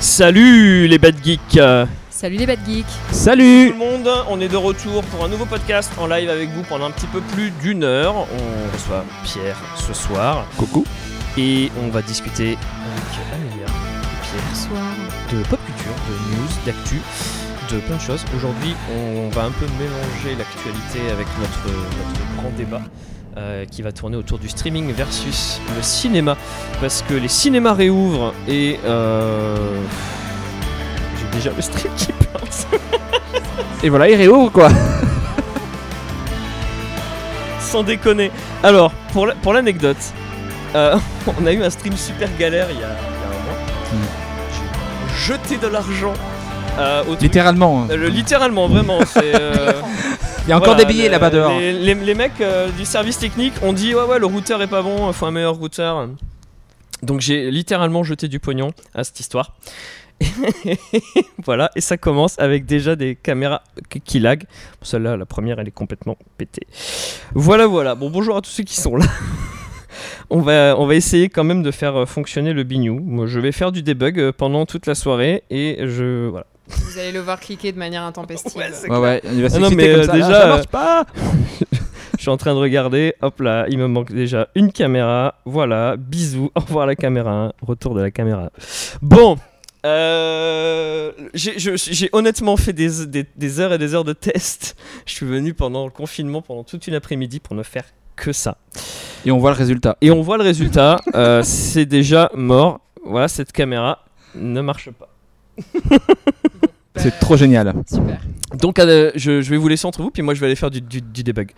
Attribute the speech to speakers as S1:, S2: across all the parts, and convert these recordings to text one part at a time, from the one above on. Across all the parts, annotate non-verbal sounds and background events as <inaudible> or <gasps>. S1: Salut les bad geeks euh,
S2: Salut les bad geeks.
S1: Salut
S3: tout le monde, on est de retour pour un nouveau podcast en live avec vous pendant un petit peu plus d'une heure. On reçoit Pierre ce soir
S1: Coucou
S3: et on va discuter avec Amélia et Pierre
S2: Bonsoir.
S3: de pop culture, de news, d'actu, de plein de choses. Aujourd'hui, on va un peu mélanger l'actualité avec notre, notre grand débat. euh, qui va tourner autour du streaming versus le cinéma parce que les cinémas réouvrent et euh, j'ai déjà le stream qui passe
S1: <laughs> Et voilà, il réouvre quoi
S3: <laughs> Sans déconner. Alors, pour la- pour l'anecdote, euh, <laughs> on a eu un stream super galère il y a,
S1: Mm.
S3: il y a un mois. J'ai jeté de l'argent euh, au truc.
S1: Littéralement. hein.
S3: Euh, le- littéralement, vraiment. c'est, euh,
S1: <laughs> Il y a encore
S3: voilà,
S1: des billets
S3: les-
S1: là-bas dehors.
S3: Les, les- les mecs euh, du service technique ont dit Ouais, ouais, le routeur est pas bon, faut un meilleur routeur. Donc j'ai littéralement jeté du pognon à cette histoire. <laughs> voilà, et ça commence avec déjà des caméras qui- qui lag. Celle-là, la première, elle est complètement pétée. Voilà, voilà. Bon, bonjour à tous ceux qui sont là. <laughs> On va, on va essayer quand même de faire euh, fonctionner le bignou. Moi, je vais faire du debug euh, pendant toute la soirée et je. Voilà.
S2: Vous allez le voir cliquer de manière intempestive.
S1: Ouais, ouais, il va
S3: Ah non,
S1: s'exciter
S3: mais,
S1: comme
S3: euh,
S1: ça.
S3: déjà,
S1: Ah, ça
S3: euh,
S1: marche pas
S3: Je suis en train de regarder. Hop là, il me manque déjà une caméra. Voilà, bisous. Au revoir la caméra. un. Retour de la caméra. Bon. euh, j'ai je- j'ai honnêtement fait des, des- des heures et des heures de tests. Je suis venu pendant le confinement, pendant toute une après-midi pour ne faire que ça.
S1: Et on voit le résultat.
S3: Et on voit le résultat. euh, c'est déjà mort. Voilà, cette caméra ne marche pas.
S1: C'est trop génial.
S2: Bah, Super.
S3: Donc euh, je, je vais vous laisser entre vous, puis moi je vais aller faire du, du, du debug.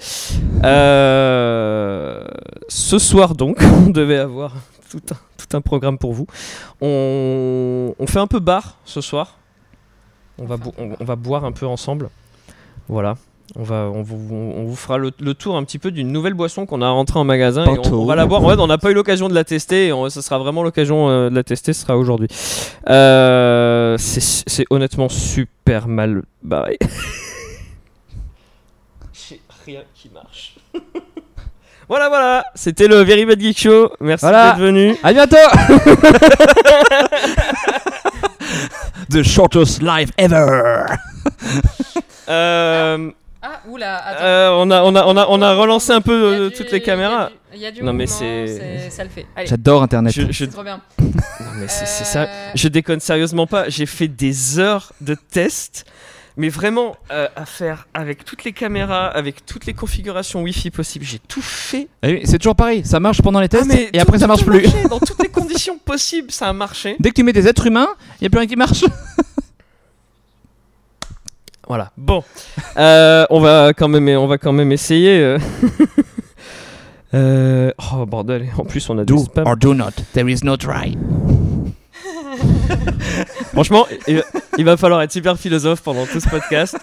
S3: Euh, ce soir donc, <laughs> on devait avoir tout un, tout un programme pour vous. On, on fait un peu bar ce soir. On va, bo- on, on va boire un peu ensemble. Voilà. On, va, on, vous, on vous fera le, le tour un petit peu d'une nouvelle boisson qu'on a rentrée en magasin. Et on,
S1: Panto.
S3: on va la boire. En fait, on n'a pas eu l'occasion de la tester. Et on- ce sera vraiment l'occasion euh, de la tester. Ce sera aujourd'hui. Euh, c'est c'est honnêtement super mal barré. J'ai rien qui marche. <laughs> voilà, voilà. C'était le Very Bad Geek Show. Merci
S1: Voilà.
S3: d'être venu.
S1: À bientôt <laughs> The shortest life ever
S3: Euh,
S2: Ah, oula, attends.
S3: euh, on, a, on, a, on, a, on a relancé un
S2: Il y
S3: peu
S2: a
S3: euh,
S2: du-
S3: toutes les caméras.
S2: Il y a du,
S3: Non, mais
S2: mouvement,
S3: c'est-
S2: Ça le fait. Allez,
S1: J'adore Internet.
S3: Je, je-
S2: c'est trop bien.
S3: non, mais c'est c'est
S2: Euh,
S3: ça. Je déconne sérieusement pas. J'ai fait des heures de tests. Mais vraiment, euh, à faire avec toutes les caméras, avec toutes les configurations Wi-Fi possibles, j'ai tout fait
S1: Ah oui, C'est toujours pareil, ça marche pendant les tests
S3: Ah, mais
S1: et
S3: tout-
S1: après ça
S3: tout
S1: marche
S3: a
S1: plus.
S3: marché, dans toutes les conditions possibles, ça a marché.
S1: Dès que tu mets des êtres humains, il n'y a plus rien qui marche.
S3: Voilà. Bon, <laughs> Euh, on va quand même, on va quand même essayer. euh. <laughs> Euh, oh bordel. En plus, on a des spams.
S1: do not, there is no try.
S3: Franchement, il, il va falloir être super philosophe pendant tout ce
S1: <laughs>
S3: podcast.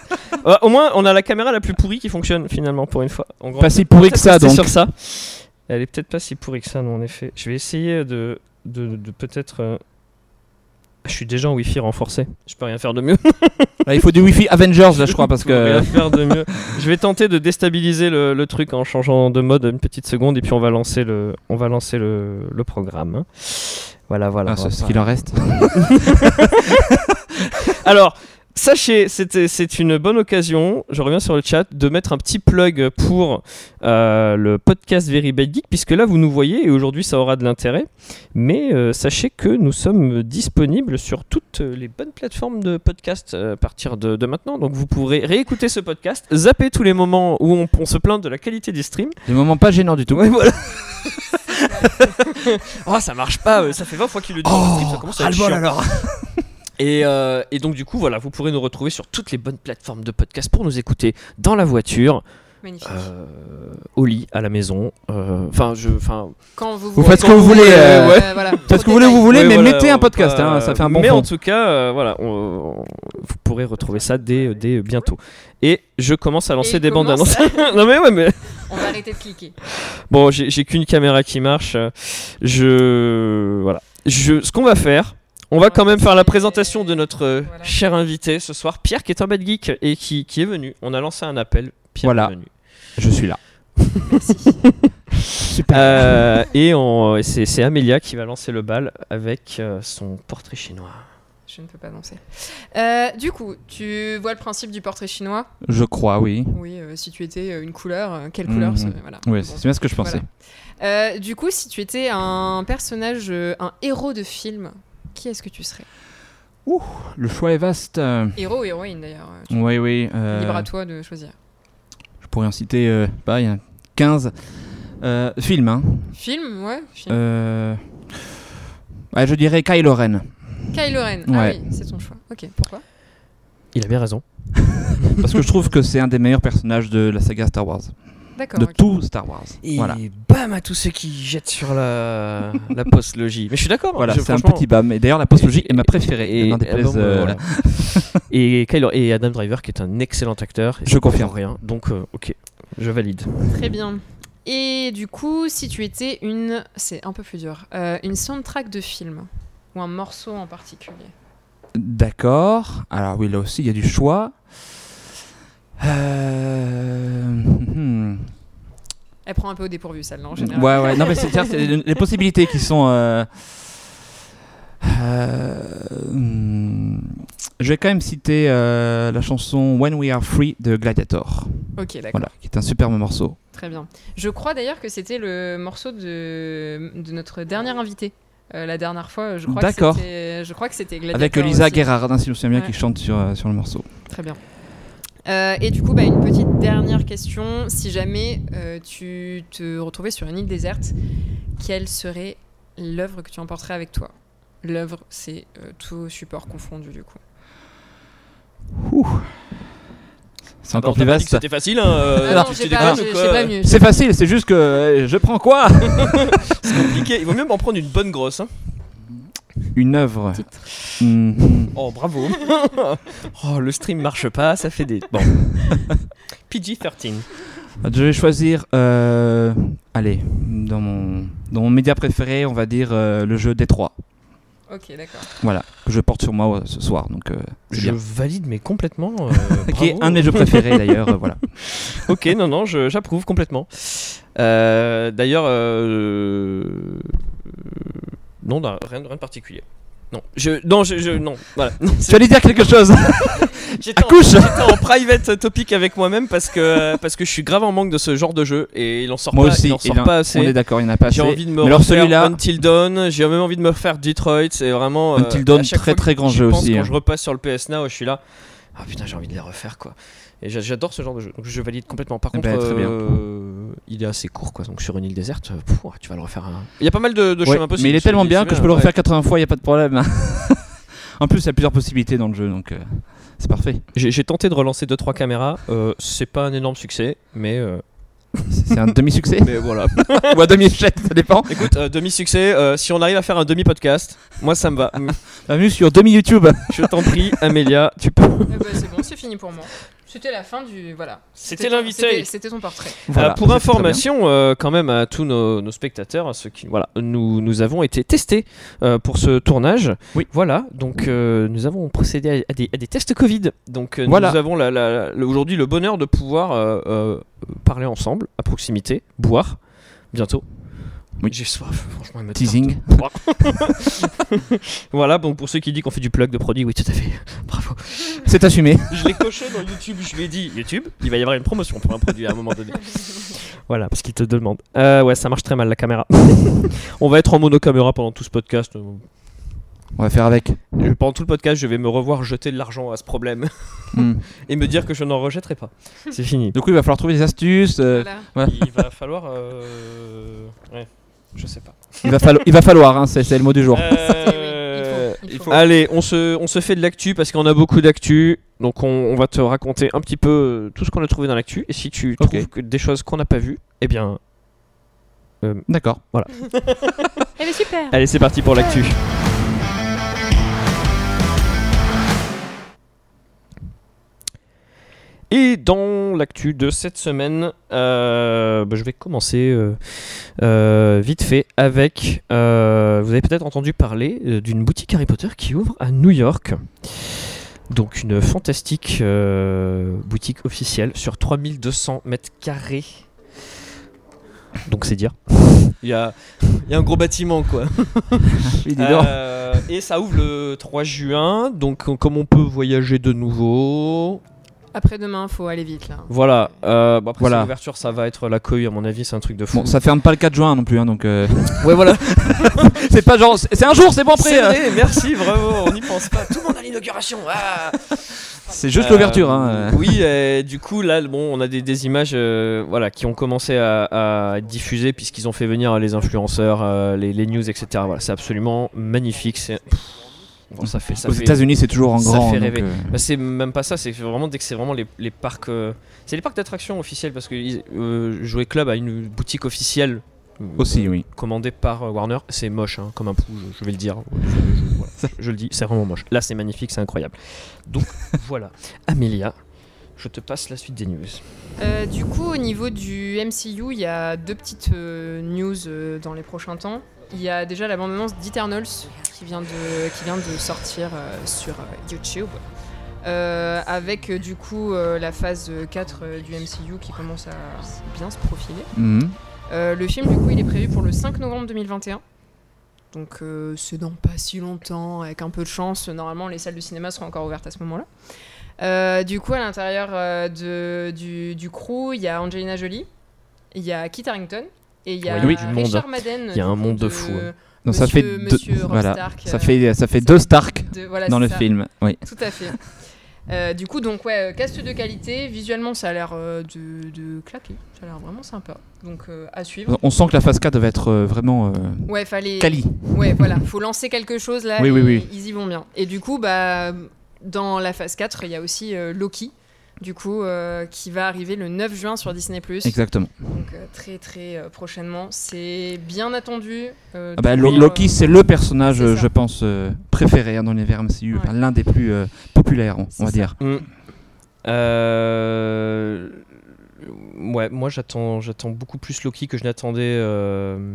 S3: Euh, au moins, on a la caméra la plus pourrie qui fonctionne finalement pour une fois. On grand-
S1: Pas si pourri que ça
S3: Rester
S1: donc.
S3: sur ça. Elle est peut-être pas si pourrie que ça, non, en effet. Je vais essayer de, de, de peut-être. euh, Je suis déjà en Wi-Fi renforcé. Je peux rien faire de mieux.
S1: Là, il faut du Wi-Fi Avengers là je crois
S3: <laughs>
S1: parce
S3: Je peux
S1: que...
S3: rien faire de
S1: <laughs>
S3: mieux. Je vais tenter de déstabiliser le, le truc en changeant de mode une petite seconde et puis on va lancer le, on va lancer le, le programme. Voilà, voilà.
S1: Ah, ce-
S3: voilà.
S1: ce qu'il en reste.
S3: Alors, sachez, c'était- c'est une bonne occasion, je reviens sur le chat, de mettre un petit plug pour euh, le podcast Very Bad Geek, puisque là, vous nous voyez et aujourd'hui, ça aura de l'intérêt. Mais euh, sachez que nous sommes disponibles sur toutes les bonnes plateformes de podcast euh, à partir de, de maintenant. Donc, vous pourrez réécouter ce podcast, zapper tous les moments où on, on se plaint de la qualité du stream.
S1: Des moments pas gênants du tout.
S3: Oh, ça marche pas, euh, ça fait 20 fois qu'il le dit. dans le
S1: Oh,
S3: stream, ça commence à être
S1: ras-le-bol,
S3: chiant.
S1: alors
S3: Et, euh, et donc du coup, voilà, vous pourrez nous retrouver sur toutes les bonnes plateformes de podcast pour nous écouter dans la voiture,
S2: Magnifique.
S3: euh, au lit, à la maison. euh, Enfin, je, enfin,
S2: Quand vous,
S1: Vous faites ce que vous voulez, euh,
S2: voilà.
S1: Parce que vous voulez, vous voulez, mais mettez un podcast, hein, ça fait un bon
S3: Mais
S1: fond.
S3: en tout cas, euh, voilà, on- on- vous pourrez retrouver ça dès, dès bientôt. Et je commence à lancer
S2: il
S3: des bandes annonces. <laughs>
S2: commence.
S3: non mais ouais, mais
S2: <laughs> On va arrêter de cliquer.
S3: Bon, j'ai j'ai qu'une caméra qui marche. euh, Je. Voilà. Je... Ce qu'on va faire, on va quand même faire la présentation de notre euh,
S2: Voilà.
S3: cher invité ce soir, Pierre, qui est un bad geek et qui, qui est venu. On a lancé un appel. Pierre
S1: Voilà.
S3: est venu.
S1: Je suis là.
S2: Merci.
S1: <laughs> Super.
S3: Euh, et on- et c'est c'est Amélia qui va lancer le bal avec euh, son euh, portrait chinois.
S2: Je ne peux pas danser. Euh, du coup, tu vois le principe du portrait chinois
S1: Je crois, oui.
S2: Oui, euh, si tu étais euh, une couleur, euh, quelle
S1: Mhm.
S2: couleur ce- voilà.
S1: Oui,
S2: Bon.
S1: c'est bien ce que je pensais.
S2: Euh, du coup, si tu étais un personnage, euh, un héros de film, qui est-ce que tu serais
S1: Le choix est vaste. euh,
S2: Héros ou héroïne d'ailleurs euh, tu-
S1: Oui, oui. euh,
S2: Libre à toi de choisir.
S1: je pourrais en citer, euh, bah, il y en a 15 euh, films. Hein.
S2: Film, ouais. Film.
S1: Euh, ouais, je dirais Kylo Ren.
S2: Kylo Ren. Ah
S1: Euh. ouais.
S2: oui, c'est ton choix. Ok, pourquoi
S3: Il a bien raison.
S1: Parce que je trouve que c'est un des meilleurs personnages de la saga Star Wars.
S2: D'accord.
S1: De
S2: ok.
S1: tout Star Wars.
S3: Et
S1: Voilà.
S3: bam à tous ceux qui jettent sur la, la postlogie. Mais je suis d'accord. hein,
S1: Voilà,
S3: je-
S1: c'est un
S3: franchement-
S1: petit bam. Et d'ailleurs, la postologie est ma préférée.
S3: Et,
S1: n'en déplaise,
S3: ah bon, bah,
S1: euh,
S3: voilà. <laughs> et, Kylo- et Adam Driver, qui est un excellent acteur. et
S1: Je
S3: il
S1: confirme.
S3: fait Rien. Donc, euh, ok, je valide.
S2: Très bien. Et du coup, si tu étais une. C'est un peu plus dur. euh, une soundtrack de film ou un morceau en particulier
S1: D'accord. Alors oui, là aussi, il y a du choix. Euh, hmm.
S2: Elle prend un peu au dépourvu, celle-là, en général.
S1: Ouais, ouais. Non, mais c'est c'est les les possibilités qui sont. euh, euh, hmm. Je vais quand même citer euh, la chanson When We Are Free de Gladiator.
S2: Ok, d'accord.
S1: Voilà, qui est un superbe morceau.
S2: Très bien. Je crois d'ailleurs que c'était le morceau de, de notre dernier invité. euh, la dernière fois, je crois
S1: D'accord.
S2: que c'était, je crois que c'était Gladiator
S1: Avec Lisa
S2: aussi.
S1: Gerrard, hein, si je me souviens bien,
S2: Ouais.
S1: qui chante sur, euh, sur le morceau.
S2: Très bien. Euh, et du coup, bah, une petite dernière question. Si jamais euh, tu te retrouvais sur une île déserte, quelle serait l'œuvre que tu emporterais avec toi L'œuvre, c'est euh, tout support confondu du coup.
S1: C'est encore plus vaste.
S3: Bah, C'était facile. Hein, euh,
S2: Ah non,
S3: tu
S2: j'ai
S3: t'es
S2: pas,
S3: déconné
S2: j'ai-
S3: ou quoi
S2: j'ai pas mieux.
S1: C'est facile, c'est juste que euh, je prends quoi
S3: C'est compliqué. Il vaut mieux en prendre une bonne grosse. hein.
S1: Une œuvre. Hmm.
S3: Oh, <laughs> bravo. oh, le stream marche pas. Ça fait des.
S1: <laughs>
S3: Bon. PG-13.
S1: Je vais choisir, euh, allez, dans mon, dans mon média préféré, on va dire euh, le jeu Détroit.
S2: Ok, d'accord. <laughs>
S1: Voilà, que je porte sur moi euh, ce soir, donc euh, c'est
S3: Je
S1: bien.
S3: valide, mais complètement.
S1: <laughs>
S3: euh,
S1: Qui est
S3: bravo.
S1: un de mes jeux préférés d'ailleurs, euh, voilà.
S3: Ok, non, non, je- j'approuve complètement. Euh, D'ailleurs, euh, euh, non, non, rien, de- rien de particulier. Non, je, non, je, je- non,
S1: <laughs>
S3: voilà. Non,
S1: <laughs> Tu
S3: c'est-
S1: allais dire
S3: <laughs>
S1: quelque chose
S3: J'étais en,
S1: accouche
S3: j'étais en private topic avec moi-même parce que euh, parce que je suis grave en manque de ce genre de jeu et il en sort
S1: Moi
S3: pas,
S1: aussi,
S3: il en sort
S1: il en-
S3: pas
S1: On est
S3: assez.
S1: d'accord, il n'y en a pas assez.
S3: J'ai envie de me
S1: Mais alors
S3: refaire
S1: celui-là,
S3: Until Dawn, j'ai même envie de me refaire Detroit, c'est vraiment euh,
S1: Until Dawn,
S3: à chaque
S1: très,
S3: fois que
S1: très grand
S3: j'y
S1: jeu
S3: pense,
S1: aussi,
S3: Quand
S1: hein.
S3: je repasse sur le PS Now, je suis là. Ah putain, j'ai envie de les refaire quoi. Et j'a- j'adore ce genre de jeu, donc je valide complètement. Par
S1: Eh
S3: contre,
S1: ben, très bien.
S3: euh, il est assez court quoi, donc sur une île déserte, euh, pff, tu vas le refaire. un- Il y a pas mal de, de
S1: ouais,
S3: chemins possibles.
S1: mais il est
S3: c'est-
S1: tellement
S3: c'est
S1: bien que je peux le
S3: ouais.
S1: refaire 80 fois, il n'y a pas de problème. <laughs> en plus, il y a plusieurs possibilités dans le jeu, donc euh, c'est parfait.
S3: J'ai j'ai tenté de relancer 2-3 caméras, euh, c'est pas un énorme succès, mais, euh,
S1: <laughs>
S3: <laughs>
S1: C'est c'est un demi-succès
S3: mais voilà.
S1: ou un demi-échec, ça dépend.
S3: Écoute, euh, demi-succès, euh, si on arrive à faire un demi-podcast, moi ça me va. <laughs> Mm.
S1: Bienvenue sur demi-YouTube.
S3: Je t'en prie, Amélia, tu peux.
S2: Eh ben, c'est bon, c'est fini pour moi. C'était la fin du voilà.
S3: C'était l'invité.
S2: c'était- C'était ton portrait.
S1: Voilà,
S3: Euh, pour
S1: c'est très bien.
S3: information, euh, quand même, à tous nos, nos spectateurs, à ceux qui, voilà, nous, nous avons été testés euh, pour ce tournage.
S1: Oui.
S3: Voilà, donc euh, nous avons procédé à, à des, à des tests Covid. Donc euh,
S1: Voilà.
S3: nous avons la- la- la- aujourd'hui le bonheur de pouvoir euh, euh, parler ensemble, à proximité, boire, bientôt.
S1: Oui.
S3: J'ai soif, franchement, elle me
S1: Teasing.
S3: Voilà, donc pour ceux qui disent qu'on fait du plug de produits, oui, tout à fait. Bravo.
S1: C'est assumé.
S3: Je l'ai coché dans YouTube, je lui ai dit YouTube, il va y avoir une promotion pour un produit à un moment donné. Voilà, parce qu'il te demande. Euh, ouais, ça marche très mal la <laughs> caméra. On va être en monocaméra pendant tout ce podcast.
S1: On va faire avec.
S3: Je- Pendant tout le podcast, je vais me revoir jeter de l'argent à ce problème
S1: Hmm.
S3: <laughs> et me dire que je n'en rejetterai pas. C'est fini.
S1: Du coup, il va falloir trouver des astuces. euh,
S2: Voilà.
S3: Il va falloir. euh, Ouais, je sais pas.
S1: il, va fallo- il va falloir, hein, c'est c'est le mot du jour.
S2: <laughs>
S3: Euh,
S2: Oui, oui, il faut, il
S3: il
S2: faut.
S3: faut. Allez, on se, on se fait de l'actu parce qu'on a beaucoup d'actu. Donc on, on va te raconter un petit peu euh, tout ce qu'on a trouvé dans l'actu. Et si tu
S1: Ok.
S3: trouves que des choses qu'on n'a pas vues, eh bien,
S1: D'accord.
S2: Elle est super.
S3: allez, c'est parti pour l'actu. Et dans l'actu de cette semaine, euh, bah, je vais commencer euh, euh, vite fait avec. euh, vous avez peut-être entendu parler euh, d'une boutique Harry Potter qui ouvre à New York. Donc une fantastique euh, boutique officielle sur 3200 mètres carrés. Donc c'est dire. <laughs> Il y a, il y a un gros bâtiment quoi.
S1: Oui, dis donc.
S3: Euh, et ça ouvre le 3 juin, donc euh, comme on peut voyager de nouveau.
S2: Après demain, faut aller vite là.
S3: Voilà. euh, bon, après
S1: Voilà.
S3: c'est l'ouverture, ça va être la cohue à mon avis, c'est un truc de fou.
S1: Bon, ça ferme pas le 4 juin non plus, hein, donc. euh,
S3: <laughs> Ouais voilà.
S1: <laughs> c'est pas genre. C'est un jour, c'est bon
S3: C'est
S1: après euh.
S3: vrai, <laughs> merci, bravo, on n'y pense pas. Tout le monde à l'inauguration. ah.
S1: C'est juste l'ouverture. Hein.
S3: Euh, Oui, euh, du coup, là, bon, on a des, des images euh, voilà, qui ont commencé à, à être diffusées puisqu'ils ont fait venir les influenceurs, euh, les, les news, etc. Voilà, c'est absolument magnifique. C'est... pff, bon, ça fait, ça
S1: Aux
S3: fait-
S1: États-Unis, c'est toujours en
S3: ça
S1: grand.
S3: fait
S1: donc,
S3: rêver.
S1: euh,
S3: Bah, c'est même pas ça, c'est vraiment dès que c'est vraiment les, les parcs. euh, c'est les parcs d'attractions officiels parce que ils- euh, Jouet Club a une boutique officielle. euh,
S1: Aussi, oui.
S3: commandé par euh, Warner. C'est moche, hein, comme un pou, je, je vais le dire. Je, je- voilà, je- je le dis, c'est vraiment moche. Là, c'est magnifique, c'est incroyable. Donc voilà, Amelia, je te passe la suite des news.
S2: Euh, du coup, au niveau du MCU, il y a deux petites euh, news euh, dans les prochains temps. Il y a déjà la bande-annonce d'Eternals qui vient de, qui vient de sortir euh, sur euh, YouTube. Euh, avec euh, du coup euh, la phase euh, 4 euh, du MCU qui commence à bien se profiler.
S1: Mhm.
S2: Euh, le film, du coup, il est prévu pour le 5 novembre 2021. Donc, euh, c'est dans pas si longtemps. Avec un peu de chance, normalement, les salles de cinéma seront encore ouvertes à ce moment-là. Euh, du coup, à l'intérieur euh, de- du, du crew, il y a Angelina Jolie, il y a Kit Harington et il y a
S1: Oui,
S3: du monde.
S2: Richard Madden.
S3: Il y a
S2: du
S3: un
S2: coup,
S3: monde de
S2: de
S3: fou, hein.
S1: Donc ça fait
S2: Monsieur-
S1: deux.
S2: Monsieur Rob
S1: voilà.
S2: Stark,
S1: ça
S2: euh,
S1: fait ça fait
S2: ça
S1: deux
S2: fait
S1: Stark
S2: de- voilà,
S1: dans
S2: c'est
S1: le
S2: ça.
S1: film. Oui.
S2: Tout à fait. Euh, du coup, donc, ouais, euh, cast de qualité. Visuellement, ça a l'air euh, de, de claquer. Ça a l'air vraiment sympa. Donc, euh, à suivre.
S1: On sent que la phase 4 devait être euh, vraiment euh,
S2: Ouais, fallait.
S1: quali.
S2: Ouais, voilà, faut lancer quelque chose là.
S1: Oui,
S2: et
S1: oui, oui.
S2: Ils y vont bien. Et du coup, bah, dans la phase 4, il y a aussi euh, Loki, du coup, euh, qui va arriver le 9 juin sur Disney.
S1: Exactement.
S2: Donc euh, très très euh, prochainement. C'est bien attendu. euh,
S1: Ah bah,
S2: de
S1: Lo-
S2: voir,
S1: Loki,
S2: euh,
S1: c'est le personnage,
S2: c'est
S1: euh,
S2: ça.
S1: je pense, euh, préféré hein, dans l'univers MCU. Enfin, L'un des plus euh, populaires, on,
S2: C'est
S1: va
S2: ça.
S1: dire.
S3: Mm. Euh, Ouais, moi j'attends, j'attends beaucoup plus Loki que je n'attendais. euh,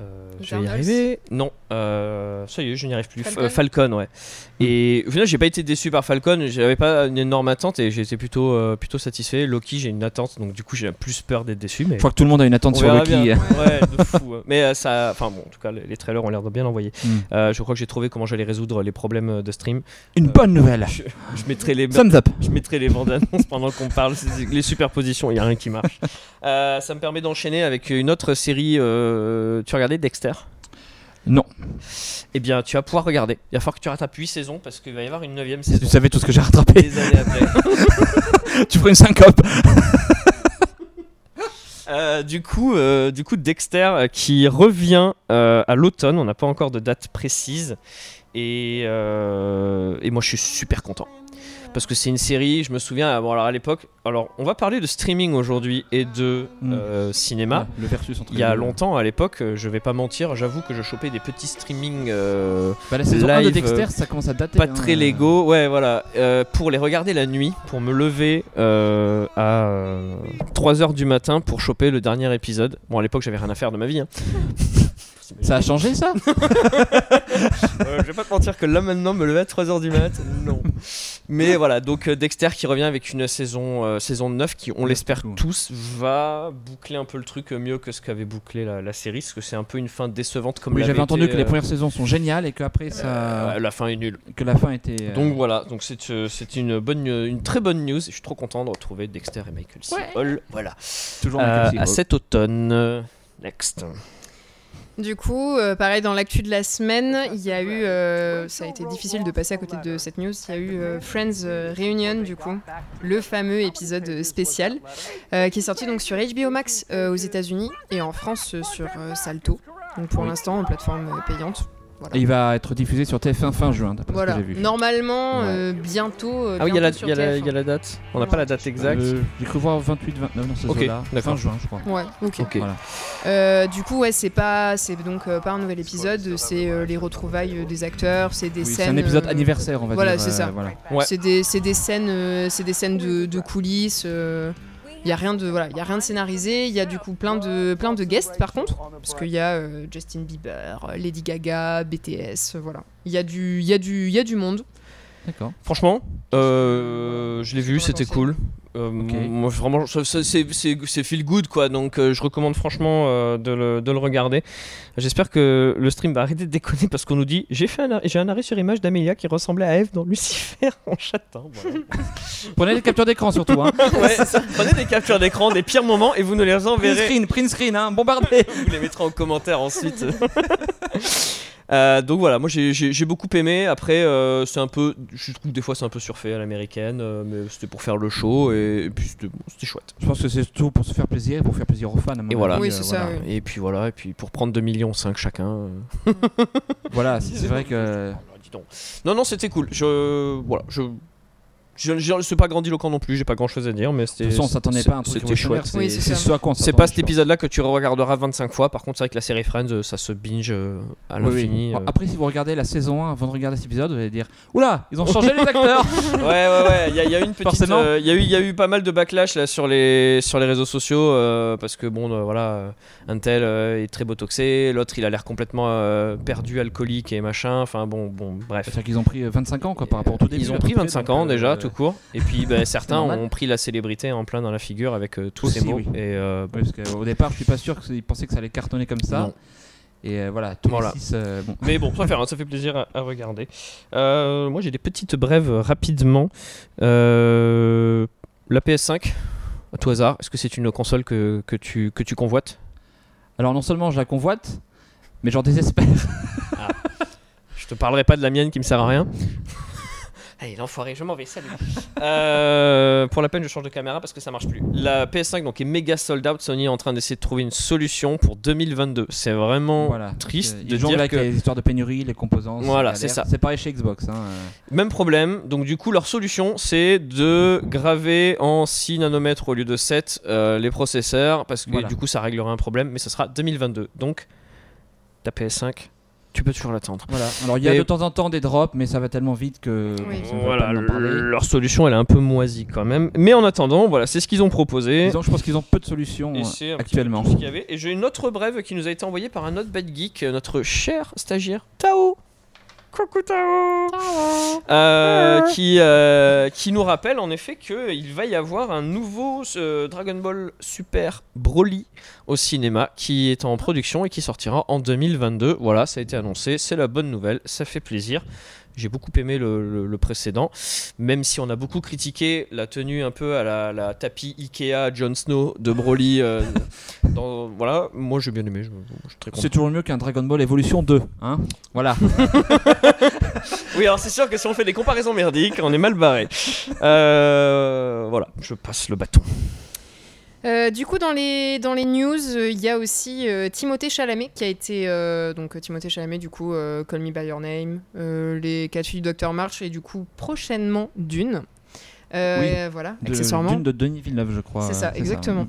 S3: euh, je vais y
S2: Eternals.
S3: arriver. Non, euh, ça y est, je n'y arrive plus. F-
S2: Falcon.
S3: euh, Falcon, ouais.
S1: Mm.
S3: Et au final, j'ai pas été déçu par Falcon. J'avais pas une énorme attente et j'étais plutôt, euh, plutôt satisfait. Loki, j'ai une attente, donc du coup, j'ai plus peur d'être déçu. Mais
S1: Je crois que tout le monde a une attente
S3: on
S1: sur
S3: verra
S1: Loki. <laughs>
S3: bien.
S1: euh,
S3: Ouais, de fou. hein. Mais euh, ça, enfin bon, en tout cas, les, les trailers ont l'air de bien l'envoyer.
S1: Mm.
S3: Euh, je crois que j'ai trouvé comment j'allais résoudre les problèmes de stream.
S1: Une
S3: Euh,
S1: bonne nouvelle.
S3: Je, Bah, je mettrai les
S1: Thumbs up.
S3: je mettrai les bandes annonces pendant qu'on parle, c'est- les superpositions, il n'y a rien qui marche. Euh, ça me permet d'enchaîner avec une autre série. euh, tu as regardé Dexter
S1: Non.
S3: Eh bien, tu vas pouvoir regarder. Il va falloir que tu rattrapes 8 saisons parce qu'il va y avoir une 9
S1: Tu
S3: saison.
S1: savais tout ce que j'ai rattrapé.
S3: Des années après.
S1: <laughs> tu ferais une syncope.
S3: Euh, du coup, euh, du coup, Dexter euh, qui revient euh, à l'automne. On n'a pas encore de date précise. Et, euh, et moi, je suis super content parce que c'est une série. Je me souviens, bon, alors à l'époque, alors on va parler de streaming aujourd'hui et de
S1: Mm.
S3: euh, cinéma.
S1: Le versus entre
S3: Il y a longtemps, à l'époque, euh, je vais pas mentir, j'avoue que je chopais des petits streamings euh,
S1: la saison 1 de
S3: live,
S1: Dexter, ça commence à dater.
S3: pas
S1: hein,
S3: très
S1: euh,
S3: légaux, ouais, voilà, euh, pour les regarder la nuit, pour me lever euh, à 3h du matin pour choper le dernier épisode. Bon, à l'époque, j'avais rien à faire de ma vie. hein.
S1: <laughs> Ça a
S3: <laughs>
S1: changé ça
S3: Euh, je vais pas te mentir que là maintenant me lever à 3h du mat, non. Mais voilà, donc euh, Dexter qui revient avec une saison, euh, saison 9 qui, on l'espère
S1: Cool.
S3: tous, va boucler un peu le truc mieux que ce qu'avait bouclé la, la série, parce que c'est un peu une fin décevante comme
S1: Oui,
S3: l'avait
S1: j'avais entendu
S3: été,
S1: que les
S3: euh,
S1: premières saisons sont géniales et qu'après
S3: euh,
S1: ça.
S3: la fin est nulle.
S1: que la fin était. euh,
S3: Donc voilà, donc c'est euh, c'est une bonne, euh, une très bonne news. Je suis trop content de retrouver Dexter et Michael C.
S2: Ouais.
S3: Hall. Voilà.
S1: toujours
S3: Euh,
S1: Michael C.
S3: à cet automne. Next.
S2: Du coup, euh, pareil, dans l'actu de la semaine, il y a eu. euh, ça a été difficile de passer à côté de cette news. Il y a eu euh, Friends euh, Reunion, du coup, le fameux épisode euh, spécial, euh, qui est sorti donc sur HBO Max euh, aux États-Unis et en France euh, sur euh, Salto. Donc pour l'instant, en plateforme euh, payante.
S1: Et il va être diffusé sur TF1 fin juin, d'après
S2: Voilà.
S1: ce que j'ai vu.
S2: Normalement,
S1: Ouais.
S2: euh, bientôt. euh,
S3: Ah oui, il y, a la-
S2: bientôt sur hein.
S3: il y a la-
S2: TF1.
S3: il y a la date. On n'a pas la date exacte.
S1: Euh, j'ai cru voir 28, 29, non, c'est
S3: Ok,
S1: là.
S3: d'accord.
S1: Fin juin, je crois.
S2: Ouais, ok.
S3: Ok.
S1: Voilà.
S2: Euh, du coup, ouais, c'est pas, c'est donc euh, pas un nouvel épisode, c'est euh, les retrouvailles euh, des acteurs, c'est des
S1: Oui, c'est
S2: scènes.
S1: un épisode
S2: euh,
S1: anniversaire, on va
S2: voilà,
S1: dire. euh,
S2: c'est ça.
S1: voilà.
S3: Ouais.
S2: C'est des, c'est des scènes, euh, c'est des scènes de, de coulisses. euh, Il y a rien de voilà, il y a rien de scénarisé. Il y a du coup plein de plein de guests par contre, parce qu'il y a euh, Justin Bieber, euh, Lady Gaga, BTS, euh, voilà. Il y a du, il y a du, il y a du monde.
S1: D'accord.
S3: Franchement, euh, je l'ai vu, c'était cool. Euh,
S1: Ok.
S3: Moi, je- vraiment, je- c'est- c'est c'est- c'est feel good quoi, donc euh, je recommande franchement euh, de, le, de le regarder. J'espère que le stream va arrêter de déconner parce qu'on nous dit j'ai fait un, arr- j'ai un arrêt sur image d'Amelia qui ressemblait à Eve dans Lucifer <laughs> en châtain. Voilà.
S1: Prenez des captures d'écran surtout.
S3: <laughs>
S1: Hein.
S3: Ouais, prenez des captures d'écran des pires moments et vous nous les
S1: print
S3: enverrez.
S1: screen, print screen, hein, bombardez.
S3: vous les mettrez en commentaire <laughs> ensuite. Euh, donc voilà, moi j'ai j'ai- j'ai beaucoup aimé. Après, euh, c'est un peu, je trouve que des fois c'est un peu surfait à l'américaine, euh, mais c'était pour faire le show et, et puis c'était bon, c'était chouette.
S1: Je pense que c'est tout pour se faire plaisir et pour faire plaisir aux fans. à mon
S3: Et voilà.
S1: avis,
S2: Oui,
S1: euh,
S2: c'est
S1: voilà.
S2: ça. oui.
S3: Et puis voilà, et puis pour prendre 2 millions 5 chacun. euh,
S2: <laughs>
S1: Voilà, c'est c'est vrai que.
S3: alors, dis donc. Non non, c'était cool. Je voilà, je je je suis pas grandiloquent non plus, j'ai pas grand chose à dire, mais c'était.
S1: De toute façon, on s'attendait pas à un truc
S3: C'était chouette.
S1: révolutionnaire,
S2: Oui,
S1: c'est-
S2: c'est
S1: C'est
S2: ça.
S1: ce à quoi on
S3: C'est pas
S1: s'attendait,
S3: cet épisode-là que tu regarderas 25 fois. Par contre, c'est vrai que la série Friends, euh, ça se binge euh, à
S1: je pense. Oui, Ah, oui.
S3: l'infini. euh.
S1: Après, si vous regardez la saison 1 avant de regarder cet épisode, vous allez dire Oula, ils ont changé
S3: <laughs>
S1: les acteurs
S3: Ouais, ouais, ouais. Il y, a- il y a eu une petite.
S1: Forcément.
S3: euh, Il y, a eu- il y a eu pas mal de backlash là sur les sur les réseaux sociaux euh, parce que bon, euh, voilà, euh, un tel euh, est très botoxé, l'autre il a l'air complètement euh, perdu, alcoolique et machin. Enfin bon, bon, bref.
S1: C'est-à-dire qu'ils ont pris euh, 25 ans quoi, par rapport au tout début.
S3: Ils ont
S1: à
S3: pris
S1: peu près,
S3: 25
S1: donc,
S3: ans
S1: euh,
S3: déjà, tout court. Et puis ben, certains
S1: normal.
S3: ont pris la célébrité en plein dans la figure avec euh, tous ces
S1: Aussi,
S3: mots.
S1: oui.
S3: Et euh, bon.
S1: Oui, parce qu'au départ, je suis pas sûr qu'ils pensaient que ça allait cartonner comme ça.
S3: Non.
S1: Et euh, voilà, tous
S3: Voilà.
S1: les six. euh, bon.
S3: Mais bon, ça fait, ça fait plaisir à, à regarder. Euh, moi, j'ai des petites brèves euh, rapidement. Euh, la PS5, à tout hasard, est-ce que c'est une console que, que, tu, que tu convoites
S1: Alors, non seulement je la convoite, mais j'en désespère.
S3: Je te parlerai pas de la mienne qui me sert à rien. <laughs> Allez, l'enfoiré, je m'en vais, salut. Euh, pour la peine, je change de caméra parce que ça marche plus. La PS5 donc est méga sold out. Sony est en train d'essayer de trouver une solution pour 2022. C'est vraiment
S1: <laughs> voilà. Euh,
S3: triste
S1: Ils
S3: de
S1: jonglent
S3: dire
S1: avec
S3: que-
S1: les histoires de pénurie, les composants.
S3: Voilà,
S1: galère.
S3: c'est ça.
S1: C'est pareil chez Xbox. hein, euh.
S3: Même problème, donc du coup leur solution c'est de graver en 6 nanomètres au lieu de 7 euh, les processeurs parce que
S1: Voilà.
S3: du coup ça réglera un problème mais ça sera 2022. Donc ta PS5, tu peux toujours l'attendre.
S1: Voilà. Alors, il y a
S3: Et-
S1: de temps en temps des drops, mais ça va tellement vite que.
S2: Oui.
S1: on va
S3: Voilà,
S1: pas en parler.
S3: leur solution elle est un peu moisie quand même. Mais en attendant, voilà, c'est ce qu'ils ont proposé.
S1: Disons, je pense qu'ils ont peu de solutions
S3: Et
S1: euh,
S3: c'est un petit peu
S1: actuellement.
S3: tout ce qu'il y avait. Et j'ai une autre brève qui nous a été envoyée par un autre bad geek, euh, notre cher stagiaire Tao. Coucou Tao. Euh, qui, euh, qui nous rappelle en effet qu'il va y avoir un nouveau euh, Dragon Ball Super Broly au cinéma qui est en production et qui sortira en 2022. Voilà, ça a été annoncé, c'est la bonne nouvelle, ça fait plaisir. J'ai beaucoup aimé le, le- le précédent, même si on a beaucoup critiqué la tenue un peu à la, la tapis Ikea Jon Snow de Broly. euh, <laughs> dans- voilà, moi j'ai bien aimé, je, je suis très content.
S1: C'est toujours mieux qu'un Dragon Ball Evolution 2. Hein
S2: <laughs>
S1: voilà.
S3: Oui, alors c'est sûr que si on fait des comparaisons merdiques, on est mal barré. Euh, voilà, je passe le bâton.
S2: Euh, du coup, dans les, dans les news, euh, il y a aussi euh, Timothée Chalamet qui a été. euh, donc, euh, Timothée Chalamet, du coup, euh, Call Me By Your Name, euh, Les 4 filles du Dr. March et du coup, prochainement Dune. Euh, Voilà,
S1: De-
S2: accessoirement.
S1: D'une de Denis Villeneuve, je crois.
S2: C'est
S1: euh,
S2: ça, exactement.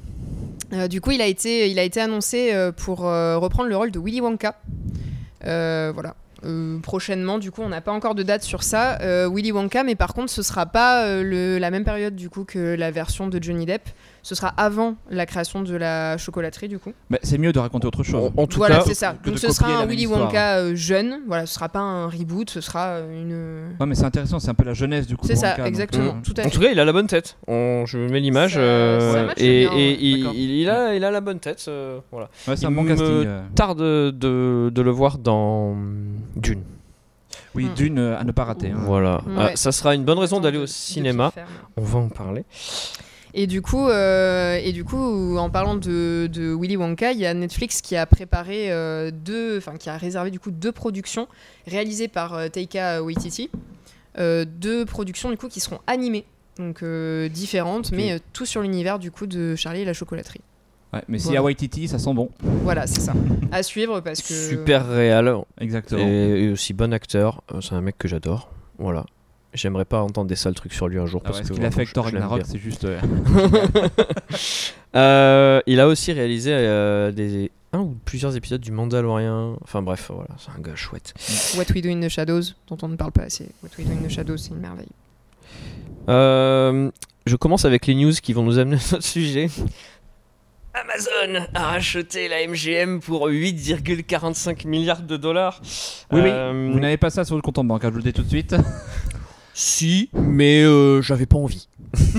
S2: Euh, du coup, il a été, il a été annoncé euh, pour euh, reprendre le rôle de Willy Wonka. Euh, voilà. Euh, prochainement, du coup, on n'a pas encore de date sur ça, euh, Willy Wonka, mais par contre, ce sera pas euh, le- la même période du coup que la version de Johnny Depp. Ce sera avant la création de la chocolaterie, du coup.
S1: Mais c'est mieux de raconter autre chose.
S3: En, en tout
S2: voilà,
S3: cas,
S2: c'est ça.
S1: que
S2: Donc,
S1: de
S2: ce sera
S1: copier la
S2: un
S1: même
S2: Willy
S1: histoire.
S2: Wonka euh, jeune. Voilà, ce sera pas un reboot, ce sera euh, une.
S1: Ouais, mais c'est intéressant, c'est un peu la jeunesse du coup.
S2: C'est
S1: de
S2: ça,
S1: Wonka, donc,
S2: exactement.
S1: euh,
S2: Tout à
S3: En
S2: fait.
S3: tout cas, il a la bonne tête. On- je mets l'image
S2: Bah Ça-
S3: euh,
S1: ça matche
S3: et,
S2: bien,
S3: et
S2: ouais.
S3: il,
S1: D'accord.
S3: il- il a, il a la bonne tête. euh, voilà.
S1: ouais, c'est un
S3: Il
S1: bon
S3: me-
S1: casting. euh.
S3: Tarde de, de le voir dans Dune.
S1: Oui,
S2: Mm.
S1: d'une euh, à ne pas rater. hein.
S3: Voilà.
S2: Ouais.
S3: Ah, ça sera une bonne raison
S2: Attends,
S3: d'aller
S2: de-
S3: au
S2: de qui
S3: cinéma.
S2: faire, là.
S3: On va en parler.
S2: Et du coup, euh, et du coup, en parlant de, de Willy Wonka, il y a Netflix qui a préparé euh, deux, enfin qui a réservé du coup deux productions réalisées par euh, Taika Waititi, Euh, deux productions du coup qui seront animées, donc euh, différentes, mais euh, tout sur l'univers du coup de Charlie et la chocolaterie.
S1: Ouais, mais si
S2: Voilà.
S1: Hawaii Titi, ça sent bon.
S2: Voilà, c'est ça. À suivre parce que
S3: Super réel et,
S1: Exactement. Ah
S3: et aussi bon acteur. Euh, C'est un mec que j'adore. Voilà. J'aimerais pas entendre des sales trucs sur lui un jour
S1: Ah ouais,
S3: parce
S1: ce
S3: que
S1: qu'il a
S3: vraiment,
S1: fait avec Thor
S3: je- je l'aime
S1: Ragnarok,
S3: bien.
S1: c'est juste. euh,
S3: <laughs> Euh, il a aussi réalisé euh, des un ou plusieurs épisodes du Mandalorian. Enfin bref, voilà, c'est un gars chouette.
S2: What We Do in the Shadows, dont on ne parle pas assez. What We Do in the Shadows, c'est une merveille.
S3: Euh, je commence avec les news qui vont nous amener à notre sujet. Amazon a racheté la MGM pour 8,45 milliards de dollars.
S1: Oui,
S3: Euh,
S1: oui. Vous n'avez pas ça sur le compte en banque, hein, je vous le dis tout de suite.
S3: Si, mais euh, j'avais pas envie. <laughs>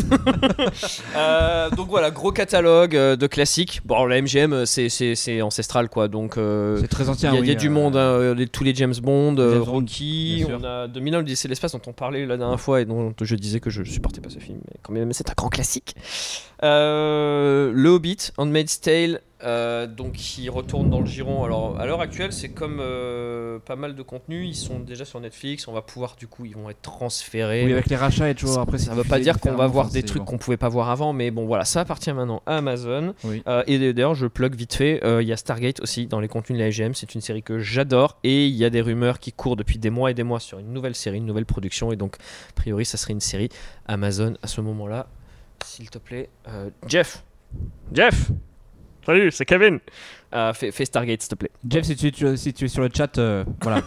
S3: Euh, donc voilà, gros catalogue euh, de classiques. Bon, la MGM, euh, c'est- c'est c'est ancestral, quoi. Donc, euh,
S1: C'est très
S3: il y a,
S1: ancien.
S3: il y a
S1: oui,
S3: du
S1: euh,
S3: monde, hein, les- tous les James Bond, euh,
S1: James Bond,
S3: Rocky.
S1: bien sûr.
S3: On a 2001, l'Odyssée de l'espace, dont on parlait la dernière fois et dont je disais que je supportais pas ce film. Mais quand même, c'est un grand classique. Euh, le Hobbit, Handmaid's Tale. euh, donc, qui retourne dans le giron. Alors, à l'heure actuelle, c'est comme euh, pas mal de contenus. Ils sont déjà sur Netflix. On va pouvoir, du coup, ils vont être transférés.
S1: Oui, avec les rachats et toujours après.
S3: Ça
S1: c'est
S3: ne veut pas
S1: diffusé
S3: dire qu'on va
S1: différemment,
S3: voir
S1: enfin,
S3: des
S1: c'est
S3: trucs
S1: bon.
S3: qu'on pouvait pas voir avant, mais bon voilà, ça appartient maintenant à Amazon.
S1: Oui.
S3: Euh, et d'ailleurs, je plug vite fait, euh, il y a Stargate aussi dans les contenus de la IGM, c'est une série que j'adore, et il y a des rumeurs qui courent depuis des mois et des mois sur une nouvelle série, une nouvelle production, et donc a priori ça serait une série Amazon à ce moment-là. S'il te plaît, euh, Jeff Jeff Salut, c'est Kevin Euh, fais, fais Stargate s'il te plaît.
S1: Jeff, si tu, tu- si tu es sur le chat, euh, voilà.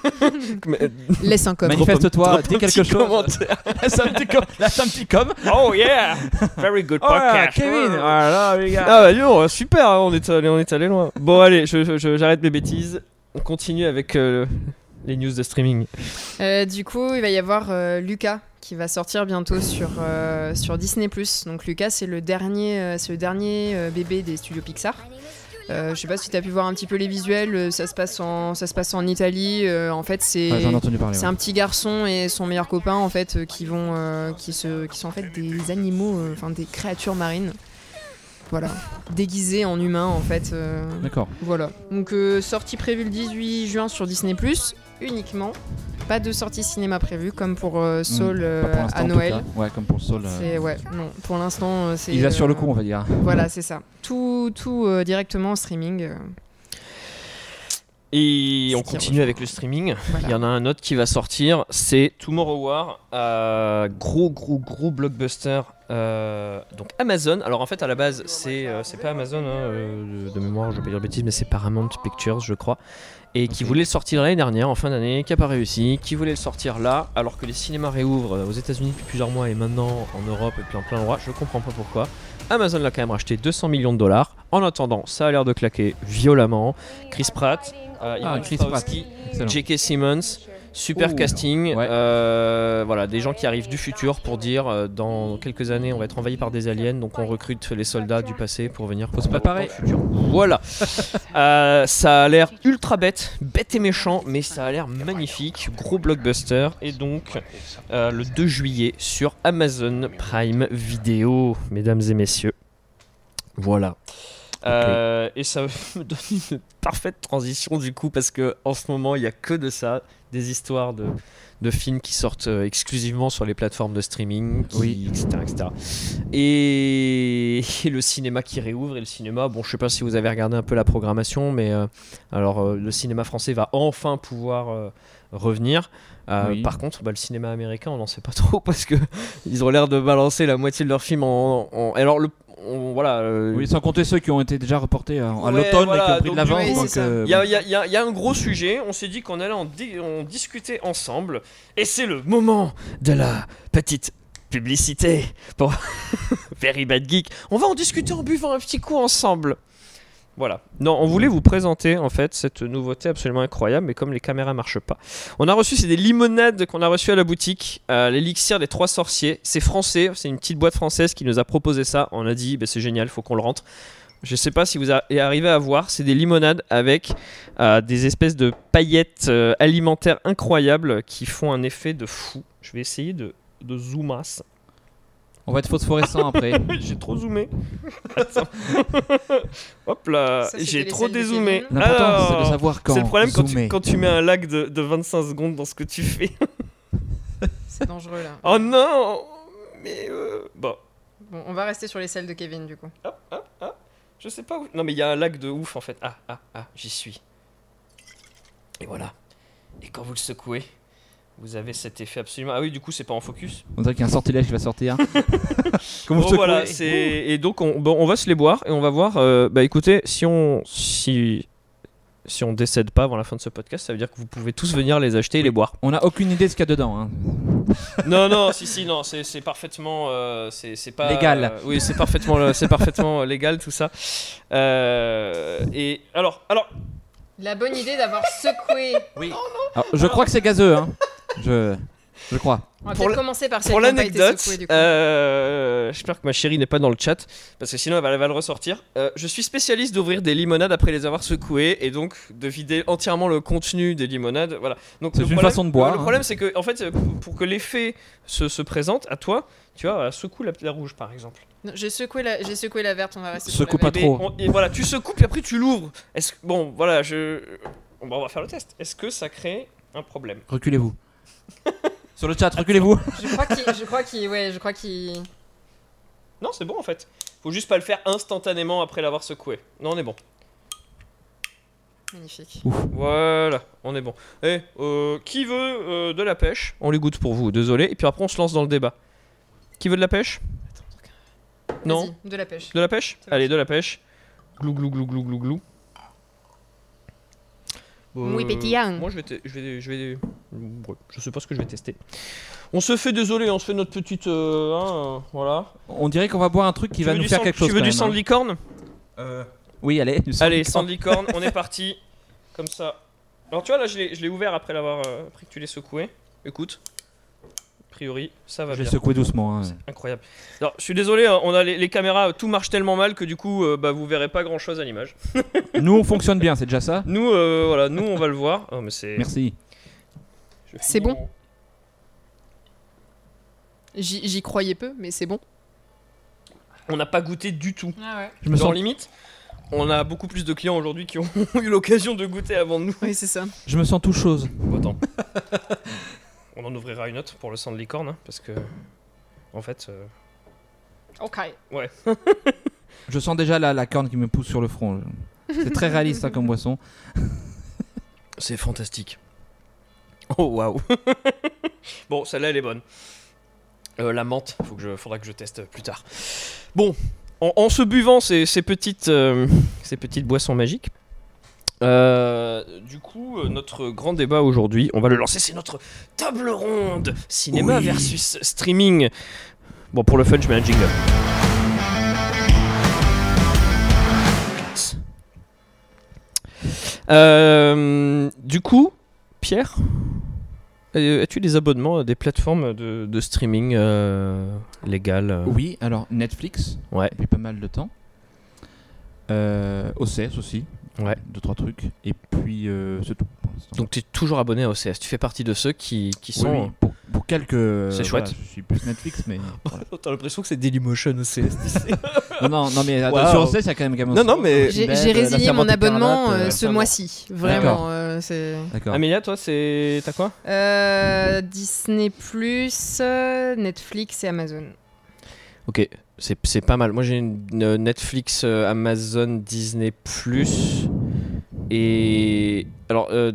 S2: Laisse un com.
S1: Magnifique. Manifeste-toi,
S3: Drop un-
S1: euh, dis
S3: drop un
S1: quelque
S3: petit
S1: chose. <laughs>
S3: commentaire.
S1: là, c'est un petit com. Là, c'est un petit com.
S3: oh yeah Very good podcast
S1: Voilà, les
S3: Ah bah dis donc, super, hein, on est allé, on est allé loin. Bon allez, je- je- je- j'arrête mes bêtises. On continue avec euh, les news de streaming.
S2: Euh, du coup, il va y avoir euh, Lucas qui va sortir bientôt sur, euh, sur Disney+. Donc Lucas, c'est le dernier, euh, c'est le dernier euh, bébé des studios Pixar. Euh, je sais pas si t'as pu voir un petit peu les visuels. euh, ça se passe en, ça se passe en Italie. euh, en fait, c'est
S1: J'en ai entendu parler.
S2: c'est un petit garçon et son meilleur copain en fait euh, qui vont, euh, qui se, qui sont en fait des animaux, euh, enfin des créatures marines. Voilà, déguisés en humains en fait. euh,
S1: D'accord.
S2: voilà. Donc euh, sortie prévue le 18 juin sur Disney uniquement. Pas de sortie cinéma prévue comme pour euh, Soul euh,
S1: Hmm, Pas pour l'instant,
S2: à
S1: en tout
S2: Noël.
S1: cas. Ouais, comme pour Saul. euh,
S2: C'est ouais, non, pour l'instant euh, c'est
S1: Il a sur le coup,
S2: euh,
S1: on va dire.
S2: Voilà, c'est ça. Tout tout euh, directement en streaming. euh,
S3: Et on
S2: C'est qui,
S3: continue
S2: Roger
S3: avec le streaming.
S2: voilà.
S3: Il y en a un autre qui va sortir, c'est Tomorrow War, euh, gros gros gros blockbuster. euh, donc Amazon. Alors en fait à la base c'est euh, c'est pas Amazon hein, euh, de, de mémoire, je vais pas dire de bêtises, mais c'est Paramount Pictures je crois, et qui
S1: Ok.
S3: voulait le sortir l'année dernière en fin d'année, qui a pas réussi, qui voulait le sortir là, alors que les cinémas réouvrent euh, aux États-Unis depuis plusieurs mois et maintenant en Europe et plein plein droit. Je comprends pas pourquoi. Amazon l'a quand même racheté 200 millions de dollars. En attendant, ça a l'air de claquer violemment. Chris Pratt, euh, Ivan
S1: Ah, Chris
S3: Straczynski,
S1: Excellent.
S3: J.K. Simmons, super
S1: Ouh.
S3: casting,
S1: Ouais.
S3: euh, voilà, des gens qui arrivent du futur pour dire euh, dans quelques années on va être envahi par des aliens, donc on recrute les soldats du passé pour venir
S1: Faut se
S3: combattre
S1: préparer.
S3: dans le futur.
S1: <laughs>
S3: Voilà, Euh, ça a l'air ultra bête, bête et méchant, mais ça a l'air magnifique, gros blockbuster, et donc euh, le 2 juillet sur Amazon Prime Video, mesdames et messieurs. Voilà. Euh, et ça <laughs> me donne une parfaite transition du coup parce que en ce moment il n'y a que de ça, des histoires de, de films qui sortent euh, exclusivement sur les plateformes de streaming, qui-
S1: Oui.
S3: etc., etc. Et, <laughs> et le cinéma qui réouvre et le cinéma, bon je sais pas si vous avez regardé un peu la programmation, mais euh, alors euh, le cinéma français va enfin pouvoir euh, revenir. Euh,
S1: Oui.
S3: Par contre, bah, le cinéma américain, on n'en sait pas trop <laughs> parce que ils ont l'air de balancer la moitié de leurs films en. en- alors le, on- voilà. euh,
S1: Oui, sans compter ceux qui ont été déjà reportés euh, à, à
S3: Ouais,
S1: l'automne
S3: voilà,
S1: et qui ont pris
S3: donc,
S1: de l'avance.
S2: oui,
S1: donc,
S2: c'est ça.
S1: euh,
S3: Il y, a- il y a- il y a- il y a un gros sujet, on s'est dit qu'on allait en, di- en discuter ensemble, et c'est le moment de la petite publicité pour <laughs> Very Bad Geek. On va en discuter en buvant un petit coup ensemble. Voilà. Non, on voulait vous présenter en fait cette nouveauté absolument incroyable, mais comme les caméras marchent pas, on a reçu c'est des limonades qu'on a reçues à la boutique, euh, l'élixir des trois sorciers. C'est français, c'est une petite boîte française qui nous a proposé ça. On a dit, bah, c'est génial, faut qu'on le rentre. Je sais pas si vous a- est arrivé à voir, c'est des limonades avec euh, des espèces de paillettes euh, alimentaires incroyables qui font un effet de fou. Je vais essayer de, de zoomas.
S1: On va être <laughs> phosphorescent après.
S3: J'ai trop zoomé. Attends. Hop là,
S2: Ça, c'était
S3: j'ai
S2: les
S3: trop
S2: salles de
S3: dézoomé.
S2: Kevin.
S1: L'important, c'est de
S3: Alors,
S1: savoir quand.
S3: c'est le problème quand tu,
S1: zoomer.
S3: quand tu mets un lag de, de 25 secondes dans ce que tu fais. <laughs>
S2: C'est dangereux là.
S3: Oh non Mais euh, bon,
S2: Bon, on va rester sur les salles de Kevin du coup.
S3: je sais pas où. Non mais il y a un lag de ouf en fait. Ah ah ah, j'y suis. Et voilà. Et quand vous le secouez, vous avez cet effet absolument. Ah oui, du coup c'est pas en focus.
S1: On dirait qu'il y a un sortilège qui va sortir. <laughs> Comment
S3: Bon, voilà, c'est et donc on, bon, on va se les boire et on va voir. euh, bah écoutez, si on si si on décède pas avant la fin de ce podcast, ça veut dire que vous pouvez tous venir les acheter et les boire.
S1: On n'a aucune idée de ce qu'il y a dedans. hein.
S3: <laughs> non non, si si non, c'est c'est parfaitement euh, c'est c'est pas
S1: Légal.
S3: euh, oui, c'est parfaitement c'est parfaitement légal tout ça. Euh, et alors alors
S2: La bonne idée d'avoir secoué.
S1: Alors, je crois que c'est gazeux. Hein. Je... je crois.
S2: On va
S3: Pour la-
S2: peut-être commencer par celle
S3: Pour
S2: qui a pas été
S3: l'anecdote,
S2: secouée, du coup.
S3: euh, j'espère que ma chérie n'est pas dans le chat, parce que sinon elle va, elle va le ressortir. Euh, je suis spécialiste d'ouvrir des limonades après les avoir secouées et donc de vider entièrement le contenu des limonades. Voilà. Donc
S1: C'est
S3: le
S1: une
S3: problème-
S1: façon de boire,
S3: Le, le
S1: hein.
S3: problème c'est que en fait, euh, pour- pour que l'effet se, se présente à toi, tu vois, euh, secoue la, la rouge par exemple.
S2: Non, J'ai secoué, la... j'ai secoué la verte, on va rester sur
S1: Secoue
S2: la
S1: pas
S2: verte.
S3: Mais
S1: trop.
S3: on- et voilà, tu secoues puis après tu l'ouvres. Est-ce que- bon, voilà, je, bon, bah, on va faire le test. Est-ce que ça crée un problème <laughs>
S1: Reculez-vous. Sur le chat, reculez-vous.
S2: Je crois qu'il... Je crois qu'il... Ouais, je crois qu'il...
S3: Non, c'est bon en fait. Faut juste pas le faire instantanément après l'avoir secoué. Non, on est bon.
S2: Magnifique.
S3: Voilà, on est bon. Eh, euh, qui veut euh, de la pêche On les goûte pour vous, désolé. Et puis après, on se lance dans le débat. Qui veut de la pêche Non
S2: Vas-y, de la pêche.
S3: De la pêche
S2: C'est bon.
S3: Allez, de la pêche. Glou, glou, glou, glou, glou, glou.
S2: Oui, pétillant.
S3: Moi, je vais, te- je vais, je vais, ouais, je sais pas ce que je vais tester. On se fait, désolé, on se fait notre petite, euh, hein, euh, voilà.
S1: On dirait qu'on va boire un truc qui
S3: Tu
S1: va
S3: veux
S1: nous
S3: du
S1: faire
S3: sang-
S1: quelque chose.
S3: Tu veux
S1: quand
S3: du
S1: même,
S3: sang de
S1: hein. Euh,
S3: licorne
S1: Oui, allez. du sang de
S3: Allez,
S1: licorne.
S3: sans de licorne, on est parti. Comme ça. Alors tu vois, là, je l'ai je l'ai ouvert après l'avoir euh, après que tu l'aies secoué. Écoute, a priori, ça va
S1: Je l'ai
S3: bien.
S1: secoué doucement. hein.
S3: Incroyable. Alors, je suis désolé, hein, on a les, les caméras, euh, tout marche tellement mal que du coup, euh, bah, vous verrez pas grand-chose à l'image.
S1: Nous, on fonctionne bien, c'est déjà ça.
S3: Nous, euh, voilà, nous, on va le voir. Oh, mais c'est.
S1: Merci.
S3: je finis
S2: C'est bon.
S3: mon-
S2: J'y j'y croyais peu, mais c'est bon.
S3: On n'a pas goûté du tout.
S2: Ah ouais.
S1: Je me
S3: Genre
S1: sens,
S3: limite, on a beaucoup plus de clients aujourd'hui qui ont <laughs> eu l'occasion de goûter avant nous.
S2: Oui, c'est ça.
S1: je me sens tout chose. <laughs>
S3: Autant. on en ouvrira une autre pour le sang de licorne, hein, parce que en fait. euh,
S2: Ok.
S1: Je sens déjà la, la corne qui me pousse sur le front. C'est très réaliste hein, comme boisson.
S3: C'est fantastique. Oh waouh. <laughs> bon, celle-là elle est bonne. Euh, la menthe, faut que je, faudra que je teste plus tard. Bon, en, en se buvant ces, ces petites, euh, ces petites boissons magiques, euh, du coup, euh, notre grand débat aujourd'hui, on va le lancer, c'est notre table ronde cinéma
S1: Oui.
S3: versus streaming. Bon, pour le fun, je mets un jingle. Euh, du coup, Pierre, euh, as-tu des abonnements à des plateformes de, de streaming euh, légales euh
S1: Oui, alors Netflix,
S3: Ouais.
S1: depuis pas mal de temps. Euh, OCS aussi.
S3: Ouais.
S1: Deux, trois trucs. Et puis, euh, c'est tout. pour l'instant.
S3: Donc tu es toujours abonné à OCS, tu fais partie de ceux qui, qui
S1: Oui, oui,
S3: sont... euh,
S1: pour, pour quelques.
S3: C'est chouette.
S1: voilà, je suis plus Netflix, mais.
S3: <laughs>
S1: voilà.
S3: Oh, T'as l'impression que c'est Dailymotion OCS.
S1: non, non, non, mais
S3: Wow.
S1: attention, sur OCS, il y a quand même Game of
S3: Non, non,
S1: Thrones,
S3: mais-
S2: J'ai
S1: Bed,
S2: j'ai
S1: euh, La
S2: résilié
S1: Servante
S2: mon abonnement
S1: Écarlate,
S2: euh,
S1: euh,
S2: ce
S3: récemment.
S2: mois-ci.
S1: D'accord.
S2: Vraiment, euh, c'est.
S1: D'accord.
S3: Amélia, toi, c'est... T'as quoi
S2: Euh, Disney Plus, euh, Netflix et Amazon.
S3: Ok, c'est, c'est pas mal. Moi j'ai une, une Netflix, euh, Amazon, Disney ⁇ et... Alors, euh,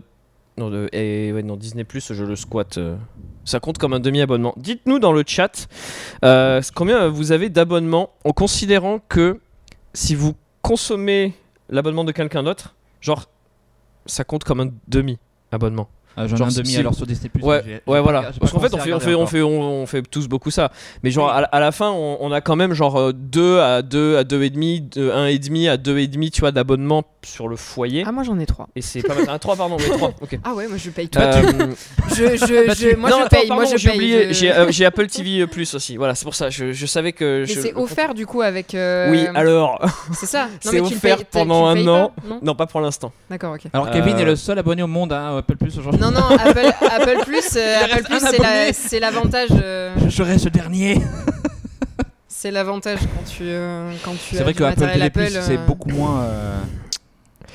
S3: non, de- et, ouais, non, Disney ⁇ je le squatte. euh. Ça compte comme un demi-abonnement. Dites-nous dans le chat euh, combien vous avez d'abonnements en considérant que si vous consommez l'abonnement de quelqu'un d'autre, genre, ça compte comme un demi-abonnement.
S1: Ah, J'en ai
S3: Genre,
S1: un demi
S3: si-
S1: alors sur Disney Plus.
S3: Ouais, ouais, voilà. Parce qu'en fait, on fait, on, fait, on, fait, on- on fait tous beaucoup ça. Mais genre, à, la- à la fin, on, on a quand même genre 2 à 2 à 2,5, 1,5 à 2,5, tu vois, d'abonnement sur le foyer.
S2: Ah, moi j'en ai trois.
S3: Et c'est pas mal. 3, pardon, mais
S2: <laughs>
S3: 3. Ok.
S2: Ah ouais, moi je paye tout. <laughs>
S3: Euh,
S2: Je, je, je, moi
S3: non,
S2: je
S3: attends,
S2: paye, moi
S3: pardon,
S2: je
S3: j'ai
S2: paye.
S3: oublié,
S2: je-
S3: j'ai, euh, j'ai Apple TV Plus aussi. Voilà, c'est pour ça. Je, je savais que.
S2: Mais
S3: je-
S2: c'est offert du coup avec. euh,
S3: Oui, alors. <laughs>
S2: C'est ça. Non,
S3: c'est
S2: mais tu le
S3: offert
S2: payes- t'as-
S3: pendant
S2: tu le
S3: un
S2: payes
S3: an.
S2: pas Non
S3: Non, pas pour l'instant.
S2: D'accord, ok.
S1: Alors, Kevin
S3: Euh,
S1: est le seul abonné au monde hein, à Apple Plus aujourd'hui.
S2: Non, non, Apple, Apple
S3: <laughs>
S2: Plus, euh,
S1: Il reste
S2: Apple Plus,
S1: un
S2: c'est la-
S1: abonné.
S2: c'est l'avantage. euh,
S1: <laughs> Je serai ce dernier.
S2: C'est l'avantage quand tu euh, quand tu.
S1: C'est
S2: as
S1: vrai
S2: du
S1: que Apple
S2: matériel
S1: TV Plus,
S2: Apple,
S1: c'est
S2: euh,
S1: beaucoup moins euh,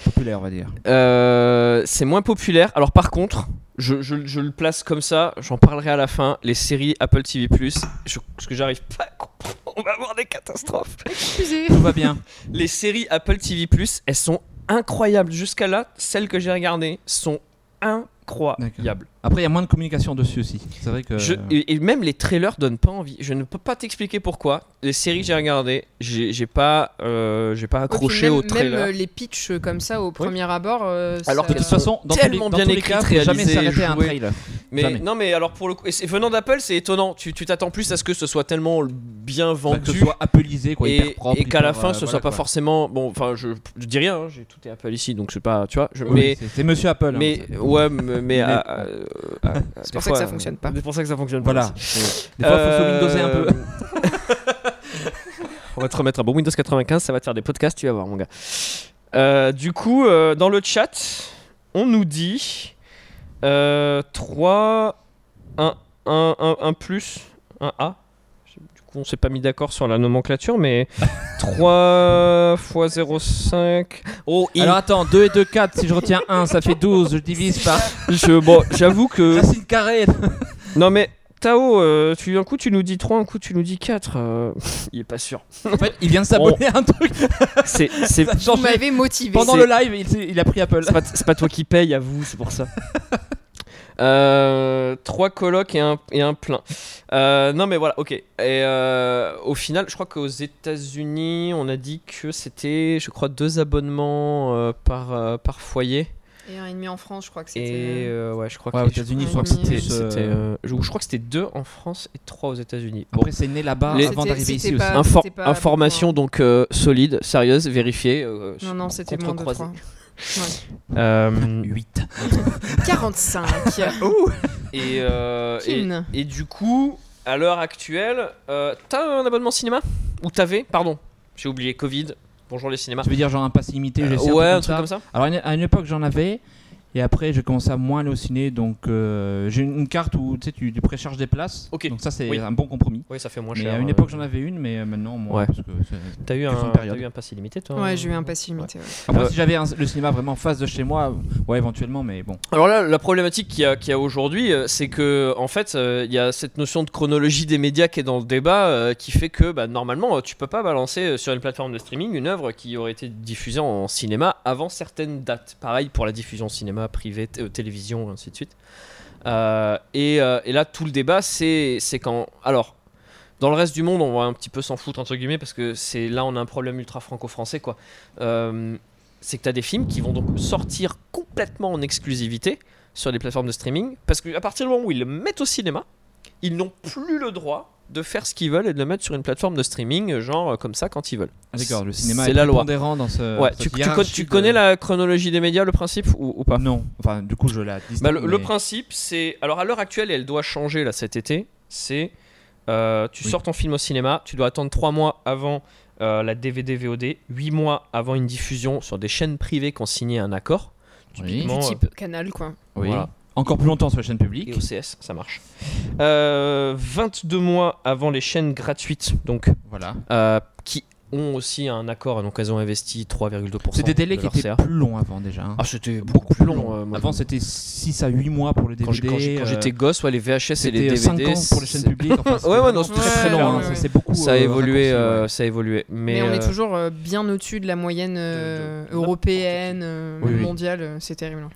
S1: populaire, on va dire.
S3: Euh, c'est moins populaire. Alors par contre, je, je- je le place comme ça, j'en parlerai à la fin, les séries Apple TV ⁇ ce que j'arrive pas à comprendre, on va avoir des catastrophes.
S2: <laughs> Excusez.
S1: Tout va bien.
S3: Les séries Apple TV ⁇ elles sont incroyables. Jusqu'à là, celles que j'ai regardées sont incroyables.
S1: Après, il y a moins de communication dessus aussi. C'est vrai que.
S3: Je- et, et même les trailers donnent pas envie. Je ne peux pas t'expliquer pourquoi. Les séries que j'ai regardées, j'ai j'ai pas, euh, j'ai pas
S2: Et puis
S3: accroché
S2: même,
S3: au trailer.
S2: Même euh, les pitchs euh, comme ça au premier abord. euh,
S3: Alors
S2: ça-
S1: de toute façon, dans tous les,
S3: tellement
S1: dans
S3: bien
S1: tous les
S3: écrites,
S1: cas, faut jamais
S3: réalisées,
S1: s'arrêter à un
S3: jouées.
S1: trailer.
S3: Mais
S1: Jamais.
S3: non, mais alors pour le coup, et c'est- venant d'Apple, c'est étonnant. Tu tu t'attends plus à ce que ce soit tellement bien
S1: Enfin, Bah, que ce
S3: vendu
S1: soit appelisé, quoi,
S3: et,
S1: hyper propre.
S3: et qu'à la
S1: hyper,
S3: fin,
S1: euh,
S3: ce
S1: voilà,
S3: soit pas
S1: quoi.
S3: forcément bon. Enfin, je, je dis rien. hein, j'ai tout est Apple ici, donc c'est pas, tu vois. Je,
S1: Oui,
S3: mais
S1: c'est- c'est Monsieur Apple. hein,
S3: mais
S1: ça. <laughs>
S3: ouais, mais, mais,
S1: Mais-
S3: à- à-
S2: C'est
S3: des
S2: pour ça que
S3: fois,
S2: ça fonctionne pas.
S3: C'est pour ça que ça fonctionne pas.
S1: Voilà. <laughs> Euh, Des fois, faut se windowser un peu.
S3: Euh, <laughs> On va te remettre un bon Windows 95, ça va te faire des podcasts, tu vas voir, mon gars. Euh, du coup, euh, dans le chat, on nous dit euh, 3, 1, 1, 1, plus, 1 A. Du coup, on s'est pas mis d'accord sur la nomenclature, mais 3 fois 0,5. Oh, il-
S1: Alors <laughs> attends, 2 et 2, 4. Si je retiens 1, ça fait 12. Je divise <laughs> par
S3: je- bon, j'avoue que.
S1: racine carrée.
S3: <laughs> Non, mais Tao, euh, tu, un coup tu nous dis 3, un coup tu nous dis 4. il est pas sûr.
S1: En fait, il vient de s'abonner à un truc.
S3: C'est. c'est-
S1: <laughs> Ça a
S2: Vous
S1: changé.
S2: m'avez motivé.
S1: Pendant
S3: c'est-
S1: le live, il, s'est- il a pris Apple.
S3: C'est pas, c'est pas toi qui paye, à vous, c'est pour ça. <laughs> Euh, trois colocs et un, et un plein. Euh, non, mais voilà, ok. Et euh, au final, je crois qu'aux États-Unis, on a dit que c'était, je crois, deux abonnements euh, par, euh, par foyer.
S2: Et un demi en France, je crois que
S3: Et
S2: c'était.
S3: euh, ouais, je crois
S1: Ouais, aux
S3: que je
S1: États-Unis,
S2: je
S1: je crois que
S2: crois
S1: c'était.
S2: que
S3: crois que
S1: euh,
S3: c'était, euh, je je crois que c'était deux en France et trois aux États-Unis. Bon.
S1: Après, c'est né là-bas
S3: Les-
S1: avant
S2: C'était-
S1: d'arriver
S2: c'était
S1: ici aussi.
S2: pas-
S1: Hein.
S3: Infor-
S2: Ah, c'était pas
S3: information donc euh, solide, sérieuse, vérifiée. euh,
S2: Non, non, c'était moins de
S3: contre-croisée.
S2: 3.
S3: Euh,
S1: 8.
S3: <laughs>
S2: 45
S3: et, euh, et-
S2: Kin.
S3: et du coup, à l'heure actuelle, euh, t'as un abonnement cinéma Ou t'avais Pardon, j'ai oublié Covid. Bonjour les cinémas.
S1: Tu veux dire genre un pass illimité
S3: Euh,
S1: je sais,
S3: ouais,
S1: un
S3: un
S1: truc
S3: truc
S1: comme ça.
S3: comme ça.
S1: Alors à une- à une époque j'en avais et après j'ai commencé à moins aller au ciné donc euh, j'ai une une carte où tu sais tu tu précharges des places.
S3: Ok.
S1: Donc ça c'est
S3: Oui.
S1: un bon compromis.
S3: Oui, ça fait moins
S1: Mais
S3: cher.
S1: à une
S3: euh,
S1: époque j'en avais une mais euh, maintenant moi
S3: Ouais.
S1: parce que c'est-
S3: T'as eu,
S1: Question
S3: un-
S1: de période.
S3: t'as eu un pass illimité, toi hein.
S2: Ouais, j'ai eu un pass illimité. ouais.
S1: après
S3: Euh,
S1: si j'avais un- le cinéma vraiment en face de chez moi ouais éventuellement mais bon.
S3: Alors là, la problématique qu'il y a, qu'il y a aujourd'hui, euh, c'est que en fait, euh, il y a cette notion de chronologie des médias qui est dans le débat, euh, qui fait que bah, normalement, euh, tu peux pas balancer euh, sur une plateforme de streaming une œuvre qui aurait été diffusée en cinéma avant certaines dates. Pareil pour la diffusion cinéma, privée, t- euh, télévision, ainsi de suite. Euh, et, euh, et là, tout le débat, c'est c'est quand. Alors. Dans le reste du monde, on va un petit peu s'en foutre entre guillemets parce que c'est là on a un problème ultra franco-français quoi. Euh, c'est que tu as des films qui vont donc sortir complètement en exclusivité sur les plateformes de streaming, parce qu'à partir du moment où ils le mettent au cinéma, ils n'ont plus le droit de faire ce qu'ils veulent et de le mettre sur une plateforme de streaming, euh, genre euh, comme ça quand ils veulent.
S1: Ah, D'accord le cinéma
S3: c'est
S1: est,
S3: la loi.
S1: prépondérant dans ce.
S3: ouais,
S1: cette
S3: tu, tu con-
S1: hiérarchie
S3: tu
S1: de-
S3: connais la chronologie des médias, le principe, ou, ou pas
S1: Non enfin du coup je la.
S3: Bah,
S1: distingue,
S3: le, le
S1: mais-
S3: principe, c'est. Alors à l'heure actuelle, et elle doit changer là cet été, c'est. euh, tu
S1: Oui.
S3: sors ton film au cinéma, tu dois attendre 3 mois avant euh, la DVD VOD, 8 mois avant une diffusion sur des chaînes privées qui ont signé un accord.
S1: oui.
S3: Typiquement,
S2: Du
S3: euh,
S2: type canal, quoi.
S1: oui.
S3: Voilà.
S1: Encore plus longtemps sur la chaîne
S3: Et
S1: publique.
S3: OCS, ça marche. Euh, 22 mois avant les chaînes gratuites, donc,
S1: Voilà.
S3: euh, qui ont aussi un accord, donc elles ont investi 3,2%.
S1: C'est des délais
S3: de
S1: qui
S3: leur
S1: étaient
S3: CA.
S1: plus longs avant déjà. hein.
S3: Ah, c'était beaucoup plus long. euh, moi,
S1: Avant
S3: je-
S1: c'était 6 à 8 mois pour le
S3: quand j'ai-
S1: DVD.
S3: quand j'ai- quand
S1: euh,
S3: j'étais gosse, ouais, les VHS et les
S1: C'était
S3: DVD.
S1: 5 ans pour les chaînes
S3: c'est- <laughs>
S1: publiques. Enfin, c'était
S3: Ouais, ouais,
S1: vraiment
S3: non,
S2: c'était très, très
S1: long.
S2: long,
S1: hein,
S2: ouais.
S1: c'est- C'est beaucoup.
S3: Ça a
S1: euh,
S3: évolué,
S1: raccourci,
S3: euh,
S1: ouais.
S3: ça a évolué. Mais,
S2: Mais on est
S3: euh,
S2: toujours euh, bien au-dessus de la moyenne euh,
S3: de- de-
S2: européenne, euh,
S1: Oui, oui.
S2: mondiale, euh, c'est terrible. hein.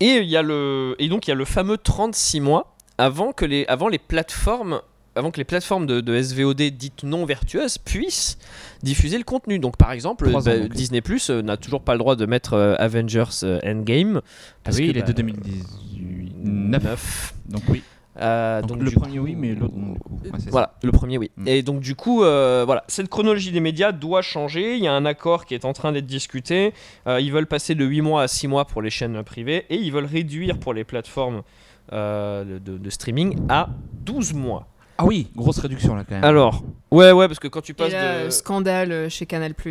S3: Et il y a le et donc il y a le fameux 36 mois avant que les avant les plateformes avant que les plateformes de, de SVOD dites non vertueuses puissent diffuser le contenu. Donc par exemple, bah,
S1: Trois ans, donc.
S3: Disney Plus euh, n'a toujours pas le droit de mettre euh, Avengers euh, Endgame
S1: Parce
S3: Oui,
S1: qu'il est
S3: bah,
S1: de 2019.
S3: neuf.
S1: Donc oui.
S3: Euh,
S1: Donc
S3: donc,
S1: le
S3: du
S1: premier
S3: coup- euh,
S1: oui, mais l'autre non. du coup. Ouais, c'est ça.
S3: Voilà, le premier, oui.
S1: Mm.
S3: Et donc, du coup, euh, voilà, cette chronologie des médias doit changer. Il y a un accord qui est en train d'être discuté. Euh, ils veulent passer de 8 mois à 6 mois pour les chaînes privées et ils veulent réduire pour les plateformes euh, de, de streaming à 12 mois.
S1: Ah oui, grosse réduction là quand même.
S3: Alors, ouais, ouais, parce que quand tu
S2: Et
S3: passes
S2: là, euh,
S3: de.
S2: scandale euh, chez Canal+. euh,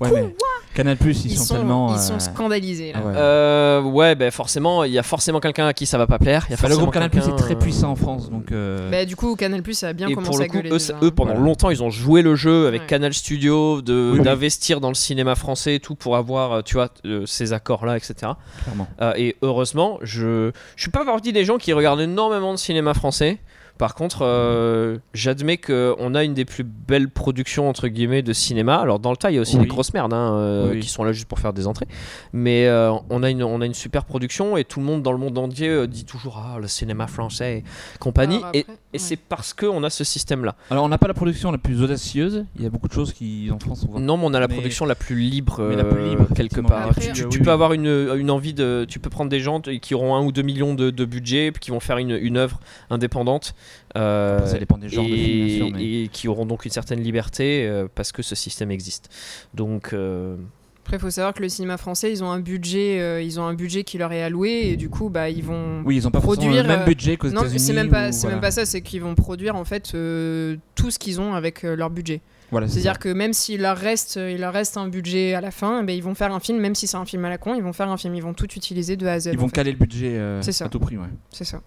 S1: Ouais, mais Canal Plus, ils,
S2: Ils
S1: sont
S2: sont,
S1: tellement.
S2: ils
S1: euh,
S2: sont scandalisés, là.
S1: ah ouais.
S3: Euh, ouais, ben forcément, il y a forcément quelqu'un à qui ça va pas plaire. Il y a
S1: Bah, le
S3: forcément
S1: groupe Canal Plus est
S3: quelqu'un,
S1: très
S3: euh,
S1: puissant en France, donc. euh,
S2: Bah, du coup, Canal+, ça a bien
S3: et
S2: commencé
S3: pour le
S2: à
S3: coup,
S2: gueuler
S3: eux,
S2: déjà,
S3: eux,
S2: hein.
S3: pendant
S1: Voilà.
S3: longtemps, ils ont joué le jeu avec
S2: Ouais.
S3: Canal Studio, de-
S1: Oui, oui.
S3: d'investir dans le cinéma français et tout pour avoir, euh, tu vois, euh, ces accords-là, etc.
S1: clairement.
S3: Euh, et heureusement, je je suis pas partie des gens qui regardent énormément de cinéma français. Par contre, euh, j'admets qu'on a une des plus belles productions entre guillemets de cinéma. Alors dans le tas, il y a aussi
S1: Oui.
S3: des grosses merdes hein, euh,
S1: Oui.
S3: qui sont là juste pour faire des entrées. Mais euh, on, a une, on a une super production et tout le monde dans le monde entier euh, dit toujours ah le cinéma français et compagnie.
S2: Alors
S3: et
S2: après,
S3: et
S2: ouais.
S3: c'est parce qu'on a ce système-là.
S1: Alors on n'a pas la production la plus audacieuse. Il y a beaucoup de choses qui en France on voit.
S3: Non, mais on a la
S1: Mais-
S3: production la plus libre,
S1: Mais la plus
S3: euh,
S1: libre,
S3: quelque
S1: effectivement.
S3: part.
S2: Après,
S3: tu tu-
S1: euh,
S3: tu
S1: oui,
S3: peux
S1: oui.
S3: avoir une, une envie de. Tu peux prendre des gens t- qui auront un ou deux millions de, de budget, puis qui vont faire une, une œuvre indépendante. euh,
S1: Après, ça dépend des genres de films, bien
S3: et,
S1: sûr, mais-
S3: et qui auront donc une certaine liberté euh, parce que ce système existe. Donc. euh,
S2: Après, il faut savoir que le cinéma français, ils ont un budget, euh, ils ont un budget qui leur est alloué et du coup, bah, ils vont
S1: Oui, ils n'ont pas forcément
S2: Produire,
S1: le même
S2: euh,
S1: budget qu'aux
S2: non,
S1: États-Unis.
S2: c'est même pas,
S1: ou-
S2: c'est
S1: voilà.
S2: même pas ça. C'est qu'ils vont produire en fait euh, tout ce qu'ils ont avec euh, leur budget.
S1: Voilà, c'est
S2: C'est-à-dire que même s'il leur reste, euh, il leur reste un budget à la fin, eh ben, ils vont faire un film. Même si c'est un film à la con, ils vont faire un film. Ils vont tout utiliser de A à Z.
S1: ça. ils
S2: en
S1: vont
S2: fait.
S1: caler le budget euh,
S2: C'est ça.
S1: à tout prix, ouais.
S2: C'est ça.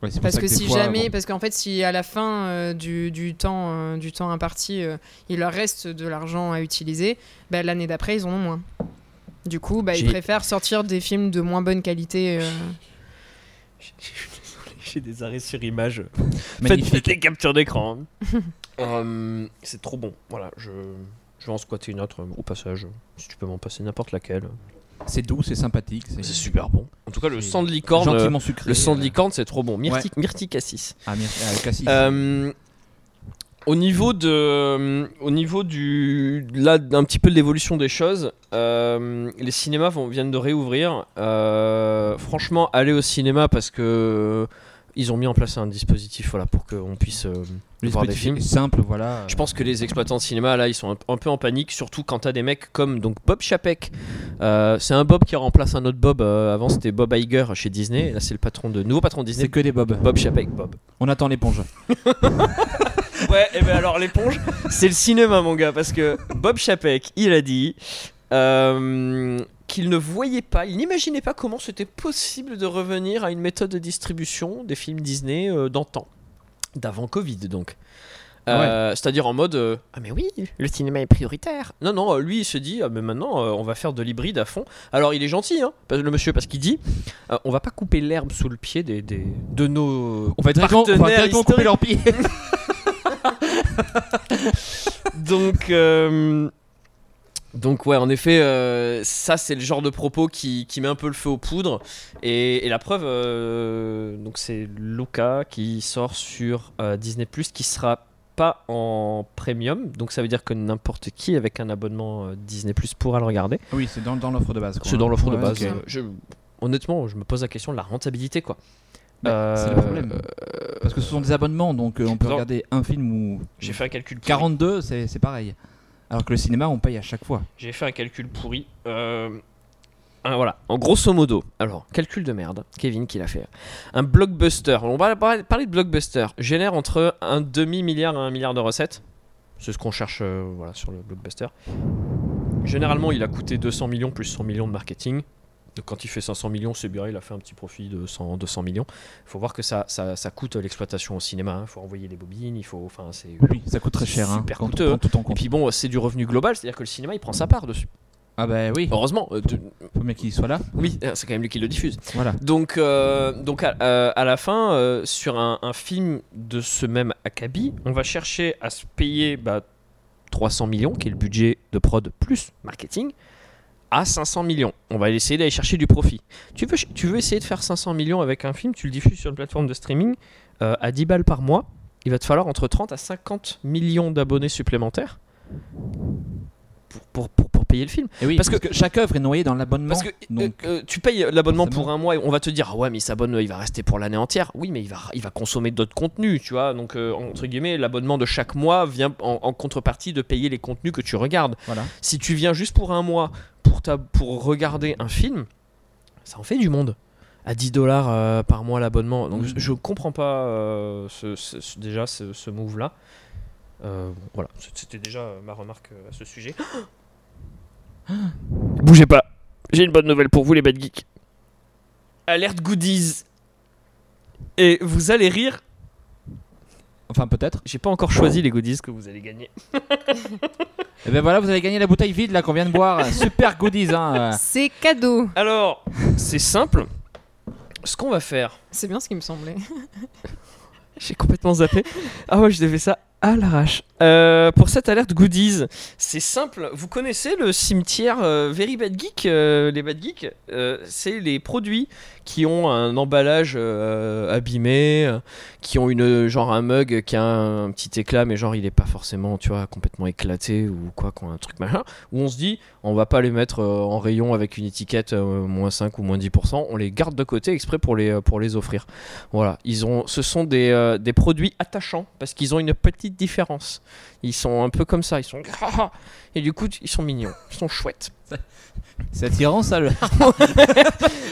S1: Ouais, c'est pour
S2: Parce
S1: ça
S2: que,
S1: des
S2: si
S1: fois,
S2: jamais,
S1: bon,
S2: parce qu'en fait, si à la fin euh, du, du temps, euh, du temps imparti, euh, il leur reste de l'argent à utiliser, bah, l'année d'après, ils en ont moins. Du coup, bah, ils
S1: J'ai-
S2: préfèrent sortir des films de moins bonne qualité. euh,
S3: J'ai des arrêts sur image. Faites,
S1: magnifique.
S3: des captures <laughs> d'écran. Hum, c'est trop bon. Voilà, je, je vais en squatter une autre euh, au passage. Si tu peux m'en passer n'importe laquelle.
S1: C'est doux, c'est sympathique.
S3: C'est super bon. En tout cas, le
S1: C'est
S3: sang de licorne. euh,
S1: Gentiment sucré.
S3: Le sang de
S1: euh,
S3: licorne, c'est trop bon. Myrtique, myrtique cassis.
S1: Ah, merde, ah, cassis.
S3: Euh, au niveau de, euh, au niveau du, là, d'un petit peu de l'évolution des choses, euh, les cinémas vont, viennent de réouvrir. Euh, franchement, aller au cinéma parce que euh, ils ont mis en place un dispositif, voilà, pour qu'on puisse euh,
S1: Le
S3: voir des
S1: dispositif
S3: films.
S1: est simple, voilà.
S3: Je pense que les exploitants de cinéma, là, ils sont un, un peu en panique, surtout quand t'as des mecs comme donc Bob Chapek. Euh, c'est un Bob qui remplace un autre Bob. Euh, avant, c'était Bob Iger chez Disney. Là, c'est le patron de nouveau patron de Disney.
S1: C'est que des bobs.
S3: Bob Chapek, Bob.
S1: On attend l'éponge.
S3: Ouais, et ben alors l'éponge, <laughs> c'est le cinéma, mon gars, parce que Bob Chapek, il a dit euh, qu'il ne voyait pas, il n'imaginait pas comment c'était possible de revenir à une méthode de distribution des films Disney euh, d'antan, d'avant Covid donc. Euh, C'est-à-dire en mode euh, ah mais oui le cinéma est prioritaire non non euh, lui il se dit ah mais maintenant euh, on va faire de l'hybride à fond alors il est gentil hein, parce- le monsieur parce qu'il dit euh, on va pas couper l'herbe sous le pied des, des- de nos
S1: On va directement, on va
S3: partenaires
S1: directement couper
S3: historiques.
S1: leurs pieds.
S3: <laughs> Donc, euh, donc ouais, en effet, euh, ça c'est le genre de propos qui, qui met un peu le feu aux poudres. Et, et la preuve, euh, donc c'est Luca qui sort sur euh, Disney Plus, qui sera pas en premium. Donc ça veut dire que n'importe qui avec un abonnement euh, Disney Plus pourra le regarder.
S1: Oui, c'est dans, dans l'offre de base. quoi.
S3: C'est dans l'offre de
S1: Ouais,
S3: base.
S1: ok.
S3: Euh, je- honnêtement, je me pose la question de la rentabilité quoi.
S1: Bah, C'est le
S3: Euh,
S1: problème. Parce que ce sont des abonnements, donc euh, on peut
S3: Non.
S1: regarder un film ou
S3: J'ai fait un calcul. pourri.
S1: 42, c'est c'est pareil. Alors que le cinéma, on paye à chaque fois.
S3: J'ai fait un calcul pourri. Euh, ah, voilà, en grosso modo. Alors, calcul de merde, Kevin qui l'a fait. Un blockbuster, on va par- parler de blockbuster, génère entre un demi-milliard et un milliard de recettes. C'est ce qu'on cherche euh, voilà, sur le blockbuster. Généralement, il a coûté 200 millions plus 100 millions de marketing. Donc, quand il fait 500 millions, c'est bien, il a fait un petit profit de 100, 200 millions. Il faut voir que ça, ça, ça coûte euh, l'exploitation au cinéma. Il faut envoyer les bobines, il faut. Enfin, c'est.
S1: Oui, ça coûte très cher. hein,
S3: Super
S1: quand on
S3: coûteux,
S1: prend
S3: hein.
S1: tout en
S3: Et
S1: compte.
S3: puis bon, c'est du revenu global, c'est-à-dire que le cinéma, il prend sa part dessus.
S1: ah bah oui,
S3: Heureusement, euh, de-
S1: faut bien qu'il soit là.
S3: oui, euh, c'est quand même lui qui le diffuse.
S1: Voilà.
S3: Donc, euh, donc à, euh, à la fin, euh, sur un, un film de ce même acabit, on va chercher à se payer bah, 300 millions, qui est le budget de prod plus marketing, à 500 millions. On va essayer d'aller chercher du profit. Tu veux, tu veux essayer de faire 500 millions avec un film, tu le diffuses sur une plateforme de streaming euh, à 10 balles par mois. Il va te falloir entre 30 à 50 millions d'abonnés supplémentaires pour- pour- pour, pour payer le film.
S1: Et oui,
S3: Parce
S1: parce, que, chaque œuvre est noyée dans l'abonnement.
S3: Parce que
S1: donc-
S3: euh, euh, tu payes l'abonnement
S1: forcément.
S3: pour un mois et on va te dire ah ouais mais il s'abonne euh, il va rester pour l'année entière. Oui mais il va il va consommer d'autres contenus tu vois donc euh, entre guillemets l'abonnement de chaque mois vient en, en contrepartie de payer les contenus que tu regardes.
S1: Voilà.
S3: Si tu viens juste pour un mois pour ta pour regarder un film ça en fait du monde à 10 dollars euh, par mois l'abonnement donc
S1: Mhm.
S3: je- je comprends pas euh, ce, ce- ce- déjà ce, ce move là. voilà C- c'était déjà euh, ma remarque euh, à ce sujet. <gasps> Bougez pas. J'ai une bonne nouvelle pour vous, les bad geeks. Alerte goodies. Et vous allez rire.
S1: Enfin, peut-être.
S3: J'ai pas encore choisi les goodies que vous allez gagner.
S1: Et ben voilà, vous avez gagné la bouteille vide là qu'on vient de <laughs> boire. Super goodies. <laughs> Hein. euh.
S2: C'est cadeau.
S3: Alors, c'est simple. Ce qu'on va faire.
S2: C'est bien ce qui me semblait.
S3: <laughs> J'ai complètement zappé. Ah ouais, je devais ça à l'arrache. Euh, pour cette alerte goodies, c'est simple. Vous connaissez le cimetière euh, Very Bad Geek euh, Les Bad Geeks, euh, c'est les produits qui ont un emballage euh, abîmé, euh, qui ont une euh, genre un mug qui a un, petit éclat, mais genre il est pas forcément, tu vois, complètement éclaté ou quoi, qu'on a un truc malin. Où on se dit, on va pas les mettre euh, en rayon avec une étiquette euh, moins 5 ou moins 10%. On les garde de côté exprès euh, pour les, pour les offrir. Voilà, ils ont, ce sont des, euh, des produits attachants parce qu'ils ont une petite petite différence. Ils sont un peu comme ça, ils sont. <laughs> Et du coup, ils sont mignons, ils sont chouettes.
S1: C'est attirant ça le.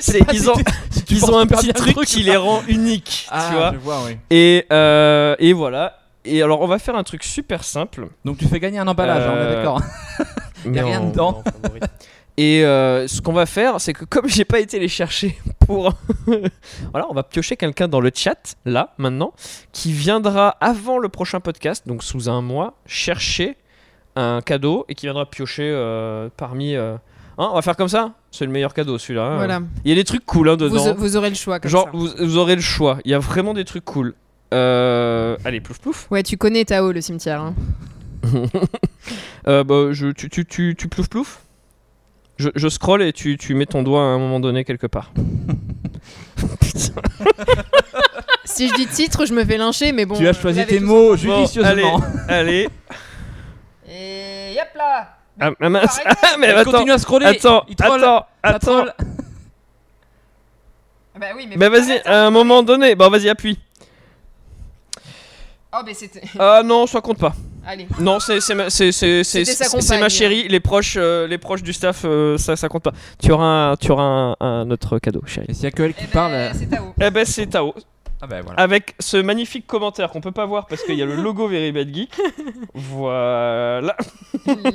S3: C'est-
S1: <laughs> pas
S3: ils <laughs>
S1: du
S3: ont,
S1: tout-
S3: ils ont un
S1: penses
S3: petit
S1: bien
S3: truc
S1: truc,
S3: qui
S1: là.
S3: les rend <laughs> uniques,
S1: Ah,
S3: tu vois.
S1: je vois, oui.
S3: Et, euh, et voilà. Et alors, on va faire un truc super simple.
S1: Donc tu fais gagner un emballage, hein, on est
S3: Euh,
S1: d'accord. <laughs>
S3: Mais
S1: rien
S3: en-
S1: dedans.
S3: en favori. Et euh, ce qu'on va faire, c'est que comme <laughs> j'ai pas été les chercher pour. <laughs> voilà, on va piocher quelqu'un dans le chat, là, maintenant, qui viendra avant le prochain podcast, donc sous un mois, chercher un cadeau et qui viendra piocher euh, parmi. euh, hein, on va faire comme ça C'est le meilleur cadeau celui-là.
S1: Ah.
S3: hein.
S2: Voilà.
S3: Il y a des trucs cool hein, dedans.
S2: Vous, vous aurez le choix comme
S3: Genre,
S2: ça.
S3: vous, vous aurez le choix. Il y a vraiment des trucs cool. Euh, Allez, plouf plouf.
S2: Ouais, tu connais Tao le cimetière.
S1: <laughs>
S2: hein.
S3: Euh, bah, je, tu, tu, tu, tu plouf plouf je, je scroll et tu, tu mets ton doigt à un moment donné quelque part. Putain.
S2: si je dis titre, je me fais lyncher, mais bon.
S1: tu as
S2: euh,
S1: choisi
S2: vous l'avez
S1: tes
S2: tous.
S1: mots
S3: Bon,
S1: judicieusement. <laughs>
S3: allez, allez.
S2: Et hop là
S3: <laughs> Ah, ah, mince.
S2: Arrêtez
S3: Ah, mais
S1: Elle
S3: attends,
S1: continue à scroller.
S3: attends,
S1: il troll,
S3: attends,
S1: ça
S3: attends.
S1: troll.
S2: Bah oui, mais.
S3: Bah vas-y, à un moment donné, bah vas-y,
S1: <laughs>
S3: appuie.
S2: Oh, bah c'était. <laughs>
S3: Ah non, ça compte pas.
S2: Allez.
S3: Non, c'est c'est ma, c'est- c'est- c'est-
S2: C'était sa
S3: c'est- c'est
S2: compagne.
S3: ma chérie, les proches, euh, les proches du staff, euh, ça, ça compte pas. Tu auras, un, tu auras un, un autre cadeau, chérie.
S1: Et s'il y a que elle
S2: Eh
S1: qui
S2: ben,
S1: parle. euh,
S2: C'est
S1: <laughs>
S2: Tao.
S3: Eh ben c'est Tao,
S1: Ah bah voilà.
S3: avec ce magnifique commentaire qu'on peut pas voir parce qu'il y a le logo Very Bad
S1: <laughs>
S3: Geek. Voilà.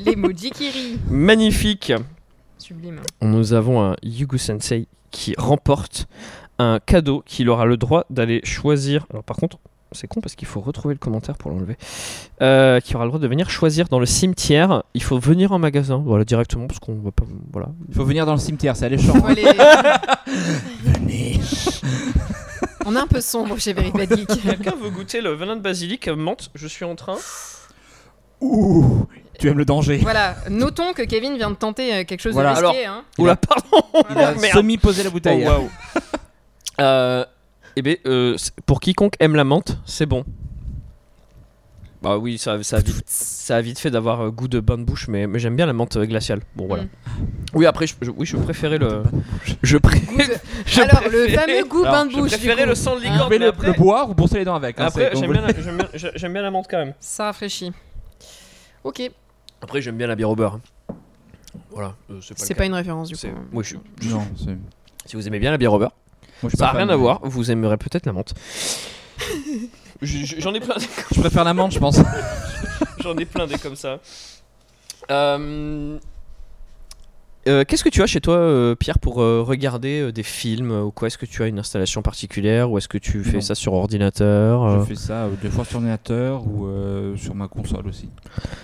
S2: L'emoji qui rit.
S3: Magnifique.
S2: Sublime.
S3: Nous avons un Yugu Sensei qui remporte un cadeau qu'il aura le droit d'aller choisir. Alors par contre, c'est con parce qu'il faut retrouver le commentaire pour l'enlever. Euh, qui aura le droit de venir choisir dans le cimetière. Il faut venir en magasin, voilà directement parce qu'on va pas. Voilà.
S1: Il faut venir dans le cimetière, c'est alléchant.
S2: Bon, allez. On est un peu sombre chez Very Bad
S3: <laughs>
S2: Geek.
S3: Quelqu'un veut goûter le venin de basilic à menthe Je suis en train.
S1: <laughs> Ouh, tu aimes le danger.
S2: Voilà, notons que Kevin vient de tenter euh, quelque chose
S1: Voilà,
S2: de risqué. hein.
S3: Oula, pardon.
S1: Il a
S3: <laughs> Merde.
S1: semi posé la bouteille.
S3: Oh, waouh. <laughs> Euh, eh bien, pour quiconque aime la menthe, c'est bon. Bah oui, ça, ça, a, vite, ça a vite fait d'avoir euh, goût de bain de bouche, mais, mais j'aime bien la menthe euh, glaciale. Bon, voilà.
S2: Mm.
S3: Oui, après, je, je- oui, je préférais le. Je pré-
S2: de-
S3: je
S2: Alors, le
S3: préférais-
S2: fameux goût
S3: Alors,
S2: bain de
S3: je
S2: bouche. du
S3: préférais
S2: coup.
S3: le sang de
S1: Vous
S3: licorne.
S1: pouvez
S3: mais
S1: le,
S3: après,
S1: le boire ou brosser les dents avec. hein,
S3: après,
S1: c'est-
S3: j'aime bien, la- j'aime bien- j'a- j'aime bien la menthe quand même.
S2: Ça rafraîchit. Ok,
S3: Après, j'aime bien la bière au beurre. Voilà, euh, c'est pas le
S2: c'est
S3: cas.
S2: pas une référence du coup. hein.
S3: C'est- moi, je- je-
S1: Non, c'est- moi,
S3: Si vous aimez bien la bière au beurre,
S1: je suis
S3: ça n'a
S1: pas fan.
S3: rien à voir. Vous aimerez peut-être la menthe. <laughs> Je- je- J'en ai plein.
S1: Je préfère la menthe, je
S3: <laughs>
S1: pense.
S3: J'en ai plein des comme ça. Euh, euh, Qu'est-ce que tu as chez toi, euh, Pierre, pour euh, regarder euh, des films euh, ou quoi Est-ce que tu as une installation particulière ou est-ce que tu fais
S1: Non.
S3: ça sur ordinateur euh,
S1: Je fais ça euh, deux fois sur ordinateur ou euh, sur ma console aussi.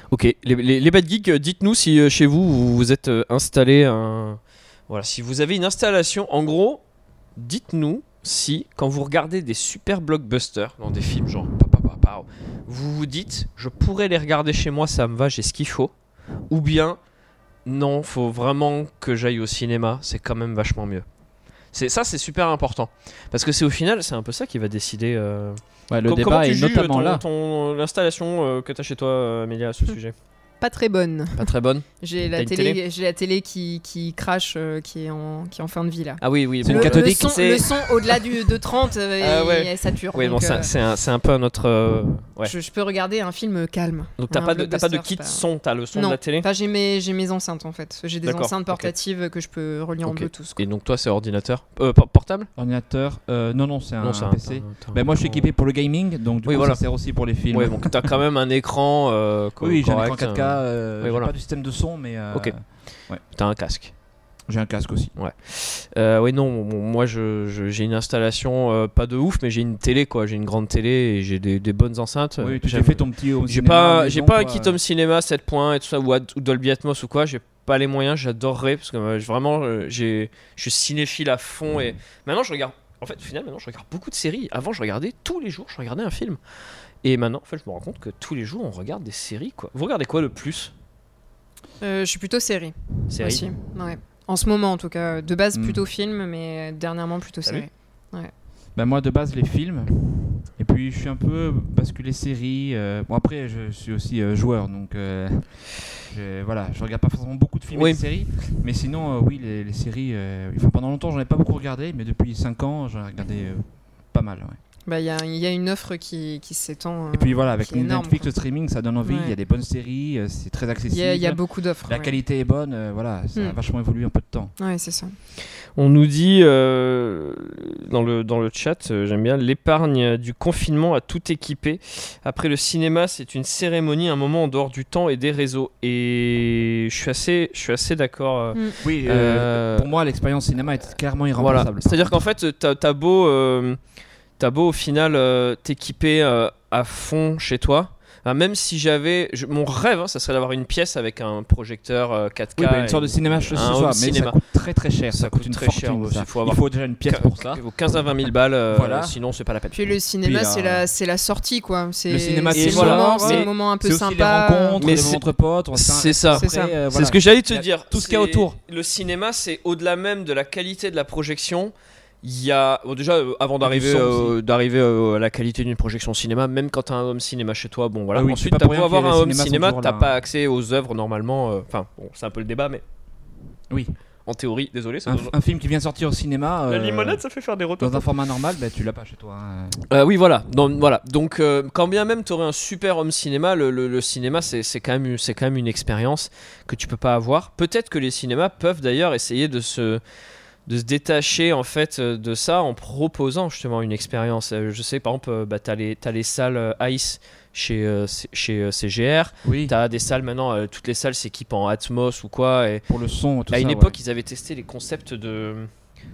S3: Ok, les, les, les bad geeks, euh, dites-nous si euh, chez vous vous vous êtes euh, installé un. Voilà, si vous avez une installation, en gros, dites-nous si, quand vous regardez des super blockbusters dans des films genre pa, pa, pa, pa, vous vous dites je pourrais les regarder chez moi, ça me va, j'ai ce qu'il faut, ou bien non, faut vraiment que j'aille au cinéma, c'est quand même vachement mieux. C'est ça, c'est super important parce que c'est au final, c'est un peu ça qui va décider. euh,
S1: Ouais, le
S3: com- comment
S1: débat
S3: tu
S1: est
S3: juges, euh,
S1: notamment
S3: ton-
S1: là. Hum.
S3: ton- l'installation euh, que t'as chez toi, euh, Amélia, à ce sujet.
S2: Pas très bonne.
S3: Pas très bonne.
S2: J'ai
S3: T'as
S2: la
S3: une
S2: télé,
S3: télé
S2: j'ai la télé qui, qui crache, euh, qui, est en, qui est en fin de vie là.
S3: Ah oui, oui.
S1: C'est
S2: le,
S1: une
S2: le
S1: cathodique,
S2: son,
S3: c'est-
S2: le son au-delà du, de 30, euh,
S3: Ah
S2: il-
S3: ouais.
S2: elle sature.
S3: Oui, bon,
S2: donc,
S3: c'est
S2: euh,
S3: un- c'est un, c'est un peu un autre. euh, Ouais.
S2: je, je peux regarder un film calme.
S3: Donc t'as
S2: un
S3: pas, de- t'as pas de
S2: blockbuster,
S3: kit
S2: pas-
S3: son, t'as le son
S2: Non.
S3: de la télé.
S2: Enfin, j'ai mes, j'ai mes enceintes en fait. J'ai des
S3: D'accord,
S2: enceintes
S3: ok.
S2: portatives que je peux relier en
S3: Ok.
S2: Bluetooth. quoi.
S3: Et donc toi, c'est ordinateur Euh, por- Portable
S1: Ordinateur, euh, non, non, c'est un,
S3: Ah, bah, c'est
S1: PC.
S3: t'as un-
S1: Ben, moi, je suis équipé pour le gaming, donc du
S3: Oui,
S1: coup,
S3: voilà.
S1: ça sert aussi pour les films.
S3: Ouais, donc t'as quand même un écran. euh, co-
S1: oui, j'ai un écran
S3: correct,
S1: 4K,
S3: euh,
S1: euh,
S3: oui,
S1: j'ai
S3: voilà.
S1: pas de système de son, mais euh,
S3: Ok. T'as un casque.
S1: j'ai un casque aussi.
S3: Euh, ouais, non, bon, moi je- je- j'ai une installation euh, pas de ouf, mais j'ai une télé quoi. J'ai une grande télé et j'ai des, des bonnes enceintes.
S1: Oui,
S3: Euh,
S1: tu t'es
S3: j'aime-
S1: fait ton petit home
S3: J'ai
S1: cinéma à la
S3: pas, j'ai
S1: maison,
S3: pas un
S1: quoi.
S3: kit home cinéma 7 points et tout ça ou, ad- ou Dolby Atmos ou quoi. J'ai pas les moyens. J'adorerais parce que euh, je- vraiment, euh, j'ai, je suis cinéphile à fond et maintenant je regarde. En fait, au final, maintenant je regarde beaucoup de séries. Avant, je regardais tous les jours. Je regardais un film. Et maintenant, en fait, je me rends compte que tous les jours, on regarde des séries quoi. Vous regardez quoi le plus
S2: Euh, je suis plutôt série.
S3: Séries.
S2: Aussi, ouais. En ce moment, en tout cas. De base,
S1: Mm.
S2: plutôt film, mais dernièrement, plutôt
S3: T'as vu
S2: série.
S1: Ben, moi, de base, les films. Et puis, je suis un peu basculé séries. euh, Bon, après, je suis aussi euh, joueur, donc euh, je, voilà, je regarde pas forcément beaucoup de films
S3: Oui.
S1: et de séries. Mais sinon, euh, oui, les, les séries. euh, enfin, pendant longtemps, j'en ai pas beaucoup regardé, mais depuis 5 ans, j'en ai regardé euh, pas mal. ouais.
S2: Bah, Il y, a- il y a une offre qui, qui s'étend.
S1: Et puis voilà, avec
S2: C'est énorme,
S1: Netflix,
S2: quoi.
S1: le streaming, ça donne envie. Il
S2: Ouais.
S1: y a des bonnes séries, euh, c'est très
S2: il
S1: accessible.
S2: y a, il y a beaucoup d'offres.
S1: La
S2: ouais.
S1: qualité est bonne, euh, voilà, ça a
S2: Hmm.
S1: vachement évolué en peu de temps.
S2: Ouais, c'est ça.
S3: On nous dit euh, dans, le, dans le chat, euh, j'aime bien, l'épargne du confinement a tout équipé. Après le cinéma, c'est une cérémonie, un moment en dehors du temps et des réseaux. Et je suis assez, je suis assez d'accord. euh,
S1: Oui,
S3: euh, Euh,
S1: pour moi, l'expérience cinéma est clairement
S3: Voilà.
S1: irremplaçable.
S3: C'est-à-dire qu'en fait, t'as t'as beau, euh, t'as beau au final euh, t'équiper euh, à fond chez toi. Enfin, même si j'avais. je- Mon rêve, hein, ça serait d'avoir une pièce avec un projecteur euh, 4K.
S1: Oui, bah, une
S3: et
S1: sorte de cinéma chez
S3: un
S1: soi,
S3: home
S1: mais
S3: cinéma.
S1: ça coûte très très cher.
S3: Ça
S1: Ça,
S3: coûte
S1: une
S3: très
S1: fortune,
S3: cher aussi,
S1: ça.
S3: faut
S1: Il
S3: avoir-
S1: faut déjà une pièce
S3: Qu-
S1: pour ça.
S3: qui vaut 15 à 20 000 balles, euh,
S1: Voilà.
S3: sinon c'est pas la peine.
S2: Puis le cinéma,
S1: Puis,
S2: c'est
S1: euh,
S2: la, c'est la sortie, quoi. C'est
S1: le cinéma,
S2: c'est
S3: c'est
S2: le
S3: voilà,
S2: moment,
S3: mais
S2: c'est le moment un peu
S1: C'est aussi
S2: sympa.
S1: les rencontres,
S3: Mais
S1: les
S3: c'est-
S1: moments entre potes. on se fait un-
S3: C'est ça.
S1: après,
S2: C'est ça.
S1: euh,
S3: C'est
S1: voilà.
S3: ce que j'allais te
S1: Il y a
S3: dire.
S1: tout ce qu'il y a
S3: C'est-
S1: autour.
S3: Le cinéma, c'est au-delà même de la qualité de la projection. Il y a bon, déjà euh, avant d'arriver
S1: son
S3: euh, d'arriver euh, à la qualité d'une projection cinéma, même quand t'as un home cinéma chez toi, bon voilà.
S1: Ah oui,
S3: Ensuite,
S1: c'est pas
S3: t'as
S1: pour
S3: beau
S1: rien que
S3: avoir
S1: les
S3: un home
S1: cinémas sont
S3: cinéma,
S1: toujours
S3: t'as
S1: là, hein.
S3: pas accès aux œuvres normalement. euh, Enfin, bon, c'est un peu le débat, mais
S1: Oui,
S3: en théorie, désolé. c'est
S1: un,
S3: dans-
S1: un film qui vient de sortir au cinéma. euh,
S3: ça fait faire des retours.
S1: dans un format normal, bah, tu l'as pas chez toi. hein.
S3: Euh, oui, voilà. Donc, voilà. Donc euh, quand bien même tu aurais un super home cinéma, le, le- le cinéma, c'est c'est quand, même- c'est quand même une expérience que tu peux pas avoir. Peut-être que les cinémas peuvent d'ailleurs essayer de se, de se détacher en fait euh, de ça en proposant justement une expérience. Euh, Je sais, par exemple, euh, bah, tu as, les salles euh, ICE chez, euh, C- chez euh, CGR.
S1: Oui,
S3: Tu as des salles maintenant, euh, toutes les salles s'équipent en Atmos ou quoi. Et
S1: pour le son, tout
S3: à
S1: ça.
S3: une
S1: ouais.
S3: époque, ils avaient testé les concepts de.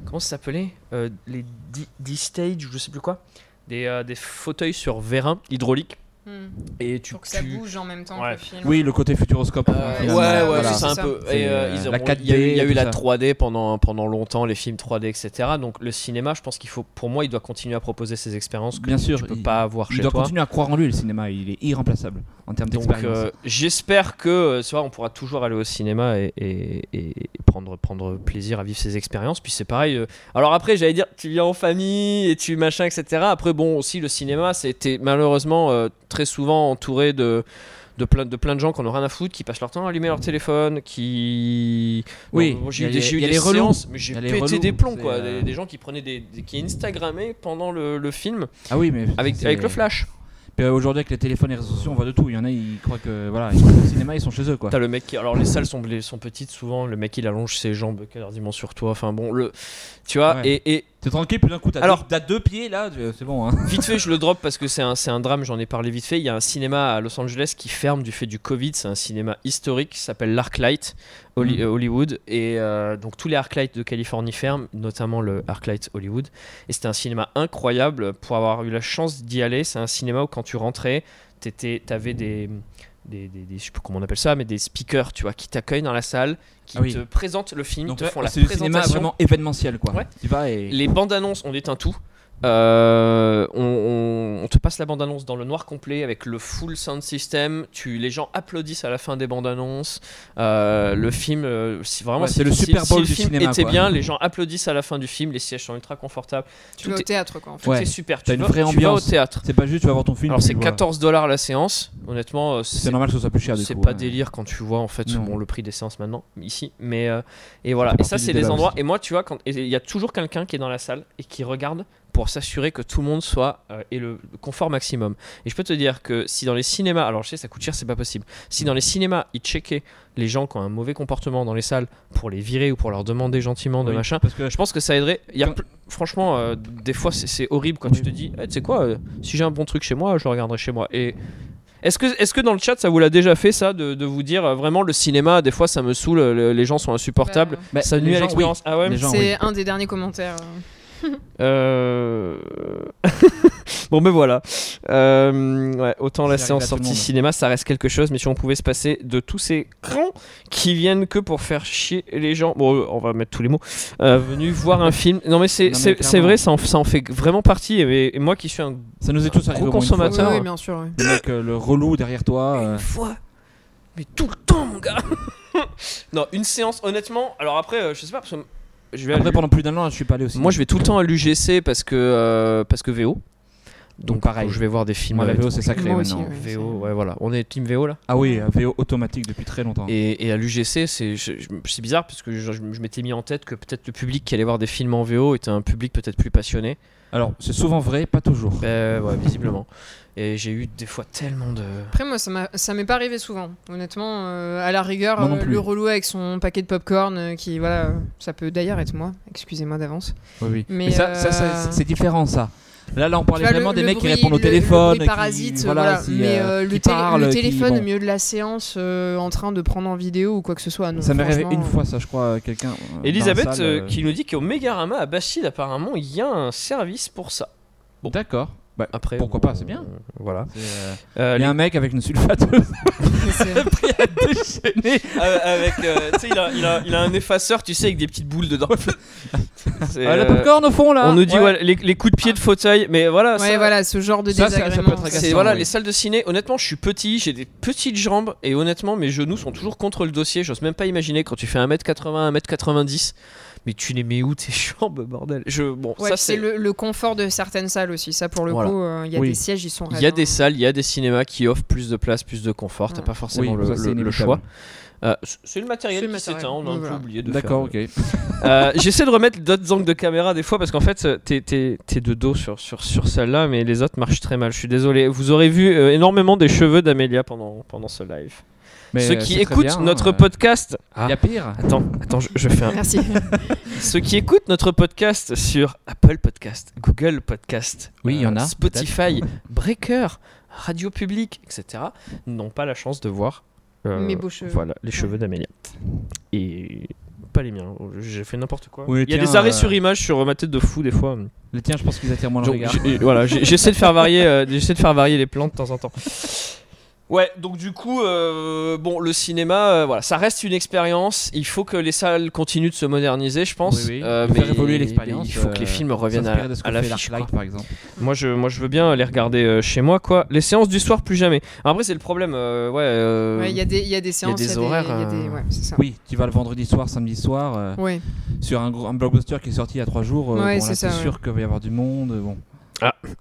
S3: Comment ça s'appelait Euh, Les D-stage, je sais plus quoi. Des, euh, des fauteuils sur vérin hydraulique.
S2: Hmm.
S3: Et tu.
S2: Pour que ça
S3: tu-
S2: bouge en même temps
S3: Ouais.
S2: que le film.
S1: Oui, le côté futuroscope.
S3: Euh,
S1: hein,
S3: ouais,
S1: finalement.
S3: ouais,
S2: Voilà.
S3: c'est ça un
S2: C'est
S3: peu.
S1: ça.
S3: Et, euh,
S1: C'est,
S3: ils
S1: euh,
S3: ont-
S1: la
S3: il y a eu, il y a eu
S1: 4D,
S3: la
S1: tout ça.
S3: 3D pendant, pendant longtemps, les films 3D, etc. Donc le cinéma, je pense qu'il faut, pour moi, il doit continuer à proposer ces expériences que
S1: Bien sûr,
S3: tu peux
S1: il-
S3: pas avoir
S1: Il
S3: chez
S1: doit
S3: toi.
S1: continuer à croire en lui, le cinéma. Il est irremplaçable en termes
S3: Donc
S1: d'expérience.
S3: euh, j'espère que euh, tu vois, on pourra toujours aller au cinéma et, et- et prendre, prendre plaisir à vivre ces expériences. Puis c'est pareil. euh, alors après, j'allais dire, tu viens en famille et tu machin, etc. Après, bon, aussi le cinéma, c'était malheureusement euh, très souvent entouré de, de, plein, de plein de gens qui en ont rien à foutre, qui passent leur temps à allumer leur téléphone, qui.
S1: Oui,
S3: Non, j'ai eu
S1: il y a
S3: des,
S1: les-
S3: j'ai eu
S1: il y a
S3: des
S1: les relous.
S3: séances, mais
S1: Il
S3: j'ai
S1: y a les
S3: pété
S1: relous,
S3: des plombs,
S1: c'est,
S3: quoi.
S1: euh,
S3: Des, des gens qui prenaient des, des- qui Instagrammaient pendant le, le film
S1: Ah oui, mais
S3: avec,
S1: c'est-
S3: avec le flash.
S1: Puis, euh, aujourd'hui, avec les téléphones et les réseaux sociaux, on voit de tout. Il y en a, ils croient que voilà, ils sont au cinéma, ils sont chez eux, quoi.
S3: T'as le mec qui... Alors les salles sont, blé- sont petites souvent, le mec il allonge ses jambes quasiment sur toi, enfin bon, le... Tu vois,
S1: Ouais.
S3: et, et
S1: T'es tranquille, puis d'un coup, t'as
S3: Alors-
S1: deux, t'as deux pieds là, tu- c'est bon. Hein.
S3: vite fait je le drop parce que c'est un, c'est un drame, j'en ai parlé vite fait, il y a un cinéma à Los Angeles qui ferme du fait du Covid, c'est un cinéma historique qui s'appelle l'Arclight Holly-
S1: Mhm.
S3: euh, Hollywood, et euh, donc tous les Arclight de Californie ferment, notamment le Arclight Hollywood, et c'était un cinéma incroyable pour avoir eu la chance d'y aller, c'est un cinéma où quand tu rentrais, t'étais- t'avais des... Des, des, des- je sais plus comment on appelle ça, mais des speakers, tu vois, qui t'accueillent dans la salle, qui
S1: Ah oui.
S3: te présentent le film,
S1: Donc,
S3: te font
S1: ouais,
S3: la
S1: c'est du cinéma
S3: présentation.
S1: vraiment événementiel, quoi.
S3: Ouais.
S1: Tu vas et.
S3: Les bandes annonces, on est un tout. Euh, on, on- on te passe la bande annonce dans le noir complet avec le full sound system. Tu, les gens applaudissent à la fin des bandes annonces. Euh, le film, euh, si vraiment,
S1: Ouais,
S3: si-
S1: c'est le
S3: si-
S1: Super
S3: si
S1: Bowl
S3: le
S1: du
S3: film
S1: cinéma,
S3: était
S1: quoi.
S3: bien, les gens applaudissent à la fin du film. Les sièges sont ultra confortables.
S2: Tu
S3: tout
S2: vas au
S3: est-
S2: théâtre, quoi, en fait.
S3: Tout
S1: Ouais.
S3: est super. Tu,
S1: T'as une
S3: vas,
S1: vraie
S3: tu vas au
S1: ambiance.
S3: théâtre.
S1: C'est pas juste, tu vas voir ton film.
S3: Alors
S1: puis
S3: c'est
S1: voilà.
S3: 14 dollars la séance. Honnêtement, euh,
S1: C'est normal que ce soit plus cher du coup.
S3: c'est pas
S1: ouais.
S3: délire quand tu vois en fait
S1: Non.
S3: bon, le prix des séances maintenant ici mais euh, et voilà
S1: fait
S3: et ça
S1: partie du
S3: c'est les
S1: débat
S3: endroits
S1: aussi.
S3: et moi tu vois quand et il y a toujours quelqu'un qui est dans la salle et qui regarde pour s'assurer que tout le monde soit euh, et le le confort maximum et je peux te dire que si dans les cinémas alors je sais ça coûte cher c'est pas possible si dans les cinémas ils checkaient les gens qui ont un mauvais comportement dans les salles pour les virer ou pour leur demander gentiment de
S1: Oui,
S3: machin
S1: Parce que
S3: je pense que ça aiderait il y a
S1: Quand-
S3: pl- franchement euh, des fois c'est- c'est horrible quand
S1: Oui.
S3: tu te dis Eh, tu sais quoi euh, si j'ai un bon truc chez moi je le regarderai chez moi et est-ce que, est que dans le chat ça vous l'a déjà fait ça de, de vous dire euh, vraiment le cinéma des fois ça me saoule euh, le- les gens sont insupportables
S2: Bah,
S1: Bah,
S3: ça
S1: les
S3: nuit à
S1: gens,
S3: l'expérience ah ouais
S1: Les gens,
S2: C'est un des derniers commentaires. euh.
S3: Euh, <laughs> bon ben voilà Euh, ouais, autant la
S1: Ça arrive
S3: séance
S1: à tout le
S3: sortie
S1: monde.
S3: cinéma ça reste quelque chose mais si on pouvait se passer de tous ces crans qui viennent que pour faire chier les gens bon euh, on va mettre tous les mots euh, venus voir un film non mais
S1: Non,
S3: c'est
S1: mais
S3: c'est-
S1: clairement.
S3: c'est vrai ça en, ça en fait vraiment partie et, et moi qui suis un
S1: Ça nous est tous arrivé.
S3: Gros
S1: au moins une fois.
S3: consommateur. Attends.
S2: Oui, oui, bien sûr. ouais.
S1: Le mec, euh, le relou derrière toi. euh,
S3: Une fois, mais tout le temps, mon gars. <laughs> non, une séance, honnêtement. Alors après, euh, je sais pas, parce que je vais à
S1: Après,
S3: l'U-
S1: pendant plus d'un an, je suis pas allé aussi.
S3: moi, je vais tout le temps à l'UGC parce que euh, parce que VO. Donc
S1: pareil.
S3: Je vais voir des films.
S1: Moi, la
S3: euh,
S1: VO, c'est sacré
S2: Moi aussi,
S1: maintenant.
S2: ouais.
S3: VO, ouais, voilà. On est team VO là.
S1: Ah oui, euh, VO automatique depuis très longtemps.
S3: Et, et à l'UGC, c'est je- je- c'est bizarre parce que je, je- je m'étais mis en tête que peut-être le public qui allait voir des films en VO était un public peut-être plus passionné.
S1: Alors, c'est souvent vrai, pas toujours.
S3: Euh, ouais, visiblement. Et j'ai eu des fois tellement de.
S2: Après, moi, ça m'a- ça m'est pas arrivé souvent. Honnêtement, euh, à la rigueur,
S1: Moi non
S2: euh,
S1: plus.
S2: le relou avec son paquet de popcorn, euh, qui, voilà, euh, ça peut d'ailleurs être moi, excusez-moi d'avance.
S1: Oui, oui.
S2: Mais,
S1: Mais, ça, ça, ça,
S2: euh,
S1: c'est différent, ça. Là, là, on
S2: Tu
S1: parlait
S2: vois,
S1: vraiment
S2: le-
S1: des
S2: le
S1: mecs
S2: bruit-
S1: qui répondent au
S2: le- le bruit
S1: téléphone, qui-
S2: parasite, euh,
S1: voilà,
S2: voilà.
S1: qui,
S2: mais
S1: euh,
S2: euh,
S1: qui
S2: le, télé-
S1: parlent,
S2: le
S1: qui-
S2: téléphone
S1: bon.
S2: au milieu de la séance, euh, en train de prendre en vidéo ou quoi que ce soit. non,
S1: Ça m'est arrivé
S2: franchement,
S1: une
S2: euh,
S1: fois, ça, je crois, euh, quelqu'un. euh, dans la
S3: Elisabeth
S1: salle,
S3: euh,
S1: euh,
S3: qui nous dit qu'au Megarama à Bastille, apparemment, il y a un service pour ça. Bon. Ah,
S1: D'accord. Bah,
S3: Après,
S1: Pourquoi
S3: bon,
S1: pas, c'est bien.
S3: euh, Voilà.
S1: c'est, euh,
S3: Euh,
S1: Il y a un mec avec une sulfateuse
S2: mais euh,
S1: <laughs>
S2: c'est-
S1: qui a déchaîné.
S3: Euh, avec, euh, tu sais, il a, il, a, il a un effaceur, tu sais, avec des petites boules
S2: <laughs>
S3: dedans. C'est,
S2: Ah,
S1: Euh,
S3: euh,
S1: le popcorn au fond, là.
S3: on nous dit
S1: Ouais.
S3: ouais, les, les coups de pied de fauteuil, mais voilà.
S2: Ouais,
S3: ça,
S2: voilà, ce genre de
S1: ça, ça- ça peut
S2: désagrément.
S1: être
S2: ça,
S3: C'est
S1: Agaçant,
S3: voilà
S1: oui.
S3: les salles de ciné. Honnêtement, je suis petit, j'ai des petites jambes et honnêtement mes genoux sont toujours contre le dossier. J'ose même pas imaginer quand tu fais 1m80, 1m90, mais tu les mets où tes <laughs> jambes bordel. Je bon
S2: Ouais,
S3: ça
S2: puis c'est le, le confort de certaines salles aussi. Ça, pour le
S3: Voilà.
S2: coup, euh, il y a
S1: Oui.
S2: des sièges, ils sont
S3: Il y
S2: raides,
S3: a
S2: hein.
S3: des salles, il y a des cinémas qui offrent plus de place, plus de confort. T'as
S2: Ouais.
S3: pas forcément
S1: Oui,
S3: le,
S1: ça, c'est
S3: le- le
S1: inévitable.
S3: choix. Euh, c- c'est le matériel
S2: Ah. C'est le
S3: qui
S2: matériel.
S3: s'éteint, on a un peu
S2: Voilà.
S3: oublié de
S1: D'accord,
S3: faire-
S1: ok.
S3: Euh, J'essaie de remettre d'autres angles de caméra des fois parce qu'en fait, euh, t'es t'es- t'es de dos sur, sur, sur celle-là, mais les autres marchent très mal. Je suis désolé. Vous aurez vu euh, énormément des cheveux d'Amélia pendant, pendant ce live.
S1: Mais,
S3: Ceux
S1: euh,
S3: qui
S1: c'est très
S3: écoutent
S1: bien, hein,
S3: notre
S1: euh,
S3: podcast.
S1: Il y a pire.
S3: Attends, attends, je, je
S1: <laughs>
S3: fais un.
S2: Merci.
S3: Ceux qui écoutent notre podcast sur Apple Podcast, Google Podcast, euh,
S1: Oui, il y en a,
S3: Spotify, Breaker, Radio Public, etc., n'ont pas la chance de voir euh,
S2: Mes beaux cheveux.
S3: Voilà, les cheveux
S2: Ouais.
S3: d'Amélia. Et pas les miens, j'ai fait n'importe quoi.
S1: Oui,
S3: il y a
S1: tiens,
S3: des arrêts
S1: euh,
S3: sur image sur ma tête de fou des fois.
S1: Les tiens, je pense qu'ils attirent moins le
S3: Donc,
S1: regard.
S3: j'ai- voilà, j'ai- j'essaie de faire varier, euh, j'essaie de faire varier les plans de temps en temps. Ouais, donc du coup, euh, bon, le cinéma, euh, voilà, ça reste une expérience. Il faut que les salles continuent de se moderniser, je pense.
S1: Oui, oui.
S3: Euh,
S1: Faire
S3: mais-
S1: évoluer l'expérience,
S3: mais Il faut que
S1: euh,
S3: les films reviennent à,
S1: S'inspirer de ce
S3: à
S1: que fait
S3: l'affiche.
S1: Dark Light,
S3: quoi.
S1: par exemple.
S3: Moi, je, moi, je veux bien les regarder euh, chez moi, quoi. Les séances du soir, plus jamais. Après, c'est le problème. euh, ouais. euh,
S2: Ouais, Il y a des il y a des séances,
S3: des
S2: il y a des
S3: horaires,
S2: il y a des-
S3: euh,
S2: ouais, c'est ça.
S1: Oui, tu vas le vendredi soir, samedi soir, euh,
S2: Ouais.
S1: sur un, gros- un blockbuster qui est sorti il y a 3 jours. euh,
S2: Ouais,
S1: bon, là,
S2: c'est ça,
S1: c'est
S2: ouais.
S1: sûr qu'il va y avoir du monde. euh, Bon.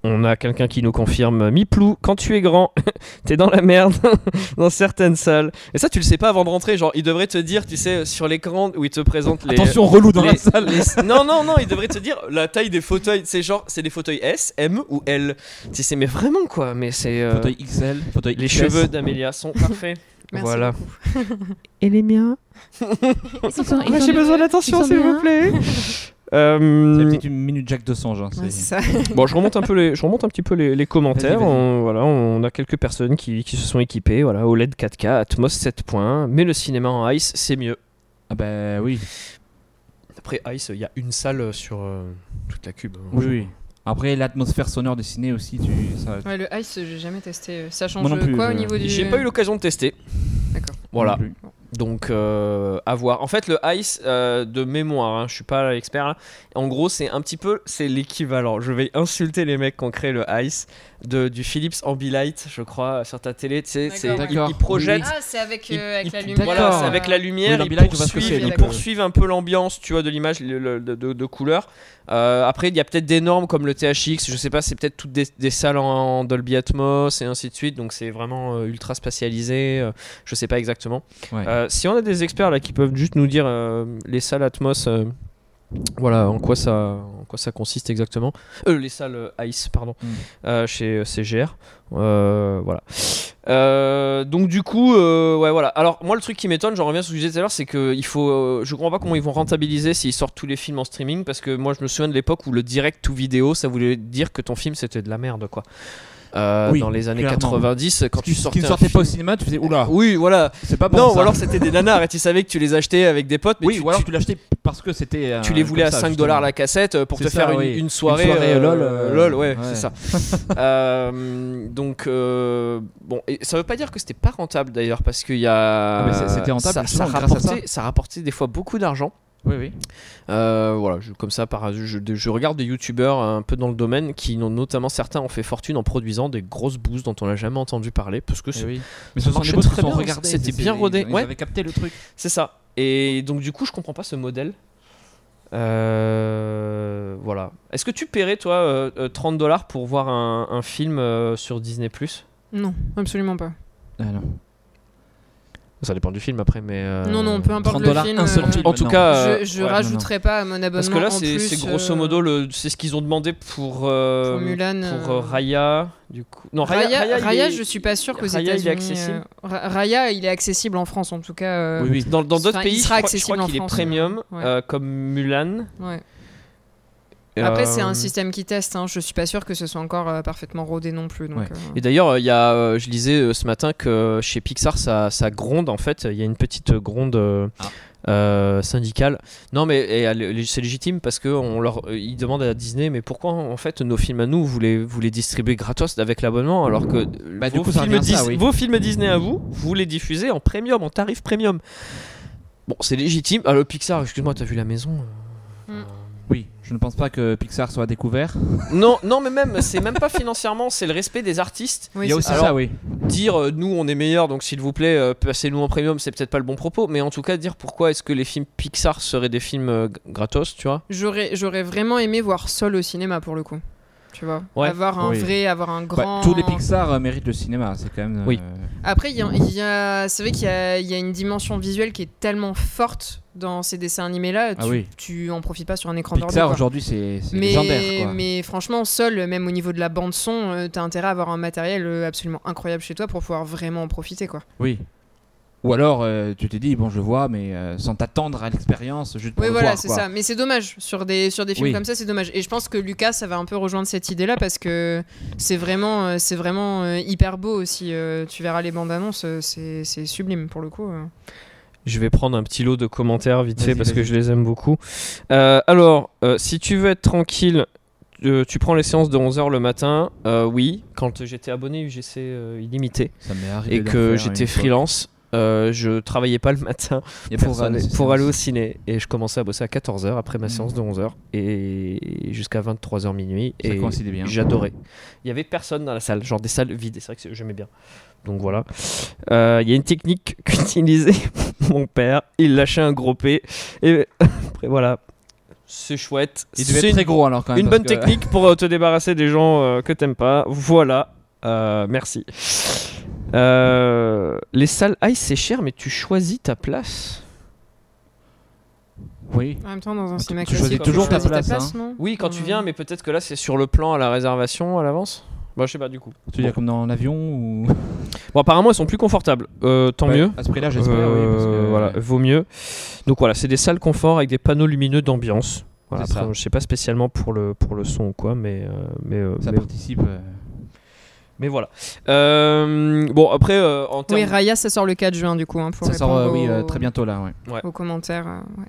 S3: On a quelqu'un qui nous confirme Miplou, quand tu es grand, <laughs> t'es dans la merde <laughs> dans certaines salles. Et ça, tu le sais pas avant de rentrer. Genre, il devrait te dire, tu sais, sur l'écran où il te présente les. <laughs>
S1: Attention, relou dans
S3: les-
S1: la salle.
S3: les- Non, non, non, il devrait te dire la taille des fauteuils. C'est genre, c'est des fauteuils S, M ou L. Tu sais, mais vraiment quoi. Mais c'est. euh,
S1: Fauteuil XL, fauteuil
S3: Les
S1: XS.
S3: cheveux d'Amélia sont parfaits.
S2: Merci
S3: voilà.
S2: beaucoup.
S4: Et les miens
S3: Moi, j'ai besoin d'attention,
S4: Ils sont
S3: s'il vous
S4: bien. <laughs>
S3: plaît.
S1: C'est
S3: Euh,
S1: peut-être une minute Jack de Sange. hein, c'est-
S2: Ouais, c'est <laughs> ça.
S3: Bon, je remonte un peu les, je remonte un petit peu les, les commentaires.
S1: Vas-y, vas-y.
S3: On, voilà, on a quelques personnes qui, qui se sont équipées. Voilà, OLED 4K, Atmos 7 points, mais le cinéma en Ice, c'est mieux.
S1: Ah bah oui,
S3: Après Ice, il y a une salle sur euh, toute la cube.
S1: oui, oui. Après, l'atmosphère sonore du ciné aussi, tu... ça-
S2: Ouais, le ice, j'ai jamais testé. euh, Ça change
S1: Moi non plus,
S2: quoi
S1: je-
S2: au niveau du.
S3: J'ai pas eu l'occasion de tester.
S2: euh, D'accord.
S3: Voilà.
S1: non plus.
S3: Donc, euh, à voir. En fait, le ice euh, de mémoire, hein, je suis pas l'expert. là. En gros, c'est un petit peu, c'est l'équivalent. Je vais insulter les mecs qui ont créé le ice de, du Philips Ambilight, je crois, sur ta télé. Tu sais,
S2: D'accord,
S3: c'est-
S2: ouais.
S3: ils,
S1: D'accord.
S3: ils projettent.
S2: Ah, c'est avec,
S3: Ils-
S2: euh, avec
S3: ils-
S2: la lumière.
S3: Voilà, c'est
S2: euh,
S3: avec la lumière,
S1: Oui,
S3: ils,
S1: l'ambilight, je vois ce que
S3: poursuivent,
S1: c'est,
S3: ils
S2: donc, euh,
S3: poursuivent un peu l'ambiance, tu vois, de l'image, le- le- de, de- de couleur. Euh, après, il y a peut-être des normes comme le THX, je sais pas, c'est peut-être toutes des, des salles en, en Dolby Atmos et ainsi de suite, donc c'est vraiment euh, ultra spatialisé, euh, je sais pas exactement.
S1: Ouais.
S3: Euh, si on a des experts là qui peuvent juste nous dire euh, les salles Atmos, euh, voilà, en quoi ça, en quoi ça consiste exactement. Euh, les salles euh, Ice, pardon,
S1: Mm.
S3: euh, chez euh, CGR. Euh, voilà. Euh, donc du coup, euh, ouais, voilà. Alors moi, le truc qui m'étonne, j'en reviens à ce que je disais tout à l'heure, c'est que il faut, euh, je comprends pas comment ils vont rentabiliser s'ils sortent tous les films en streaming, parce que moi, je me souviens de l'époque où le direct to vidéo, ça voulait dire que ton film c'était de la merde, quoi. Euh,
S1: Oui,
S3: dans les années
S1: clairement.
S3: 90, quand
S1: Ce
S3: tu
S1: qui- ce
S3: sortais,
S1: qui ne
S3: un
S1: sortait pas
S3: film-
S1: au
S3: Ah,
S1: cinéma, tu faisais oula,
S3: Oui, voilà.
S1: c'est pas bon.
S3: non,
S1: ça.
S3: ou alors c'était des nanars et tu savais que tu les achetais avec des potes, mais
S1: oui,
S3: tu,
S1: ou alors
S3: tu-
S1: tu l'achetais parce que c'était. euh,
S3: tu les voulais
S1: comme
S3: à
S1: ça,
S3: 5
S1: justement.
S3: dollars la cassette euh, pour
S1: C'est
S3: te
S1: ça,
S3: faire une,
S1: oui.
S3: une soirée.
S1: Une soirée, lol, euh,
S3: lol, ouais, c'est
S1: ouais. <laughs>
S3: ça. Euh, donc, euh, bon, et ça veut pas dire que c'était pas rentable d'ailleurs, parce qu'il y a.
S1: Ah, mais c'est- c'était
S3: ça,
S1: rentable,
S3: ça
S1: justement, grâce à
S3: rapportait, ça. rapportait des fois beaucoup d'argent.
S1: Oui, oui.
S3: Euh, voilà, je- comme ça, par, je, je regarde des youtubeurs euh, un peu dans le domaine qui, n'ont- notamment certains, ont fait fortune en produisant des grosses boosts dont on n'a jamais entendu parler, parce que
S1: Eh
S3: c'est
S1: oui. Mais
S3: ça
S1: ce sont
S3: marchait
S1: les boss qui
S3: très
S1: sont
S3: bien,
S1: regardés.
S3: c'était
S1: c'est-
S3: bien
S1: c'est-
S3: rodé,
S1: Ils
S3: ouais.
S1: avaient capté le truc.
S3: C'est ça. Et donc du coup, je comprends pas ce modèle. Euh, voilà. Est-ce que tu paierais, toi, euh, euh, 30 dollars pour voir un, un film euh, sur Disney Plus
S2: Non, absolument pas.
S1: Ah, non.
S3: Ça dépend du film après, mais. euh,
S2: Non, non, peu importe
S1: 30
S2: le
S1: dollars,
S2: film.
S1: un seul
S2: euh,
S1: film.
S3: En tout
S1: Non.
S3: cas, euh,
S2: je je
S1: ouais, non,
S2: rajouterai pas à mon abonnement.
S3: parce que là,
S2: en
S3: c'est
S2: plus,
S3: c'est grosso modo le- c'est ce qu'ils ont demandé pour. euh,
S2: euh, pour Mulan.
S3: pour,
S2: euh,
S3: euh, Raya, du coup. Non, Raya,
S2: Raya,
S3: Raya, il
S2: Raya,
S3: est-
S2: je suis pas sûr qu'aux
S3: Raya, il
S2: États-Unis.
S3: est accessible.
S2: euh, Ra- Raya, il est accessible en France en tout cas. euh,
S1: Oui, oui.
S3: Dans dans d'autres
S2: Enfin, il
S3: pays, je
S2: sera
S3: crois, je
S2: accessible
S3: crois
S2: en
S3: qu'il est
S2: France,
S3: premium,
S2: ouais.
S3: euh, comme Mulan.
S2: ouais. Après, c'est
S3: Euh,
S2: un système qui teste. Hein. Je suis pas sûr que ce soit encore euh, parfaitement rodé non plus. Donc,
S1: Ouais.
S2: euh,
S3: Et d'ailleurs, euh, il y a, euh, je lisais euh, ce matin que euh, chez Pixar, ça, ça gronde en fait. Il y a une petite euh, gronde euh,
S1: Ah.
S3: euh, syndicale. Non, mais et elle- elle- c'est légitime parce que on leur, euh, ils demandent à Disney, mais pourquoi en fait nos films à nous, vous les, vous les distribuez gratos avec l'abonnement alors que euh,
S1: Bah, du
S3: vos,
S1: coup, ça
S3: films
S1: revient à ça,
S3: Dis-
S1: oui.
S3: vos films Disney à vous, vous les diffusez en premium, en tarif premium. Bon, c'est légitime. Ah, le Pixar, excuse-moi, t'as vu la maison euh.
S1: Oui, je ne pense pas que Pixar soit découvert.
S3: Non, non, mais même, c'est même pas financièrement, c'est le respect des artistes.
S2: oui,
S1: Il y a
S2: c'est
S1: aussi
S2: ça.
S3: Alors-
S1: ça, oui.
S3: dire euh, nous on est meilleur donc s'il vous plaît euh, passez-nous en premium c'est peut-être pas le bon propos mais en tout cas dire pourquoi est-ce que les films Pixar seraient des films euh, g- gratos tu vois
S2: J'aurais, j'aurais vraiment aimé voir Sol au cinéma pour le coup. Tu vois,
S3: Ouais.
S2: avoir un
S1: Oui.
S2: vrai, avoir un
S1: Bah,
S2: grand.
S1: tous les Pixar euh, méritent le cinéma, c'est quand même. euh,
S3: Oui.
S2: Après, il y a- il y a- c'est vrai qu'il y a, il y a une dimension visuelle qui est tellement forte dans ces dessins animés là. Tu,
S1: Ah oui.
S2: tu en profites pas sur un écran d'ordi.
S1: Pixar
S2: quoi.
S1: aujourd'hui, c'est c'est légendaire.
S2: Mais,
S1: Quoi.
S2: mais franchement, seul, même au niveau de la bande son, euh, t'as intérêt à avoir un matériel euh, absolument incroyable chez toi pour pouvoir vraiment en profiter, quoi.
S1: Oui. Ou alors, euh, tu t'es dit, bon, je vois, mais euh, sans t'attendre à l'expérience, juste pour
S2: Oui,
S1: le
S2: voilà,
S1: voir,
S2: c'est
S1: quoi.
S2: ça. Mais c'est dommage sur des sur des films
S1: Oui.
S2: comme ça, c'est dommage. Et je pense que Lucas, ça va un peu rejoindre cette idée-là parce que c'est vraiment euh, c'est vraiment euh, hyper beau aussi. euh, tu verras les bandes annonces, euh, c'est c'est sublime pour le coup. euh.
S3: je vais prendre un petit lot de commentaires vite fait
S1: Vas-y,
S3: parce que
S1: vas-y.
S3: je les aime beaucoup Euh, alors euh, si tu veux être tranquille euh, tu prends les séances de 11h le matin euh, oui quand j'étais abonné UGC euh, illimité
S1: Ça m'est arrivé.
S3: et
S1: d'en
S3: que
S1: faire
S3: j'étais
S1: une fois.
S3: freelance euh, je travaillais pas le matin
S1: Y a
S3: pour,
S1: personne,
S3: aller,
S1: c'est
S3: pour
S1: ça.
S3: aller au ciné. Et je commençais à bosser à 14h après ma
S1: Mm.
S3: séance de 11h et jusqu'à 23h minuit.
S1: Ça
S3: et
S1: coïncidait bien.
S3: J'adorais. Il y avait personne dans la salle, genre des salles vides. Et c'est vrai que c'est- j'aimais bien. Donc voilà. Euh, Il y a une technique <laughs> qu'utilisait mon père. Il lâchait un gros P. Et <laughs> après, voilà. C'est chouette.
S1: Il devait
S3: C'est
S1: être
S3: une,
S1: très gros alors quand même.
S3: une
S1: parce
S3: bonne
S1: que-
S3: technique pour euh, te débarrasser des gens euh, que t'aimes pas. Voilà. Euh, merci. Euh, les salles ICE c'est cher, mais tu choisis ta place.
S1: Oui.
S2: En même temps, dans un
S1: Tu-
S2: cinéma
S1: tu
S2: classique,
S1: choisis
S2: tu
S3: toujours ta
S2: choisis
S1: place, hein.
S2: non
S3: Oui, quand tu
S2: Euh,
S3: viens, mais peut-être que là c'est sur le plan à la réservation à l'avance. Bah, je sais pas du coup.
S1: Tu veux dire comme dans l'avion ou.
S3: Bon, apparemment elles sont plus confortables. Euh, tant
S1: Ouais,
S3: mieux.
S1: À ce prix-là, j'espère.
S3: Euh,
S1: oui, parce que-
S3: Voilà, vaut mieux. Donc voilà, c'est des salles confort avec des panneaux lumineux d'ambiance. Voilà,
S1: C'est
S3: après,
S1: ça.
S3: je sais pas spécialement pour le, pour le son ou quoi, mais, euh, mais, euh,
S1: Ça
S3: mais,
S1: participe. euh,
S3: mais voilà. Euh, bon, après, euh, en termes.
S2: Oui, Raya, ça sort le 4 juin du coup. hein, pour
S1: Ça sort euh,
S2: répondre
S1: oui, euh,
S2: aux-
S1: très bientôt là. ouais.
S2: Aux commentaires. euh, ouais.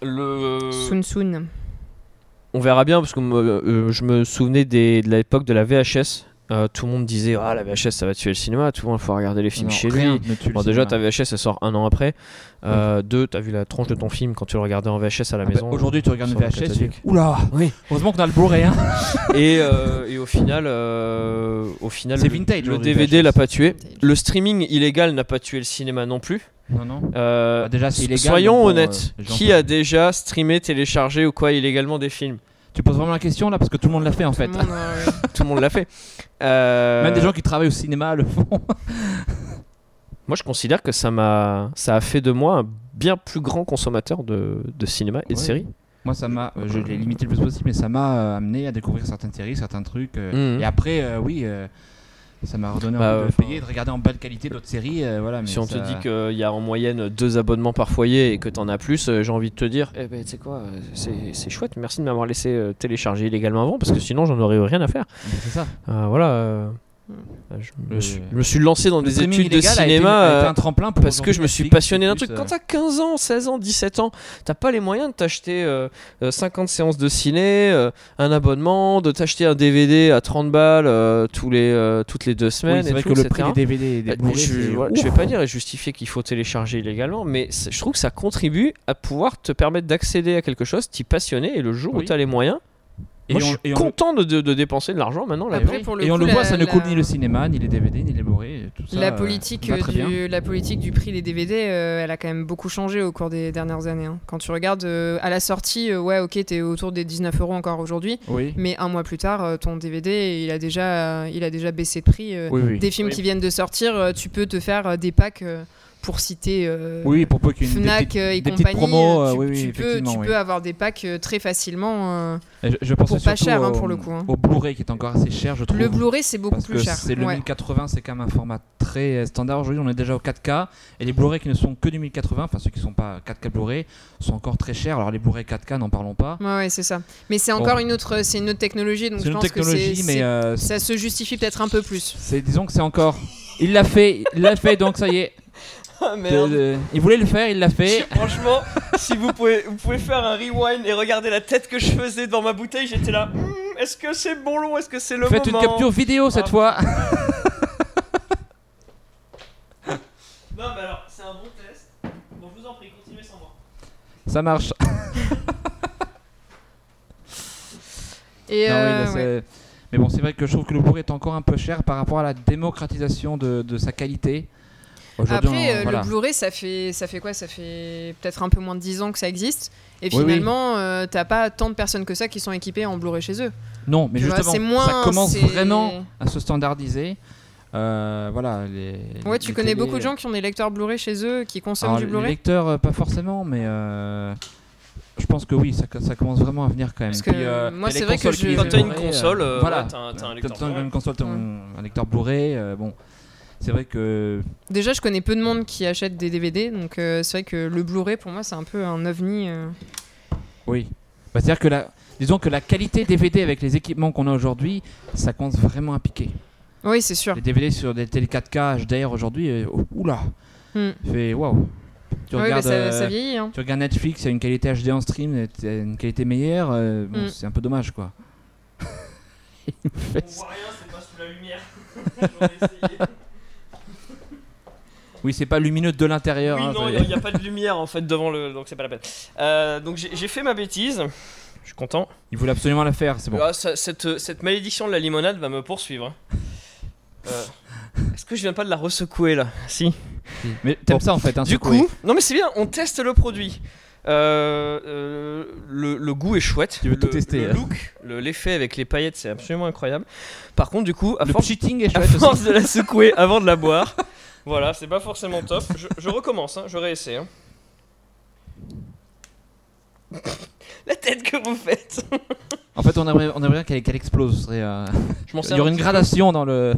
S3: le...
S2: Soon soon.
S3: On verra bien parce que me- euh, je me souvenais des- de l'époque de la VHS. Euh, tout le monde disait Ah, la VHS ça va tuer le cinéma, tout le monde il faut regarder les films
S1: Non,
S3: chez
S1: rien
S3: lui.
S1: ne tue le
S3: Bon, déjà, ta
S1: cinéma.
S3: VHS, elle sort un an après. Euh, Deux, t'as vu la tronche de ton film quand tu le regardais en VHS à la
S1: Ah bah,
S3: maison. euh,
S1: Aujourd'hui, tu regardes une
S3: sur le
S1: VHS. tu
S3: catalogue.
S1: fais, Oula
S3: Oui.
S1: Heureusement qu'on a le Blu-ray. hein.
S3: Et, euh, et au final, euh, au final,
S1: C'est
S3: le,
S1: vintage,
S3: le
S1: aujourd'hui,
S3: DVD
S1: VHS.
S3: l'a pas tué.
S2: Vintage.
S3: Le streaming illégal n'a pas tué le cinéma non plus.
S1: Non, non.
S3: Euh,
S1: Bah, déjà, c'est
S3: so-
S1: illégal,
S3: Soyons
S1: donc bon,
S3: honnêtes,
S1: euh, les gens
S3: qui
S1: peuvent-
S3: a déjà streamé, téléchargé ou quoi illégalement des films
S1: Tu poses vraiment la question là parce que tout le monde l'a fait en fait.
S2: Tout le monde, euh,
S3: <laughs> Tout le monde l'a fait. Euh,
S1: Même des gens qui travaillent au cinéma le font.
S3: Moi, je considère que ça m'a, ça a fait de moi un bien plus grand consommateur de, de cinéma et de
S1: Ouais.
S3: séries.
S1: <laughs> Moi, ça m'a, euh, je l'ai limité le plus possible, mais ça m'a euh, amené à découvrir certaines séries, certains trucs. euh,
S3: Mhm.
S1: Et après, euh, oui, euh, ça m'a redonné
S3: Bah,
S1: envie
S3: euh,
S1: de
S3: enfin-
S1: payer, de regarder en belle qualité d'autres séries. euh, voilà, mais
S3: Si on
S1: ça-
S3: te dit qu'il y a en moyenne deux abonnements par foyer et que t'en as plus, euh, j'ai envie de te dire, eh ben, tu sais quoi, euh, c'est c'est chouette, merci de m'avoir laissé euh, télécharger illégalement avant, parce que sinon j'en aurais eu rien à faire.
S1: Mais C'est ça.
S3: Euh, voilà. euh, je, me
S1: Le-
S3: suis, je me suis lancé dans
S1: Le
S3: des
S1: streaming
S3: études de
S1: illégal a été-
S3: cinéma
S1: a été
S3: euh,
S1: un tremplin pour
S3: parce que je me
S1: aujourd'hui
S3: suis
S1: Netflix,
S3: passionné d'un
S1: plus,
S3: truc.
S1: euh,
S3: Quand t'as 15 ans, 16 ans, 17 ans, t'as pas les moyens de t'acheter euh, euh, 50 séances de ciné, euh, un abonnement, de t'acheter un DVD à 30 balles euh, tous les, euh, toutes les deux
S1: oui,
S3: semaines.
S1: c'est
S3: et
S1: vrai
S3: tout,
S1: que le
S3: etc.
S1: prix des DVD et des
S3: Euh,
S1: Blu-ray,
S3: je,
S1: c'est-
S3: voilà, je vais pas dire et justifier qu'il faut télécharger illégalement, mais c'est- je trouve que ça contribue à pouvoir te permettre d'accéder à quelque chose, t'y passionner, et le jour où
S1: Oui.
S3: tu as les moyens,
S1: Et
S3: Moi,
S1: on-
S3: je suis
S1: et on-
S3: content de, de- de dépenser de l'argent maintenant. Là,
S4: Ah
S2: Après, pour le
S1: et on
S2: coup,
S1: le voit,
S2: la-
S1: ça ne
S2: la-
S1: coûte ni le cinéma, ni les DVD, ni les Blu-ray. tout ça,
S2: la,
S1: euh,
S2: politique
S1: va
S2: euh,
S1: très bien.
S2: du, la politique du prix des DVD, euh, elle a quand même beaucoup changé au cours des dernières années. hein. Quand tu regardes euh, à la sortie, euh, ouais, ok, t'es autour des 19 euros encore aujourd'hui,
S1: Oui.
S2: mais un mois plus tard, euh, ton DVD, il a déjà, il a déjà baissé de prix. euh,
S1: Oui, oui.
S2: Des films
S3: Oui.
S2: qui viennent de sortir, euh, tu peux te faire euh, des packs euh, pour citer. euh,
S1: Oui, pour peu qu'il y ait une- des
S2: Fnac
S1: petites-
S2: euh, et
S1: des petites
S2: compagnie,
S1: promos,
S2: euh,
S1: euh,
S2: tu,
S1: oui, oui,
S2: tu peux,
S1: effectivement,
S2: tu
S1: oui.
S2: peux avoir des packs euh, très facilement. euh.
S1: Et Je, je pense
S2: pour pas
S1: surtout
S2: cher, hein,
S1: au,
S2: pour le coup, hein.
S1: Au Blu-ray qui est encore assez cher, je trouve.
S2: Le Blu-ray, c'est beaucoup
S1: parce
S2: plus
S1: que
S2: cher.
S1: C'est le
S2: ouais.
S1: 1080, c'est quand même un format très euh, standard. Aujourd'hui, on est déjà au 4K. Et les Blu-ray qui ne sont que du 1080, enfin ceux qui ne sont pas 4K Blu-ray, sont encore très chers. Alors les Blu-ray 4K, n'en parlons pas.
S2: Ouais, ouais, c'est ça. Mais c'est encore
S1: Bon.
S2: une autre, c'est une autre technologie, donc Mm,
S1: C'est
S2: je
S1: une
S2: pense que
S1: technologie,
S2: c'est-
S1: mais
S2: c'est-
S1: euh,
S2: ça se justifie peut-être un peu plus.
S1: c'est disons que c'est encore. Il l'a fait, il l'a fait, donc ça y est.
S2: Ah,
S1: De- de- Il voulait le faire, il l'a fait.
S4: Franchement, si vous pouvez, vous pouvez faire un rewind et regarder la tête que je faisais devant ma bouteille, j'étais là. Hmm, est-ce que c'est bon long Est-ce que c'est le
S1: Faites une
S4: moment
S1: capture vidéo cette
S4: Ah.
S1: fois. <laughs>
S4: Non, mais alors, c'est un bon test. Donc, je vous en prie, continuez sans moi.
S1: Ça marche.
S2: Euh, Et
S1: Non, Ah oui, là,
S2: euh,
S1: c'est-
S2: ouais.
S1: Mais bon, c'est vrai que je trouve que le Blu-ray est encore un peu cher par rapport à la démocratisation de, de sa qualité. Aujourd'hui,
S2: Après,
S1: on-
S2: euh,
S1: voilà.
S2: le Blu-ray, ça fait, ça fait quoi Ça fait peut-être un peu moins de 10 ans que ça existe. Et
S1: Oui, oui.
S2: finalement, euh, t'as pas tant de personnes que ça qui sont équipées en Blu-ray chez eux.
S1: Non, mais
S2: Tu vois,
S1: justement,
S2: c'est moins-
S1: ça commence
S2: c'est-
S1: vraiment à se standardiser. Euh, voilà. Les,
S2: Ouais, tu connais beaucoup de gens qui ont des lecteurs Blu-ray chez eux, qui consomment
S3: Ah,
S2: du
S1: Les
S2: Blu-ray.
S1: lecteurs, euh, pas forcément, mais euh, je pense que oui, ça, ça commence vraiment à venir quand même. euh,
S2: Parce que, moi,
S1: t'as les
S2: c'est vrai que
S1: consoles
S2: je-
S1: qui les
S2: Quand t'as une
S1: Blu-ray, euh,
S4: console, euh,
S1: voilà,
S4: ouais, t'as un- t'as un
S1: Quand
S4: lecteur
S1: t'as
S4: Blu-ray.
S1: une console, t'as un, un lecteur Blu-ray. euh, bon, c'est vrai que
S2: Déjà, je connais peu de monde qui achète des DVD, donc euh, c'est vrai que le Blu-ray, pour moi, c'est un peu un ovni. euh.
S1: Oui. Bah, C'est-à-dire que la, disons que la qualité DVD avec les équipements qu'on a aujourd'hui, ça compte vraiment à piquer.
S2: Oui, c'est sûr.
S1: Les DVD sur des télé 4K HDR aujourd'hui, euh, oh, oula,
S2: Hmm.
S1: fait waouh. Tu
S2: Ouais,
S1: regardes,
S2: bah, ça,
S1: euh,
S2: ça vieillit. hein.
S1: tu regardes Netflix, il y a une qualité HD en stream, t'as une qualité meilleure. euh, bon,
S2: Mm.
S1: C'est un peu dommage quoi. Il me fait
S4: On
S1: ça.
S4: voit rien, c'est pas sous la lumière. <laughs> J'aurais
S1: <laughs>
S4: essayé.
S1: oui, c'est pas lumineux de l'intérieur.
S4: Oui,
S1: hein,
S4: non,
S1: c'est-
S4: il n'y a pas de lumière en fait devant le. Donc, c'est pas la peine. Euh, donc, j'ai j'ai fait ma bêtise. Je suis content.
S1: Il voulait absolument la faire, c'est bon.
S4: Ah, ça- cette, cette malédiction de la limonade va me poursuivre. hein. Euh, Est-ce que je viens pas de la ressecouer là Si.
S1: Mais t'aimes
S4: Bon.
S1: ça en fait. Hein,
S4: Du
S1: secouer.
S4: coup, non mais c'est bien, on teste le produit. Euh, euh, le, le goût est chouette.
S1: Tu veux
S4: le,
S1: tout tester,
S4: Le
S1: hein.
S4: look, le- l'effet avec les paillettes, c'est absolument incroyable. Par contre, du coup, à
S1: le
S4: force,
S1: cheating est
S4: à
S1: chouette
S4: force
S1: aussi.
S4: de la secouer avant de la boire, <laughs> voilà, c'est pas forcément top. Je, je recommence, hein, je réessaie. hein. La tête que vous faites.
S1: En fait, on aimerait, on aimerait bien qu'elle qu'elle explose. ce serait, euh,
S4: Je m'en
S1: Il y aurait une gradation dans le.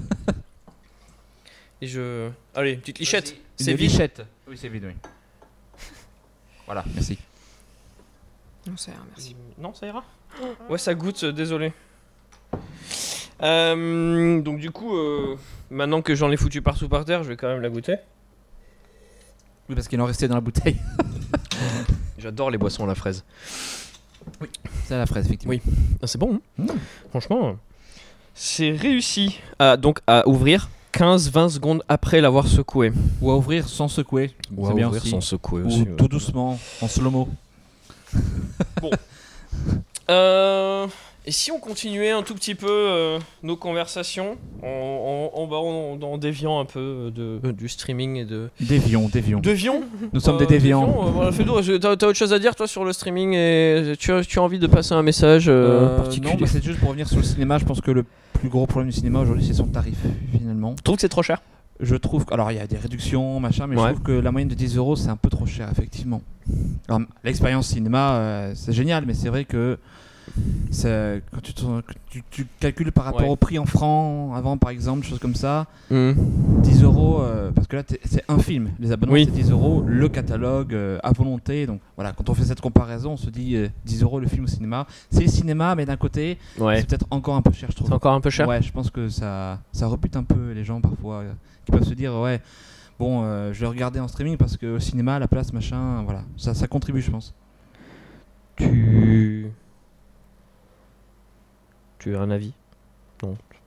S4: Et je, allez, une petite lichette. C'est
S1: C'est
S4: vide.
S1: Vichette. Oui, c'est vide, oui. <laughs> Voilà, merci.
S2: Non, c'est- merci.
S4: Non, ça ira.
S3: Oh.
S4: Ouais, ça goûte, euh, désolé. Euh, donc du coup, euh, maintenant que j'en ai foutu partout par terre, je vais quand même la goûter.
S1: Oui, parce qu'il en restait dans la bouteille.
S4: J'adore les boissons à la fraise.
S1: <laughs> C'est à la fraise, effectivement.
S4: Oui. Ah, c'est bon, hein.
S1: Mm.
S4: franchement. euh, C'est réussi. Ah, donc à ouvrir 15-20 secondes après l'avoir secoué.
S1: Ou à ouvrir sans secouer.
S4: Ou
S1: c'est
S4: à
S1: bien
S4: ouvrir
S1: aussi.
S4: sans secouer
S1: Ou
S4: aussi. ouais.
S1: tout doucement, en slow-mo.
S4: Euh, et si on continuait un tout petit peu euh, nos conversations en, en, en- bah, en- en déviant un peu de, Euh, du streaming et de...
S1: Dévions, dévions.
S4: Devions
S1: Nous sommes
S4: Euh,
S1: des déviants.
S4: euh, voilà, fais-nous, euh, t'as, t'as autre chose à dire toi sur le streaming et tu as, tu as envie de passer un message euh,
S1: Euh,
S4: particulier
S1: non, mais c'est juste pour revenir sur le cinéma. Je pense que le plus gros problème du cinéma aujourd'hui, c'est son tarif, finalement.
S4: Je trouve que c'est trop cher.
S1: Je trouve. que- Alors, il y a des réductions, machin, mais
S4: Ouais.
S1: je trouve que la moyenne de 10 euros, c'est un peu trop cher, effectivement. Alors, L'expérience cinéma, euh, c'est génial, mais c'est vrai que ça- quand tu, te- tu- tu calcules par rapport
S4: Ouais.
S1: au prix en francs avant, par exemple, choses comme ça,
S4: Mmh.
S1: 10 euros, euh, parce que là, t'es- c'est un film. Les abonnements,
S4: Oui.
S1: c'est 10 euros, le catalogue euh, à volonté. Donc voilà, quand on fait cette comparaison, on se dit euh, 10 euros le film au cinéma. C'est le cinéma, mais d'un côté,
S4: Ouais.
S1: c'est peut-être encore un peu cher, je trouve.
S4: C'est encore un peu cher.
S1: Ouais, je pense que ça, ça repute un peu les gens parfois euh, qui peuvent se dire ouais, bon, euh, je vais regarder en streaming parce que au cinéma, la place, machin, voilà, ça, ça contribue, je pense.
S4: Tu tu as un avis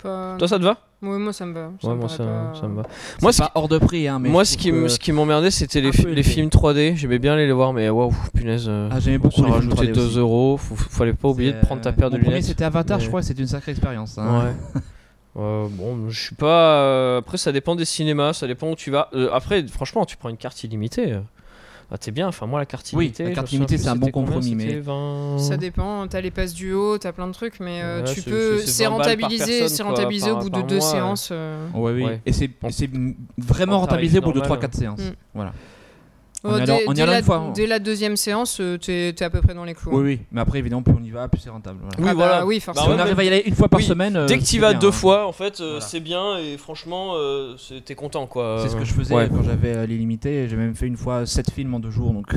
S2: Pas-
S3: Toi, ça te va
S2: Ouais, moi, ça me va.
S3: Ouais,
S2: me
S3: moi, ça,
S2: paraît pas-
S3: ça me va.
S1: Moi,
S3: Moi, ce
S1: c'est pas hors de prix, hein, Ah, mais
S3: Moi,
S1: je
S3: ce
S1: trouve
S3: qui, m-
S1: que-
S3: ce qui m'emmerdait, c'était les,
S1: un
S3: fi-
S1: peu
S3: les
S1: élevé.
S3: films 3D. J'aimais bien aller les voir, mais waouh, punaise. euh,
S1: Ah, j'aimais beaucoup
S3: on
S1: les films
S3: rajoutait
S1: 3D aussi.
S3: 2 euros. Faut, faut- fallait pas oublier de
S1: C'est,
S3: prendre ta
S1: euh,
S3: paire de
S1: mon premier,
S3: lunettes.
S1: C'était Avatar,
S3: mais-
S1: je crois, c'est une sacrée expérience. hein.
S3: Ouais. <laughs> Euh, bon, je suis pas. euh, Après, ça dépend des cinémas, ça dépend où tu vas. Euh, après, franchement, tu prends une carte illimitée. euh, Ah, t'es bien. Enfin, moi, la carte
S1: Oui,
S3: illimitée.
S1: la
S3: je
S1: carte
S3: me souviens
S1: illimitée,
S3: plus,
S1: c'est un
S3: c'était
S1: bon
S3: combien,
S1: compromis, mais-
S3: c'était 20
S2: Ça dépend, t'as les passes du haut, t'as plein de trucs, mais euh,
S3: Ouais,
S2: tu
S3: c'est-
S2: peux.
S3: c'est- c'est
S2: C'est
S3: 20 balles par
S2: rentabilisé,
S3: personne,
S2: c'est
S3: quoi,
S2: rentabilisé
S3: par-
S2: au bout de
S3: par
S2: deux
S3: mois, ouais.
S2: séances. euh.
S1: Ouais, oui.
S3: Ouais.
S1: Et c'est
S3: En-
S1: c'est m- vraiment
S3: en
S1: rentabilisé au bout de
S3: tarif
S1: 3-4 séances.
S2: Mm.
S1: Voilà.
S2: Oh,
S1: On y
S2: dès,
S1: allait- on y
S2: dès
S1: allait
S2: la,
S1: une fois, hein.
S2: dès la deuxième séance, euh, t'es t'es à peu près dans les clous.
S1: Oui,
S2: hein.
S1: oui. Mais après, évidemment, plus on y va, plus c'est rentable. voilà.
S3: Oui,
S2: Ah bah
S3: voilà.
S2: oui,
S1: Si
S2: forcément.
S4: Bah ouais,
S1: on arrive à y aller une fois par
S4: oui,
S1: semaine. euh,
S4: Dès que tu
S1: c'est
S4: vas
S1: bien,
S4: deux
S1: hein.
S4: fois, en fait, euh,
S1: Voilà.
S4: c'est bien et franchement, euh, c'est- t'es content quoi.
S1: C'est ce que je faisais
S3: Ouais.
S1: quand j'avais euh, l'illimité. J'ai même fait une fois 7 films en 2 jours. Donc...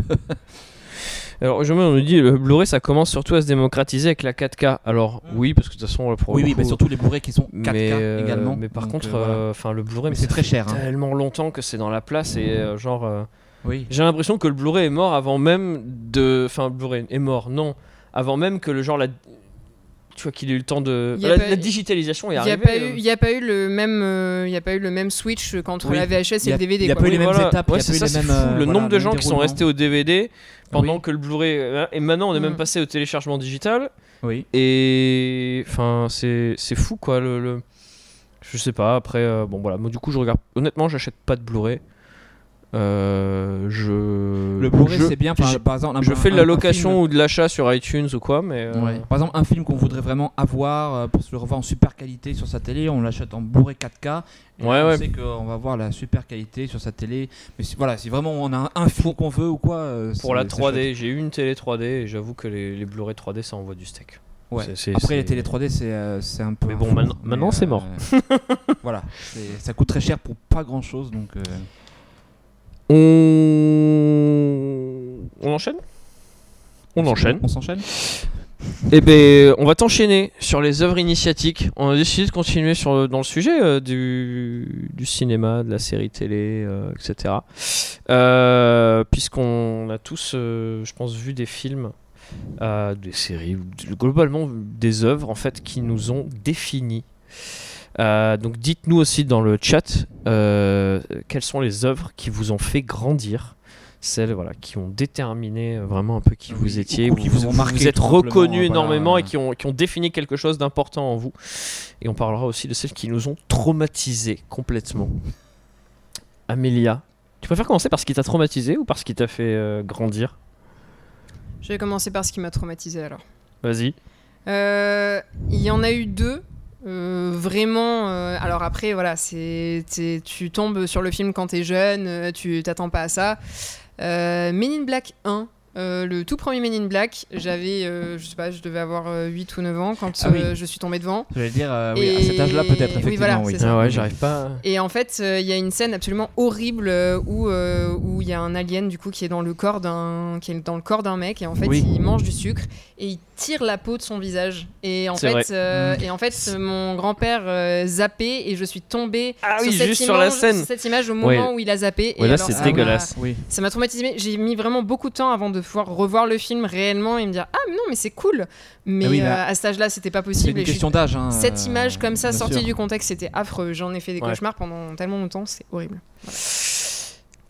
S3: Alors, je on nous dit le Blu-ray, ça commence surtout à se démocratiser avec la 4K. Alors,
S1: Mm.
S3: oui, parce que de toute façon, pour
S1: oui,
S3: le
S1: oui,
S3: coup,
S1: mais surtout les bourrés qui sont 4K
S3: mais, euh,
S1: également.
S3: Mais par
S1: donc,
S3: contre,
S1: euh, voilà.
S3: euh, enfin, le Blu-ray,
S1: Mais
S3: mais
S1: c'est
S3: ça
S1: très
S3: fait
S1: cher, hein. Mm.
S3: Tellement longtemps que c'est dans la place et euh, genre. euh,
S1: Oui.
S3: J'ai l'impression que le Blu-ray est mort avant même de. Enfin, le Blu-ray est mort, non. Avant même que le genre. La... Tu vois qu'il ait eu le temps de.
S2: Y a
S3: La,
S2: pas-
S3: la digitalisation est
S2: Il n'y a,
S3: arrivée.
S2: pas
S3: euh.
S2: eu- y a pas eu le même, euh, y a pas eu le même switch qu'entre
S1: Oui.
S2: la VHS et
S1: Y a-
S2: le DVD.
S1: y a
S2: quoi.
S1: pas eu les mêmes étapes,
S3: Ouais,
S1: y a
S3: c'est
S1: pas eu
S3: ça, c'est
S1: les mêmes,
S3: fou.
S1: euh,
S3: le
S1: voilà,
S3: nombre de
S1: même
S3: gens qui sont
S1: déroulement.
S3: restés au DVD pendant
S1: Oui.
S3: que le Blu-ray. euh, Et maintenant, on est même
S2: Mm.
S3: passé au téléchargement digital.
S1: Oui.
S3: Et. Enfin, c'est c'est fou, quoi. Le, le- Je sais pas, après. euh, Bon, voilà. Moi, du coup, je regarde. Honnêtement, j'achète pas de Blu-ray. Euh, je.
S1: Le Blu-ray,
S3: je-
S1: c'est bien. par-
S3: je-
S1: par exemple, un-
S3: Je fais de
S1: un-
S3: la
S1: un
S3: location
S1: film-
S3: ou de l'achat sur iTunes ou quoi, mais. euh,
S1: Ouais. Par exemple, un film qu'on voudrait vraiment avoir euh, pour se le revoir en super qualité sur sa télé, on l'achète en bourré 4K. Et
S3: Ouais,
S1: là, on
S3: ouais.
S1: sait qu'on va voir la super qualité sur sa télé. Mais si- voilà, si vraiment on a un film qu'on veut ou quoi. euh,
S3: Pour la
S1: c'est- c'est
S3: 3D, j'ai eu une télé 3D et j'avoue que les, les Blu-ray 3D ça envoie du steak.
S1: Ouais.
S3: C'est- c'est-
S1: Après,
S3: c'est-
S1: les télé 3D, c'est euh, c'est un peu.
S3: Mais
S1: un
S3: bon,
S1: four, euh,
S3: maintenant- maintenant, c'est mort.
S1: voilà, C'est- ça coûte très cher pour pas grand chose. Donc, euh,
S3: On, on enchaîne On enchaîne.
S1: On s'enchaîne
S3: Eh ben, on va t'enchaîner sur les œuvres initiatiques. On a décidé de continuer sur le- dans le sujet euh, du, du cinéma, de la série télé, euh, etc. Euh, Puisqu'on a tous, euh, je pense, vu des films, euh, des séries, ou d- globalement des œuvres en fait qui nous ont définis. Euh, donc dites-nous aussi dans le chat euh, quelles sont les œuvres qui vous ont fait grandir, celles voilà, qui ont déterminé euh, vraiment un peu qui
S1: Ah Oui,
S3: vous
S1: ou-
S3: étiez,
S1: ou qui vous ont marqué,
S3: vous êtes
S1: tout simplement,
S3: reconnus
S1: voilà.
S3: énormément et qui ont, qui ont défini quelque chose d'important en vous. Et on parlera aussi de celles qui nous ont traumatisés complètement. Amélia, tu préfères commencer par ce qui t'a traumatisé ou par ce qui t'a fait euh, grandir
S2: Je vais commencer par ce qui m'a traumatisé alors.
S3: Vas-y.
S2: Euh, Il y en a eu deux. euh, vraiment, euh, alors après, voilà, c'est, c'est- tu tombes sur le film quand t'es jeune, euh, tu t'attends pas à ça. Euh, Men in Black 1, euh, le tout premier Men in Black, j'avais, euh, je sais pas, je devais avoir euh, 8 ou 9 ans quand
S1: Ah oui.
S2: euh, je suis tombée devant.
S1: J'allais dire, euh, oui, à
S2: Et-
S1: cet âge-là, peut-être,
S2: oui,
S1: effectivement.
S2: voilà, c'est ça.
S3: Ah ouais, j'arrive pas.
S2: Et en fait, euh, il y a une scène absolument horrible euh, où euh, où il y a un alien du coup qui est dans le corps d'un qui est dans le corps d'un mec et en fait
S1: Oui.
S2: il mange du sucre et il tire la peau de son visage et en
S3: C'est vrai.
S2: fait euh, et en fait
S3: C'est-
S2: mon grand père zappé et je suis tombée
S3: Ah
S2: sur
S3: oui,
S2: cette
S3: juste
S2: image,
S3: sur la scène.
S2: cette image au
S3: Ouais.
S2: moment où il a zappé.
S3: Ouais,
S2: et
S3: là,
S2: alors,
S3: c'est
S2: ça m'a-
S3: dégueulasse.
S1: Oui.
S2: Ça m'a traumatisé. J'ai mis vraiment beaucoup de temps avant de pouvoir revoir le film réellement et me dire ah mais non mais c'est cool. Mais
S1: Ah oui,
S2: euh,
S1: bah,
S2: à cet âge-là, c'était pas
S1: C'est
S2: possible.
S1: une
S2: et je suis
S1: question d'âge. hein,
S2: cette
S1: euh,
S2: image comme ça
S1: bien
S2: sortie
S1: sûr.
S2: du contexte, c'était affreux. J'en ai fait des
S3: Ouais.
S2: cauchemars pendant tellement longtemps, c'est horrible.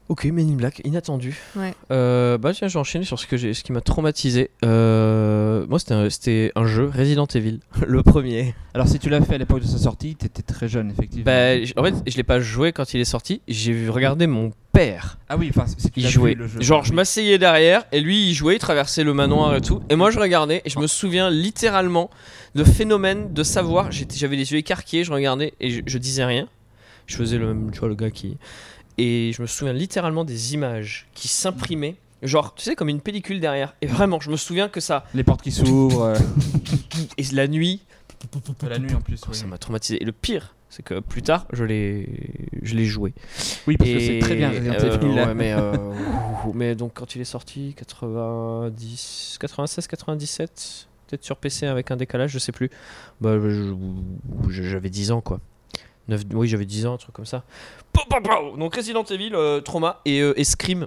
S3: Ok, Men in Black, inattendu.
S2: Ouais.
S3: Euh, bah tiens, je vais enchaîner sur ce, que j'ai, ce qui m'a traumatisé. Euh, moi, c'était un, c'était un jeu, Resident Evil, <laughs> le premier.
S1: Alors, si tu l'as fait à l'époque de sa sortie, t'étais très jeune, effectivement.
S3: Bah, j- en fait, je l'ai pas joué quand il est sorti, j'ai vu- regardé mon père
S1: ah oui, enfin, si tu
S3: y
S1: l'as
S3: jouer.
S1: vu, le jeu.
S3: Genre, je
S1: oui.
S3: m'asseyais derrière et lui, il jouait, il traversait le manoir et tout. Et moi, je regardais et je me souviens littéralement de phénomène de savoir. J'étais- J'avais les yeux écarquillés, je regardais et je, je disais rien. Je faisais le même, tu vois, le gars qui. Et je me souviens littéralement des images qui s'imprimaient. Genre, tu sais, comme une pellicule derrière. Et vraiment, je me souviens que ça.
S1: Les portes qui s'ouvrent, euh,
S3: <laughs> Et la nuit,
S1: de la nuit en plus.
S3: oh,
S1: Oui,
S3: ça m'a traumatisé. Et le pire, c'est que plus tard, je l'ai je l'ai joué.
S1: Oui, parce que c'est très bien Resident
S3: euh,
S1: Evil.
S3: ouais, mais, euh, <laughs> mais donc quand il est sorti, 90, 96, 97, peut-être sur PC avec un décalage, je sais plus. Bah, je- je- j'avais 10 ans quoi. Neuf- oui, j'avais 10 ans, un truc comme ça. Pow, pow, pow Donc Resident Evil, euh, Trauma et, euh, et Scream.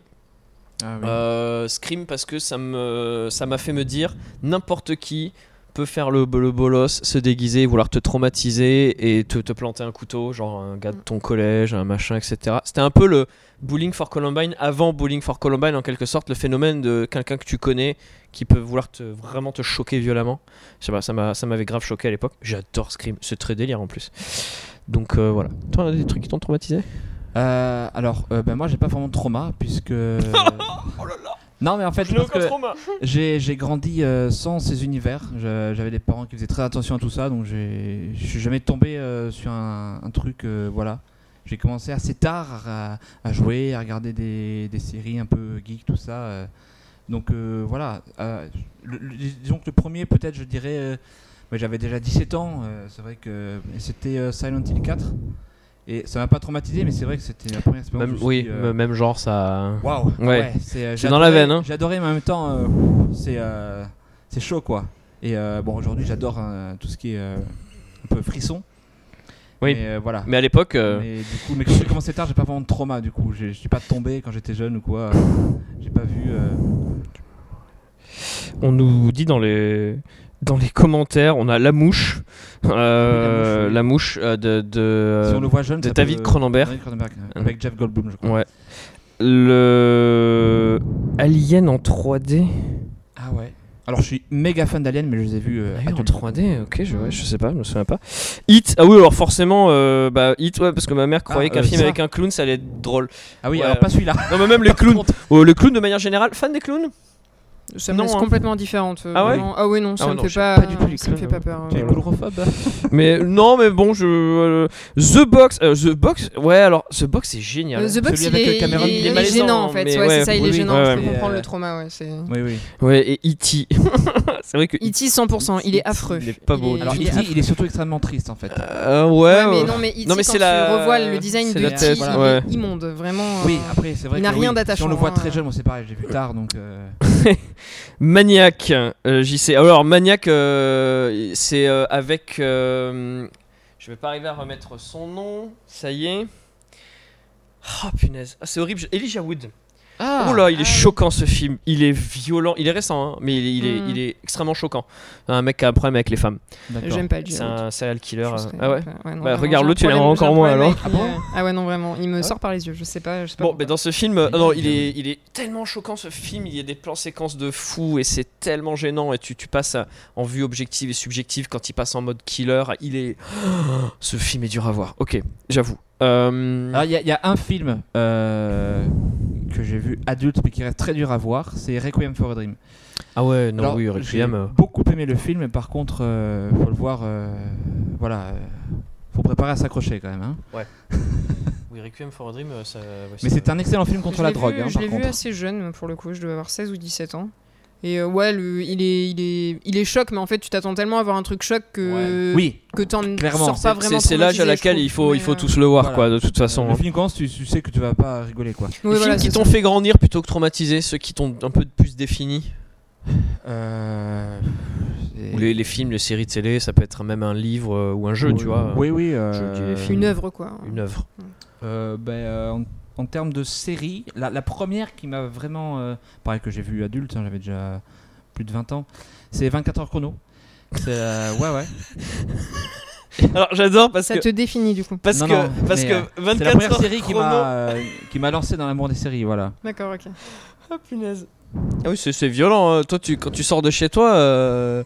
S1: Ah oui.
S4: Euh,
S3: Euh, Scream parce que ça me ça m'a fait me dire n'importe qui
S4: peut faire le, le bolos, se déguiser, vouloir te traumatiser et te, te planter un couteau, genre un gars de ton collège, un machin, etc. C'était un peu le Bullying for Columbine avant Bullying for Columbine, en quelque sorte, le phénomène de quelqu'un que tu connais qui peut vouloir te, vraiment te choquer violemment. Je sais pas, ça m'a- ça m'avait grave choqué à l'époque. J'adore Scream, c'est très délire en plus. Donc euh, voilà. Toi, des trucs qui t'ont traumatisé
S1: Euh, alors, euh, ben moi, j'ai pas vraiment de
S3: <laughs>
S1: trauma
S3: Oh
S1: puisque. Non, mais en fait, parce que j'ai j'ai grandi euh, sans ces univers. Je- J'avais des parents qui faisaient très attention à tout ça, donc j'ai- je suis jamais tombé euh, sur un, un truc. euh, voilà. J'ai commencé assez tard à, à jouer, à regarder des, des séries un peu geek, tout ça. euh. Donc euh, voilà. euh, le- le- dis- disons que le premier, peut-être, je dirais. euh, mais j'avais déjà 17 ans, euh, c'est vrai que et c'était euh, Silent Hill 4. Et ça m'a pas traumatisé, mais c'est vrai que c'était la première expérience.
S4: Même,
S1: où je me suis
S4: oui,
S1: dit, euh,
S4: m- même genre ça.
S1: Waouh.
S4: Ouais.
S1: c'est euh,
S4: C'est
S1: j'adorais-
S4: dans la veine, hein.
S1: J'adorais, mais en même temps, euh, pff, c'est euh, c'est chaud, quoi. Et euh, bon, aujourd'hui, j'adore hein, tout ce qui est euh, un peu frisson.
S3: Oui.
S1: Mais euh, voilà.
S3: Mais à l'époque, euh,
S1: Mais du coup, mais quand j'ai commencé tard, j'ai pas vraiment de trauma. Du coup, J'ai- je suis pas tombé quand j'étais jeune ou quoi. Euh, J'ai pas vu. euh,
S3: on nous dit dans les dans les commentaires, on a la mouche, euh,
S1: Oui,
S3: la mouche euh, de, de
S1: si on le voit jeune,
S3: Euh, de
S1: ça
S3: David
S1: peut-
S3: Cronenberg.
S1: David Cronenberg, euh, avec Jeff Goldblum, je crois.
S3: Ouais. le euh, Alien en 3D.
S1: Ah ouais. Alors, je suis méga fan d'Alien, mais je les ai vus. euh,
S3: Ah oui, en
S1: adultes.
S3: 3D, ok, je, ouais, je sais pas, je me souviens pas. Hit, ah oui, alors forcément, euh, bah Hit, ouais, parce que ma mère croyait
S1: Ah,
S3: qu'un
S1: euh,
S3: film
S1: ça.
S3: avec un clown, ça allait être drôle.
S1: Ah oui,
S3: Ouais.
S1: alors pas celui-là.
S3: Non, mais même les clowns. Oh, le clown de manière générale, fan des clowns
S2: Ça me
S3: Non,
S2: laisse
S3: hein.
S2: complètement différente. euh,
S3: Ah ouais
S2: vraiment. Ah oui, non, ça
S3: ouais,
S2: me
S3: non,
S2: fait
S3: je
S2: pas,
S3: sais pas du tout les
S2: ça me
S3: clowns,
S2: fait pas
S3: ouais.
S2: peur.
S1: <laughs> Tu es coulrophobe
S3: Mais non, mais bon, je. euh, The Box, euh, The Box, ouais, alors The Box, c'est génial.
S2: Euh, The Box,
S1: Celui
S2: il
S1: avec le
S2: est,
S1: Cameron,
S2: il
S1: il est
S2: est
S3: malaisant,
S2: gênant en fait.
S3: mais
S2: Ouais,
S3: ouais,
S2: c'est ça, il
S1: oui,
S2: est
S1: oui,
S2: gênant.
S3: ouais,
S2: je peux
S1: mais,
S2: comprendre
S1: euh,
S2: le trauma. Ouais, c'est.
S1: Oui, oui.
S3: Ouais, et E.T. <laughs> c'est vrai que. E E.T.
S2: E.T. 100%, il est affreux.
S3: Il est pas beau.
S2: Il est-
S1: Alors,
S2: il
S1: il,
S2: est
S1: il est surtout extrêmement triste en fait.
S3: Euh, ouais,
S2: Ouais, mais
S3: ouais.
S2: non, mais E.T.
S3: Non, mais
S2: quand
S3: c'est
S2: tu
S3: la-
S2: revoies le design
S3: c'est
S2: de
S3: la
S2: E.T.,
S3: tête,
S2: il
S3: voilà.
S2: est immonde, vraiment.
S1: Oui,
S2: euh,
S1: après, c'est vrai
S2: il
S1: que
S2: n'a rien
S1: oui,
S2: d'attachant,
S1: Si on le voit
S2: hein.
S1: très jeune, moi c'est pareil, j'ai vu tard donc.
S2: <laughs>
S1: euh,
S3: Maniac, euh, JC. Alors, Maniac, euh, c'est euh, avec. euh, je vais pas arriver à remettre son nom, ça y est. Ah punaise, Ah, c'est horrible. je- Elijah Wood. oh là, il est
S2: Ah, oui.
S3: choquant ce film. Il est violent. Il est récent, hein, mais il, est- il est,
S2: Hmm.
S3: il est extrêmement choquant. Un mec qui a un problème avec les femmes.
S1: d'accord.
S2: J'aime pas le
S3: C'est
S2: jeu.
S3: un serial killer.
S2: Je
S3: euh,
S2: serais-
S3: Ah ouais.
S2: ouais, non,
S3: Bah,
S2: vraiment,
S3: regarde-le, tu
S2: j'ai un
S3: l'aimes
S2: problème-
S3: encore
S2: j'ai un
S3: moins,
S2: problème
S3: alors.
S2: avec lui, euh. Ah ouais, non, vraiment, il me sort par les yeux, je sais pas. Je sais pas
S3: Bon, mais
S2: pourquoi.
S3: dans ce film, euh, ah non, il est, il est tellement choquant ce film. Il y a des plans séquences de fou et c'est tellement gênant. Et tu, tu passes à- en vue objective et subjective quand il passe en mode killer. Il
S2: <laughs>
S3: est. Ce film est dur à voir. Ok, j'avoue. Euh,
S1: Alors, il y, a- il y a un film euh, que j'ai vu adulte mais qui reste très dur à voir, c'est Requiem for a Dream.
S3: ah ouais, non,
S1: Alors,
S3: oui,
S1: j'ai
S3: Requiem. euh,
S1: beaucoup aimé le film, mais par contre, euh, faut le voir. euh, voilà, euh, faut préparer à s'accrocher quand même. hein.
S4: Oui, Requiem for a Dream, euh, ça. ouais,
S1: Mais c'est un excellent film contre
S2: Je
S1: la
S2: l'ai
S1: drogue.
S2: vu-
S1: hein,
S2: je
S1: par
S2: l'ai vu
S1: contre.
S2: assez jeune pour le coup, je devais avoir 16 ou 17 ans. Et euh, ouais, le- il, est, il, est, il est choc, mais en fait, tu t'attends tellement à avoir un truc choc que,
S1: Oui,
S2: que t'en
S1: Clairement,
S2: sors
S3: C'est
S2: pas vraiment.
S3: c'est l'âge à laquelle il faut,
S2: euh,
S3: il faut tous le voir,
S1: Voilà.
S3: quoi, de toute façon.
S1: le
S3: hein.
S1: film commence, tu, tu sais que tu vas pas rigoler quoi.
S3: Les films qui t'ont fait grandir plutôt que traumatiser, ceux qui t'ont un peu plus défini.
S1: Euh, c'est-
S3: Ou les, les films, les séries de télé, ça peut être même un livre euh, ou un jeu, tu vois.
S1: Oui, oui.
S3: dis les
S1: euh,
S3: films.
S2: Une œuvre, quoi.
S3: Une œuvre.
S1: Euh, ben, euh, en, en termes de série, la, la première qui m'a vraiment. euh, pareil que j'ai vu adulte, hein, j'avais déjà plus de 20 ans, c'est 24 heures chrono. C'est, euh, ouais, ouais.
S3: Alors j'adore parce
S2: Ça
S3: que.
S2: te définit du coup.
S3: Parce
S1: Non,
S3: que,
S1: non,
S3: parce
S1: mais,
S3: que
S1: euh,
S3: 24
S1: C'est la première
S3: heures
S1: série qui
S3: chrono-
S1: m'a, euh, qui m'a lancé dans l'amour des séries, voilà.
S2: D'accord,
S3: <laughs>
S2: ok.
S3: Ah punaise. Ah oui, c'est c'est violent. hein. Toi, tu, quand tu sors de chez toi, euh,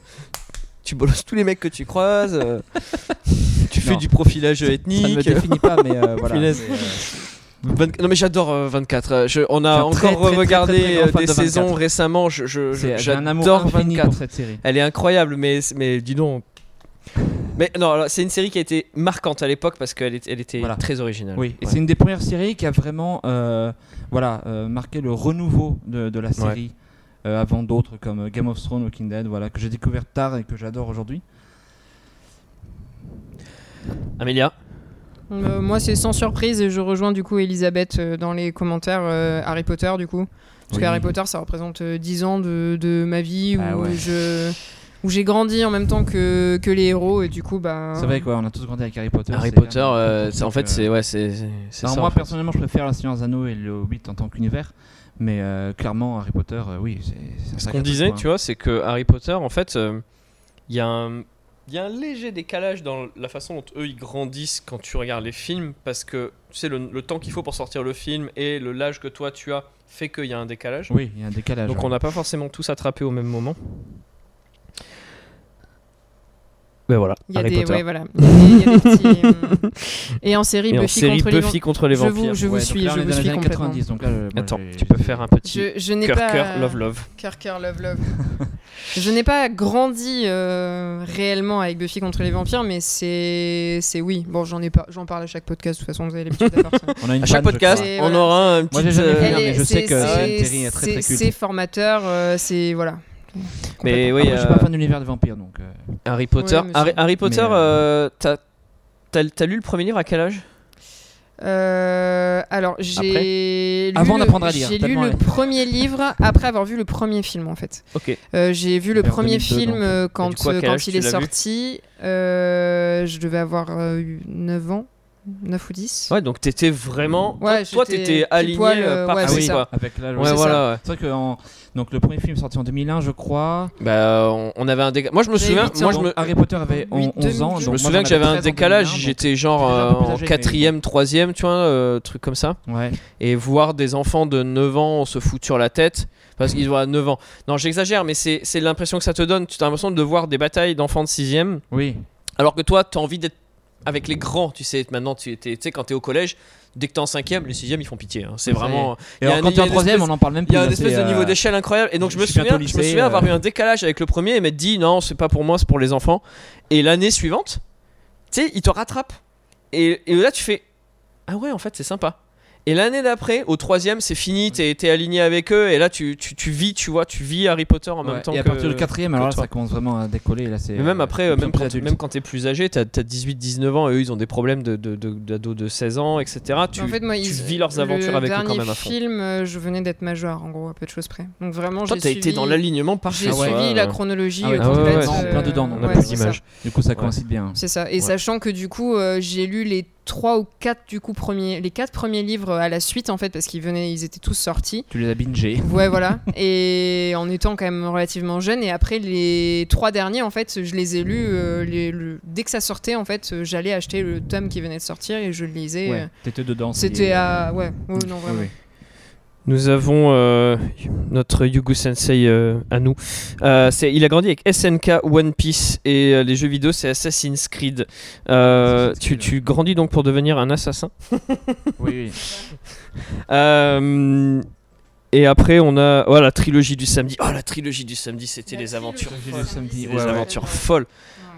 S3: tu bolosses tous les mecs que tu croises.
S1: <laughs>
S3: euh, tu fais
S1: Non.
S3: du profilage ethnique.
S1: Ça ne me définit pas, mais euh, voilà.
S3: Punaise.
S1: C'est, euh,
S3: Vingt- Non mais j'adore euh, 24. euh, je- on
S1: Je
S3: a
S1: suis un
S3: encore
S1: très, très, très,
S3: regardé
S1: très, très grand
S3: euh,
S1: fan
S3: des
S1: de 24.
S3: saisons récemment. Je- je- je-
S1: c'est- j'ai un amour
S3: J'adore
S1: infini pour
S3: 24.
S1: cette série.
S3: Elle est incroyable, mais mais dis donc. Mais non, alors, c'est une série qui a été marquante à l'époque parce qu'elle est- elle était
S1: Voilà.
S3: très originale.
S1: Oui, et
S3: Euh, Ouais.
S1: c'est une des premières séries qui a vraiment euh, voilà, euh, marqué le renouveau de, de la série euh, avant d'autres comme Game of Thrones, Walking Dead, voilà, que j'ai découvert tard et que j'adore aujourd'hui.
S3: Amélia.
S2: Euh, moi, c'est sans surprise et je rejoins du coup Elisabeth euh, dans les commentaires euh, Harry Potter du coup. Parce que
S1: Oui.
S2: Harry Potter, ça représente euh, 10 ans de, de ma vie où
S1: Ah ouais.
S2: je où j'ai grandi en même temps que, que les héros et du coup bah
S1: C'est vrai quoi, on a tous grandi avec Harry Potter.
S3: Harry
S1: c'est
S3: Potter,
S1: un-
S3: euh, c'est- en
S1: Donc,
S3: fait,
S1: euh,
S3: c'est ouais, c'est c'est- c'est
S1: non,
S3: ça,
S1: moi
S3: en fait.
S1: personnellement, je préfère La Seigneur des Anneaux et le Hobbit en tant qu'univers, mais euh, clairement Harry Potter, euh, oui, c'est.
S3: Ce qu'on disait, tu vois, c'est que Harry Potter, en fait, euh, il y a un il y a un léger décalage dans la façon dont eux ils grandissent quand tu regardes les films parce que tu sais le, le temps qu'il faut pour sortir le film et le l'âge que toi tu as fait qu'il y a un décalage.
S1: Oui, il y a un décalage.
S3: Donc
S1: ouais.
S3: on n'a pas forcément tous attrapé au même moment. Ben voilà,
S2: Il y a
S3: Harry
S2: des,
S3: Potter.
S2: ouais, voilà. Il y a- il y a des petits, euh,
S1: <laughs>
S2: Et en série,
S3: Et en
S2: Buffy
S3: série
S2: contre les
S3: Buffy contre les
S2: Je
S3: vampires.
S2: vous, je vous
S1: Ouais, donc
S2: suis,
S1: là, on
S2: je
S1: est
S2: vous
S1: dans les
S2: suis
S1: années
S2: complètement.
S1: 90, donc là, euh, moi,
S3: Attends,
S1: j'ai-
S3: tu peux faire un petit
S2: Je, je n'ai
S3: cœur
S2: pas
S3: cœur love love.
S2: Cœur, cœur, love love. je n'ai pas grandi euh, réellement avec Buffy contre les vampires, mais c'est c'est oui. Bon, j'en ai pas, j'en parle à chaque podcast. De toute façon, vous avez l'habitude d'avoir
S1: <laughs>
S2: ça.
S1: On a une
S3: À chaque
S1: panne, je
S3: podcast,
S1: crois.
S2: Et
S3: on
S2: voilà.
S3: aura un petit. euh,
S1: Moi, j'ai jamais vu,
S2: Elle
S1: mais
S2: est-
S1: je sais
S2: c'est-
S1: que c'est
S2: c'est-
S1: une série très, très
S2: c'est-
S1: culte.
S2: C'est formateur, euh, c'est voilà.
S3: Mais
S1: Complètement.
S3: oui,
S1: Après, je suis pas
S3: euh,
S1: fan de l'univers des vampires, donc. euh,
S3: Harry Potter.
S2: mais
S3: Harry,
S2: c'est-
S3: Harry Potter,
S1: Mais,
S3: euh, t'as t'as- t'as lu le premier livre à quel âge
S2: Euh, alors, j'ai lu
S1: Avant
S2: le-
S1: d'apprendre à lire,
S2: J'ai lu
S1: tellement
S2: le
S1: elle-
S2: premier livre après avoir vu le premier film en fait.
S3: Ok.
S2: Euh, j'ai vu le
S1: Vers
S2: premier
S1: 2002,
S2: film
S1: donc.
S2: euh, quand,
S3: du coup, à
S2: euh,
S3: quel
S2: quand
S3: âge
S2: il
S3: tu
S2: est
S3: l'as vu
S2: sorti. Euh, je devais avoir euh, eu 9 ans, 9 ou 10.
S3: Ouais, donc t'étais vraiment.
S2: Ouais,
S3: toi, toi,
S2: j'étais
S3: t'étais
S2: pile
S3: aligné
S2: poil,
S3: euh,
S2: euh,
S3: par
S2: ouais,
S1: Ah
S2: c'est
S1: oui,
S2: ça.
S3: quoi.
S1: avec l'âge.
S3: Ouais,
S2: c'est
S3: voilà. ouais.
S1: C'est vrai que en- donc le premier film sorti en 2001, je crois.
S3: Bah, on, on avait un décalage. Moi, je me
S2: J'avais
S3: souviens.
S2: huit
S3: Moi,
S2: ans.
S3: je
S1: Donc,
S3: me.
S1: Harry Potter avait on-
S2: Oui,
S1: 11 ans.
S2: 2002.
S1: donc
S3: Je me
S1: moi,
S3: souviens
S1: j'en
S3: que j'avais
S1: avais
S3: un
S1: 13 en
S3: décalage,
S1: 2001,
S3: j'étais genre
S1: j'étais déjà un
S3: euh,
S1: peu plus
S3: en
S1: âgé, mais-
S3: quatrième, troisième, tu vois, euh, truc comme ça.
S1: donc- Ouais.
S3: Et voir des enfants de 9 ans se foutre sur la tête, parce qu'ils ont à 9 ans. Non, j'exagère, mais c'est c'est l'impression que ça te donne. Tu as l'impression de voir des batailles d'enfants de 6ème,
S1: Oui.
S3: alors que toi, tu as envie d'être avec les grands, tu sais. Maintenant, tu étais- tu sais, quand t'es au collège, dès que t'es en 5ème, les 6ème, ils font pitié. hein. C'est
S1: Ça y est.
S3: vraiment. Il
S1: Et
S3: y a
S1: alors,
S3: un-
S1: quand
S3: il
S1: t'es
S3: y a
S1: en
S3: une
S1: troisième,
S3: espèce-
S1: on n'en parle même plus.
S3: il y a
S1: là,
S3: une espèce
S1: c'est,
S3: de niveau
S1: euh,
S3: d'échelle incroyable. Et donc,
S1: je
S3: je me
S1: suis bientôt
S3: souviens,
S1: au
S3: je me
S1: lycée,
S3: souviens avoir
S1: euh.
S3: eu un décalage avec le premier et m'être dit non, c'est pas pour moi, c'est pour les enfants. Et l'année suivante, tu sais, il te rattrape. Et, et là, tu fais ah ouais, en fait, c'est sympa. Et l'année d'après, au troisième, c'est fini, t'es t'es aligné avec eux. Et là, tu, tu, tu vis, tu vois, tu vis Harry Potter en
S1: ouais.
S3: même temps
S1: Et à
S3: que-
S1: partir du quatrième, alors là,
S3: toi.
S1: ça commence vraiment à décoller. Là, c'est.
S3: mais même
S1: euh,
S3: après,
S1: de
S3: euh,
S1: plus en
S3: même
S1: plus
S3: quand,
S1: adulte.
S3: même quand t'es plus âgé, t'as as, 18-19 ans, et eux ils ont des problèmes d'ados de, de, d'ados de 16 ans, etc. Tu,
S2: En fait, moi,
S3: tu
S2: ils-
S3: vis leurs aventures avec eux quand même à fond.
S2: Le dernier film, euh, je venais d'être major, en gros, à peu de choses près. Donc vraiment,
S3: Toi,
S2: j'ai
S3: t'as
S2: suivi,
S3: été dans l'alignement parfait.
S2: j'ai
S3: quoi.
S2: suivi la chronologie
S1: Ah ouais,
S2: euh,
S1: ah ouais,
S2: complète. euh,
S1: ouais, c'est en plein dedans, donc on a
S2: ouais,
S1: pas
S2: c'est ça.
S3: d'image.
S1: Du coup, ça
S3: Ouais.
S1: coïncide bien.
S2: C'est ça. Et
S3: Ouais.
S2: sachant que du coup, euh, j'ai lu les trois ou quatre du coup premiers, les quatre premiers livres à la suite en fait, parce qu'ils venaient, ils étaient tous sortis.
S1: Tu les as bingés.
S2: Ouais,
S1: <laughs>
S2: voilà. Et en étant quand même relativement jeune. Et après, les trois derniers, en fait, je les ai lus. euh, les- le- Dès que ça sortait, en fait, euh, j'allais acheter le tome qui venait de sortir et je le lisais. euh.
S1: Ouais. T'étais dedans. c'est-
S2: C'était à. Ouais, ouais, non,
S1: Oui,
S2: vraiment.
S1: oui.
S3: Nous avons euh, notre Yugo Sensei euh, à nous. Euh, c'est- il a grandi avec SNK, One Piece et euh, les jeux vidéo, c'est Assassin's Creed. Euh,
S1: Assassin's
S3: tu,
S1: Creed,
S3: tu grandis donc pour devenir un assassin. <laughs>
S1: Oui, oui.
S3: Euh, et après, on a oh, la trilogie du samedi. Oh, la trilogie du samedi, c'était
S2: La
S3: les aventures,
S2: trilogie
S1: J'ai lu
S2: Ouais.
S1: samedi.
S3: les
S1: ouais, ouais.
S3: aventures
S2: Ouais.
S3: folles.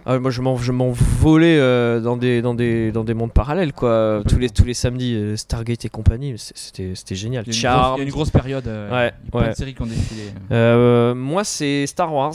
S3: Ah, moi, je m'en- je m'envolais euh, dans, des, dans, des, dans des mondes parallèles, quoi. Tous les, tous les samedis, euh, Stargate et compagnie, c'est- c'était c'était génial.
S1: Il y a une grosse- il y
S3: Charmed.
S1: a une grosse période. euh,
S3: Ouais,
S1: il y a Plein
S3: ouais.
S1: de séries qui ont défilé.
S3: Euh, moi, c'est Star Wars,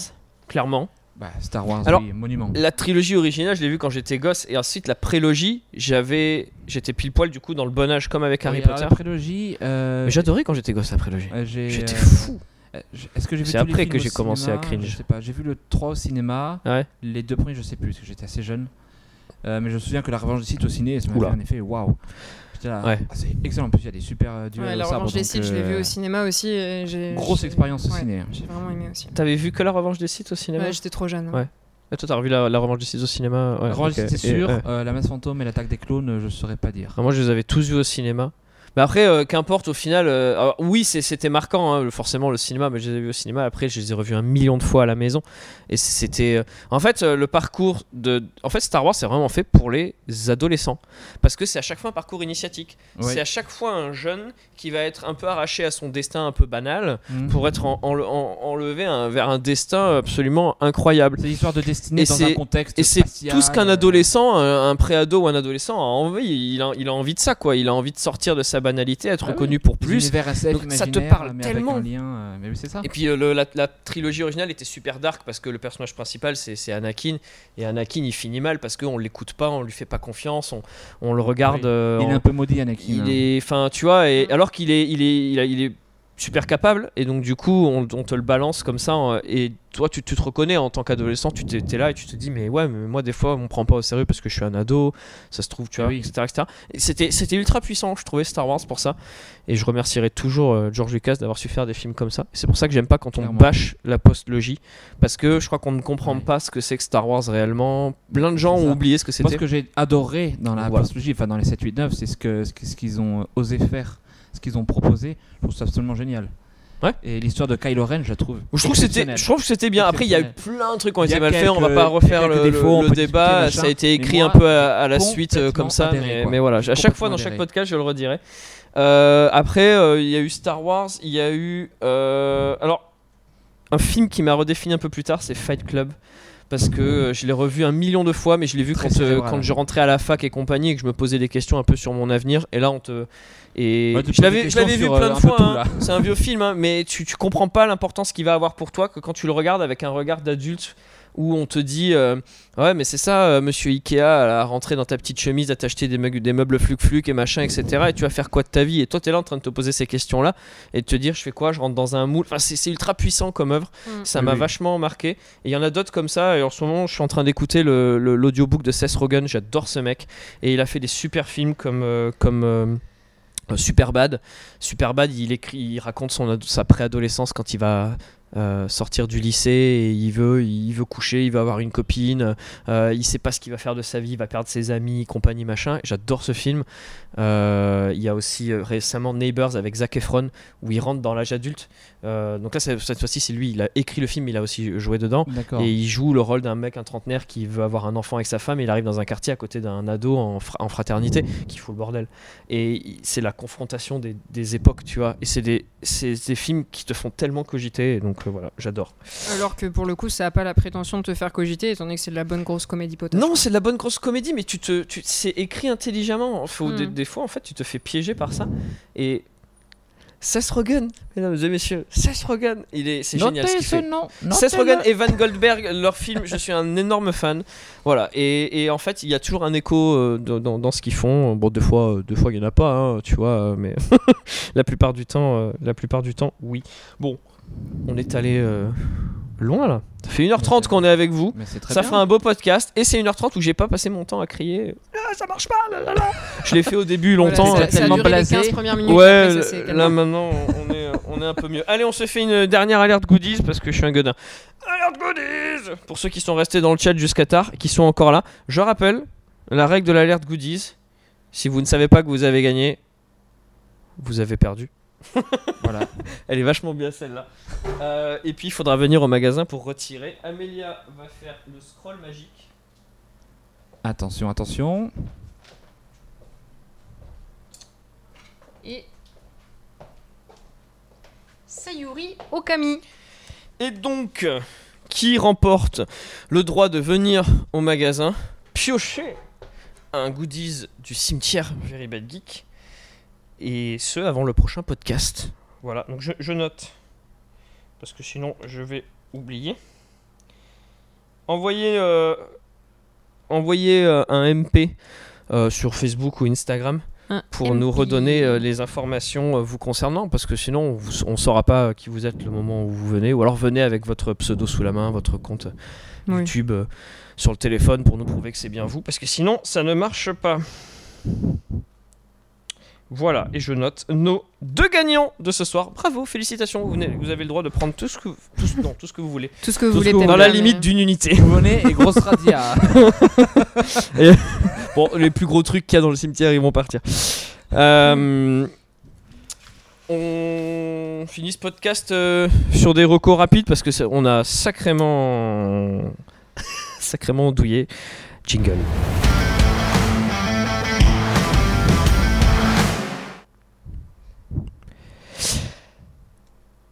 S3: clairement.
S1: Bah, Star Wars,
S3: Alors-
S1: oui, monument.
S3: La trilogie originale, je l'ai vue quand j'étais gosse, et ensuite la prélogie, j'avais, j'étais pile poil du coup dans le bon âge comme avec Harry
S1: Oui, alors,
S3: Potter.
S1: La prélogie. euh,
S3: Mais j'adorais quand j'étais gosse la prélogie.
S1: euh, j'ai,
S3: J'étais
S1: euh,
S3: fou.
S1: euh, j- Est-ce que j'ai vu
S3: C'est
S1: tous les
S3: après
S1: films
S3: que
S1: au
S3: j'ai commencé à
S1: cinéma
S3: cringe.
S1: Je sais pas. J'ai vu le 3 au cinéma.
S3: Ouais.
S1: Les deux premiers, je sais plus, parce que j'étais assez jeune. Euh, mais je me souviens que la revanche des sites au ciné, ça m'a fait
S3: Oula.
S1: un effet waouh. J'étais là,
S3: Ouais.
S1: ah, c'est excellent. En plus, il y a des super euh, duels
S2: Ouais,
S1: au
S2: la
S1: sabre,
S2: revanche des
S1: donc,
S2: sites, je l'ai vu
S1: euh,
S2: au cinéma aussi. et j'ai-
S1: Grosse
S2: j'ai-
S1: expérience au
S2: ouais,
S1: ciné.
S2: J'ai vraiment aimé aussi.
S3: T'avais vu que la Revanche des Sith au cinéma
S2: Ouais, J'étais trop jeune.
S3: Ouais. Et Toi, t'as revu la, la Revanche des Sith au cinéma ouais,
S1: La revanche
S3: ok.
S1: des sites, c'est
S3: Et,
S1: sûr.
S3: ouais.
S1: euh, la masse fantôme et l'attaque des clones, euh, je saurais pas dire.
S3: Ah, moi, je les avais tous vus au cinéma. Mais après, euh, qu'importe, au final, euh, alors, oui, c'est- c'était marquant, hein, le- forcément, le cinéma, mais je les ai vus au cinéma. Après, je les ai revus un million de fois à la maison. Et c'était. euh, En fait, euh, le parcours de. En fait, Star Wars, c'est vraiment fait pour les adolescents. Parce que c'est à chaque fois un parcours initiatique.
S1: Ouais.
S3: C'est à chaque fois un jeune qui va être un peu arraché à son destin un peu banal
S1: Mhm.
S3: pour être en- enle- en- enlevé un- vers un destin absolument incroyable.
S1: C'est l'histoire de destinée
S3: Et
S1: dans
S3: c'est-
S1: un contexte.
S3: Et c'est
S1: spatial,
S3: tout ce qu'un
S1: euh,
S3: adolescent, un, un pré-ado ou un adolescent a envie. Il a, il a envie de ça, quoi. Il a envie de sortir de sa banalité, être
S1: Ah oui.
S3: reconnu pour
S1: des
S3: plus.
S1: univers SF
S3: Donc, ça te
S1: imaginaires,
S3: parle
S1: mais
S3: tellement.
S1: Avec un lien, euh, mais oui, c'est ça.
S3: Et puis euh, le- la, la trilogie originale était super dark parce que le personnage principal c'est c'est Anakin et Anakin il finit mal parce qu'on l'écoute pas, on lui fait pas confiance, on, on le regarde.
S1: Oui.
S3: euh,
S1: Il est
S3: en-
S1: un peu maudit, Anakin.
S3: il
S1: hein.
S3: est, enfin tu vois, et alors qu'il est, il est, il a- il est super capable et donc du coup on, on te le balance comme ça hein, et toi tu, tu, te reconnais en tant qu'adolescent tu t'es, t'es là et tu te dis mais ouais mais moi des fois on me prend pas au sérieux parce que je suis un ado ça se trouve tu vois Ah oui. etc, etc. Et c'était, c'était ultra puissant je trouvais Star Wars pour ça et je remercierai toujours euh, George Lucas d'avoir su faire des films comme ça c'est pour ça que j'aime pas quand on Clairement. bâche la post-logie parce que je crois qu'on ne comprend ouais. pas ce que c'est que Star Wars réellement plein de gens ont oublié ce que c'était
S1: moi ce que j'ai adoré dans la voilà. post-logie enfin dans les 7, 8, 9 c'est ce, que, ce qu'ils ont euh, osé faire ce qu'ils ont proposé, je trouve ça absolument génial.
S3: Ouais.
S1: Et l'histoire de Kylo Ren, je la trouve.
S3: Je trouve que c'était, je trouve que c'était bien. Après, il y a eu plein de trucs qui ont été mal faits. On va pas refaire le, défauts, le, le débat. Machin, ça a été écrit moi, un peu à, à la suite euh, comme ça. Adhéré, mais, mais, voilà, à chaque fois dans chaque adhéré. podcast, je le redirai. Euh, après, il euh, y a eu Star Wars. Il y a eu. euh, alors, un film qui m'a redéfini un peu plus tard, c'est Fight Club parce que euh, je l'ai revu un million de fois, mais je l'ai vu Très quand, euh, quand je rentrais à la fac et compagnie et que je me posais des questions un peu sur mon avenir. Et là, on te. Et ouais, je l'avais, je l'avais vu plein de fois. Tout, hein. C'est un vieux film, hein, mais tu, tu comprends pas l'importance qu'il va avoir pour toi que quand tu le regardes avec un regard d'adulte où on te dit euh, ouais mais c'est ça euh, monsieur Ikea à rentrer dans ta petite chemise à t'acheter des, meubles, des meubles fluc fluc et machin etc et tu vas faire quoi de ta vie et toi t'es là en train de te poser ces questions là et de te dire je fais quoi je rentre dans un moule enfin c'est, c'est ultra puissant comme œuvre mmh. ça oui, m'a oui. vachement marqué et il y en a d'autres comme ça et en ce moment je suis en train d'écouter le, le, l'audiobook de Seth Rogen j'adore ce mec et il a fait des super films comme euh, comme Superbad, Superbad, il écrit, il raconte son sa préadolescence quand il va euh, sortir du lycée et il veut, il veut coucher, il veut avoir une copine, euh, il sait pas ce qu'il va faire de sa vie, il va perdre ses amis, compagnie, machin. J'adore ce film. Euh, il y a aussi récemment Neighbors avec Zac Efron où il rentre dans l'âge adulte. Euh, donc là, cette fois-ci, c'est lui, il a écrit le film, il a aussi joué dedans.
S1: D'accord.
S3: Et il joue le rôle d'un mec, un trentenaire qui veut avoir un enfant avec sa femme et il arrive dans un quartier à côté d'un ado en, fr- en fraternité qui fout le bordel. Et c'est la confrontation des, des époques, tu vois. Et c'est des, c'est des films qui te font tellement cogiter. Donc euh, voilà, j'adore.
S2: Alors que pour le coup, ça n'a pas la prétention de te faire cogiter, étant donné que c'est de la bonne grosse comédie potache.
S3: Non, c'est de la bonne grosse comédie, mais tu te, tu, c'est écrit intelligemment. Faut, mm. des, des, fois, en fait, tu te fais piéger par ça. Et Seth Rogen, mesdames et messieurs, Seth Rogen, il est, c'est
S2: Notez
S3: génial. Ce qu'il
S2: ce
S3: fait.
S2: Nom.
S3: Seth Rogen et Van Goldberg, leur film, je suis un énorme fan. Voilà, et, et en fait, il y a toujours un écho euh, dans, dans, ce qu'ils font. Bon, deux fois, euh, deux fois, il n'y en a pas, hein, tu vois, euh, mais <laughs> la plupart du temps, euh, la plupart du temps, oui. Bon, on est allé euh, loin là. Ça fait 1h30 qu'on est avec vous.
S1: Mais c'est très
S3: ça
S1: bien.
S3: fera un beau podcast. Et c'est 1h30 où j'ai pas passé mon temps à crier ah, ça marche pas là, là, là. Je l'ai fait au début longtemps.
S2: Voilà, ça, ça, tellement ça a duré les 15 premières minutes.
S3: Ouais,
S2: après, ça,
S3: là maintenant on est, euh, on est un peu mieux. Allez, on se fait une dernière alerte goodies parce que je suis un godin. Alerte goodies Pour ceux qui sont restés dans le chat jusqu'à tard et qui sont encore là, je rappelle la règle de l'alerte goodies. Si vous ne savez pas que vous avez gagné, vous avez <laughs> perdu.
S1: voilà.
S3: Elle est vachement bien celle-là. Euh, et puis il faudra venir au magasin pour retirer. Amélia va faire le scroll magique.
S1: Attention, attention.
S2: Et Sayuri Okami.
S3: Et donc, qui remporte le droit de venir au magasin piocher un goodies du cimetière Very Bad Geek et ce avant le prochain podcast. Voilà, donc je, je, note parce que sinon je vais oublier. Envoyez, euh, envoyez euh, un MP euh, sur Facebook ou Instagram
S2: Un
S3: pour
S2: MP.
S3: nous redonner euh, les informations euh, vous concernant parce que sinon on ne saura pas euh, qui vous êtes le moment où vous venez ou alors venez avec votre pseudo sous la main, votre compte euh,
S2: Oui.
S3: YouTube euh, sur le téléphone pour nous prouver que c'est bien vous parce que sinon ça ne marche pas. Voilà, et je note nos deux gagnants de ce soir. Bravo, félicitations, vous, venez, vous avez le droit de prendre tout ce que, tout, ce, non, tout ce que vous voulez.
S2: Tout ce que vous
S3: tout
S2: voulez.
S3: Ce que euh, vous, dans la limite
S2: mais...
S3: d'une unité.
S1: Bonnet et
S3: <laughs>
S1: grosse radia.
S3: et, <laughs> bon, les plus gros trucs qu'il y a dans le cimetière, ils vont partir. Euh, on finit ce podcast euh, sur des recours rapides parce que ça, on a sacrément, sacrément douillé. Jingle.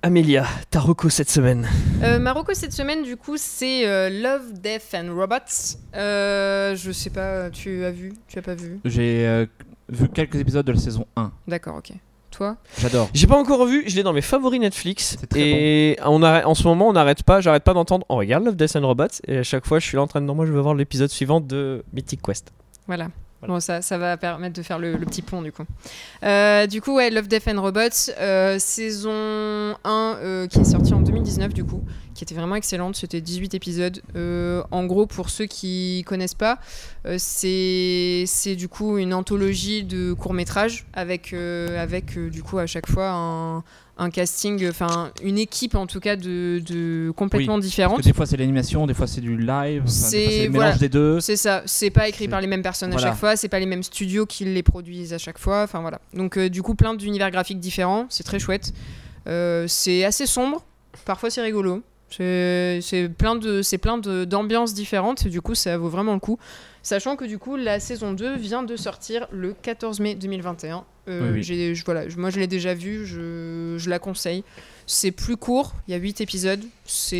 S3: Amélia, ta reco cette semaine
S2: euh, Ma reco cette semaine, du coup, c'est euh, Love, Death and Robots. Euh, je sais pas, tu as vu Tu as pas vu
S1: J'ai euh, vu quelques épisodes de la saison 1.
S2: D'accord, ok. Toi
S1: J'adore.
S3: J'ai pas encore revu, je l'ai dans mes favoris Netflix.
S1: C'est très
S3: et on arrête, en ce moment, on n'arrête pas, j'arrête pas d'entendre on regarde Love, Death and Robots. Et à chaque fois, je suis là en train de. Non, moi, je veux voir l'épisode suivant de Mythic Quest.
S2: Voilà. Voilà. Bon, ça, ça va permettre de faire le, le petit pont du coup. Euh, du coup, ouais, Love, Death and Robots, euh, saison 1 euh, qui est sortie en 2019 du coup, qui était vraiment excellente. C'était 18 épisodes. Euh, en gros, pour ceux qui connaissent pas, euh, c'est c'est du coup une anthologie de courts métrages avec euh, avec du coup à chaque fois un un casting, enfin une équipe en tout cas de, de complètement
S1: Oui,
S2: différente.
S1: Parce que des fois c'est l'animation, des fois c'est du live, enfin, des fois,
S2: C'est-
S1: c'est le
S2: voilà.
S1: mélange des deux.
S2: C'est ça, c'est pas écrit
S1: C'est-
S2: par les mêmes personnes à
S1: Voilà.
S2: chaque fois, c'est pas les mêmes studios qui les produisent à chaque fois, enfin voilà. Donc euh, du coup plein d'univers graphiques différents, c'est très chouette. Euh, c'est assez sombre, parfois c'est rigolo. C'est c'est plein de c'est plein de- d'ambiances différentes, et du coup ça vaut vraiment le coup. Sachant que du coup la saison 2 vient de sortir le 14 mai 2021. Euh,
S1: Oui, oui.
S2: j'ai- je- voilà, je- moi je l'ai déjà vue, je, je la conseille. C'est plus court, il y a 8 épisodes.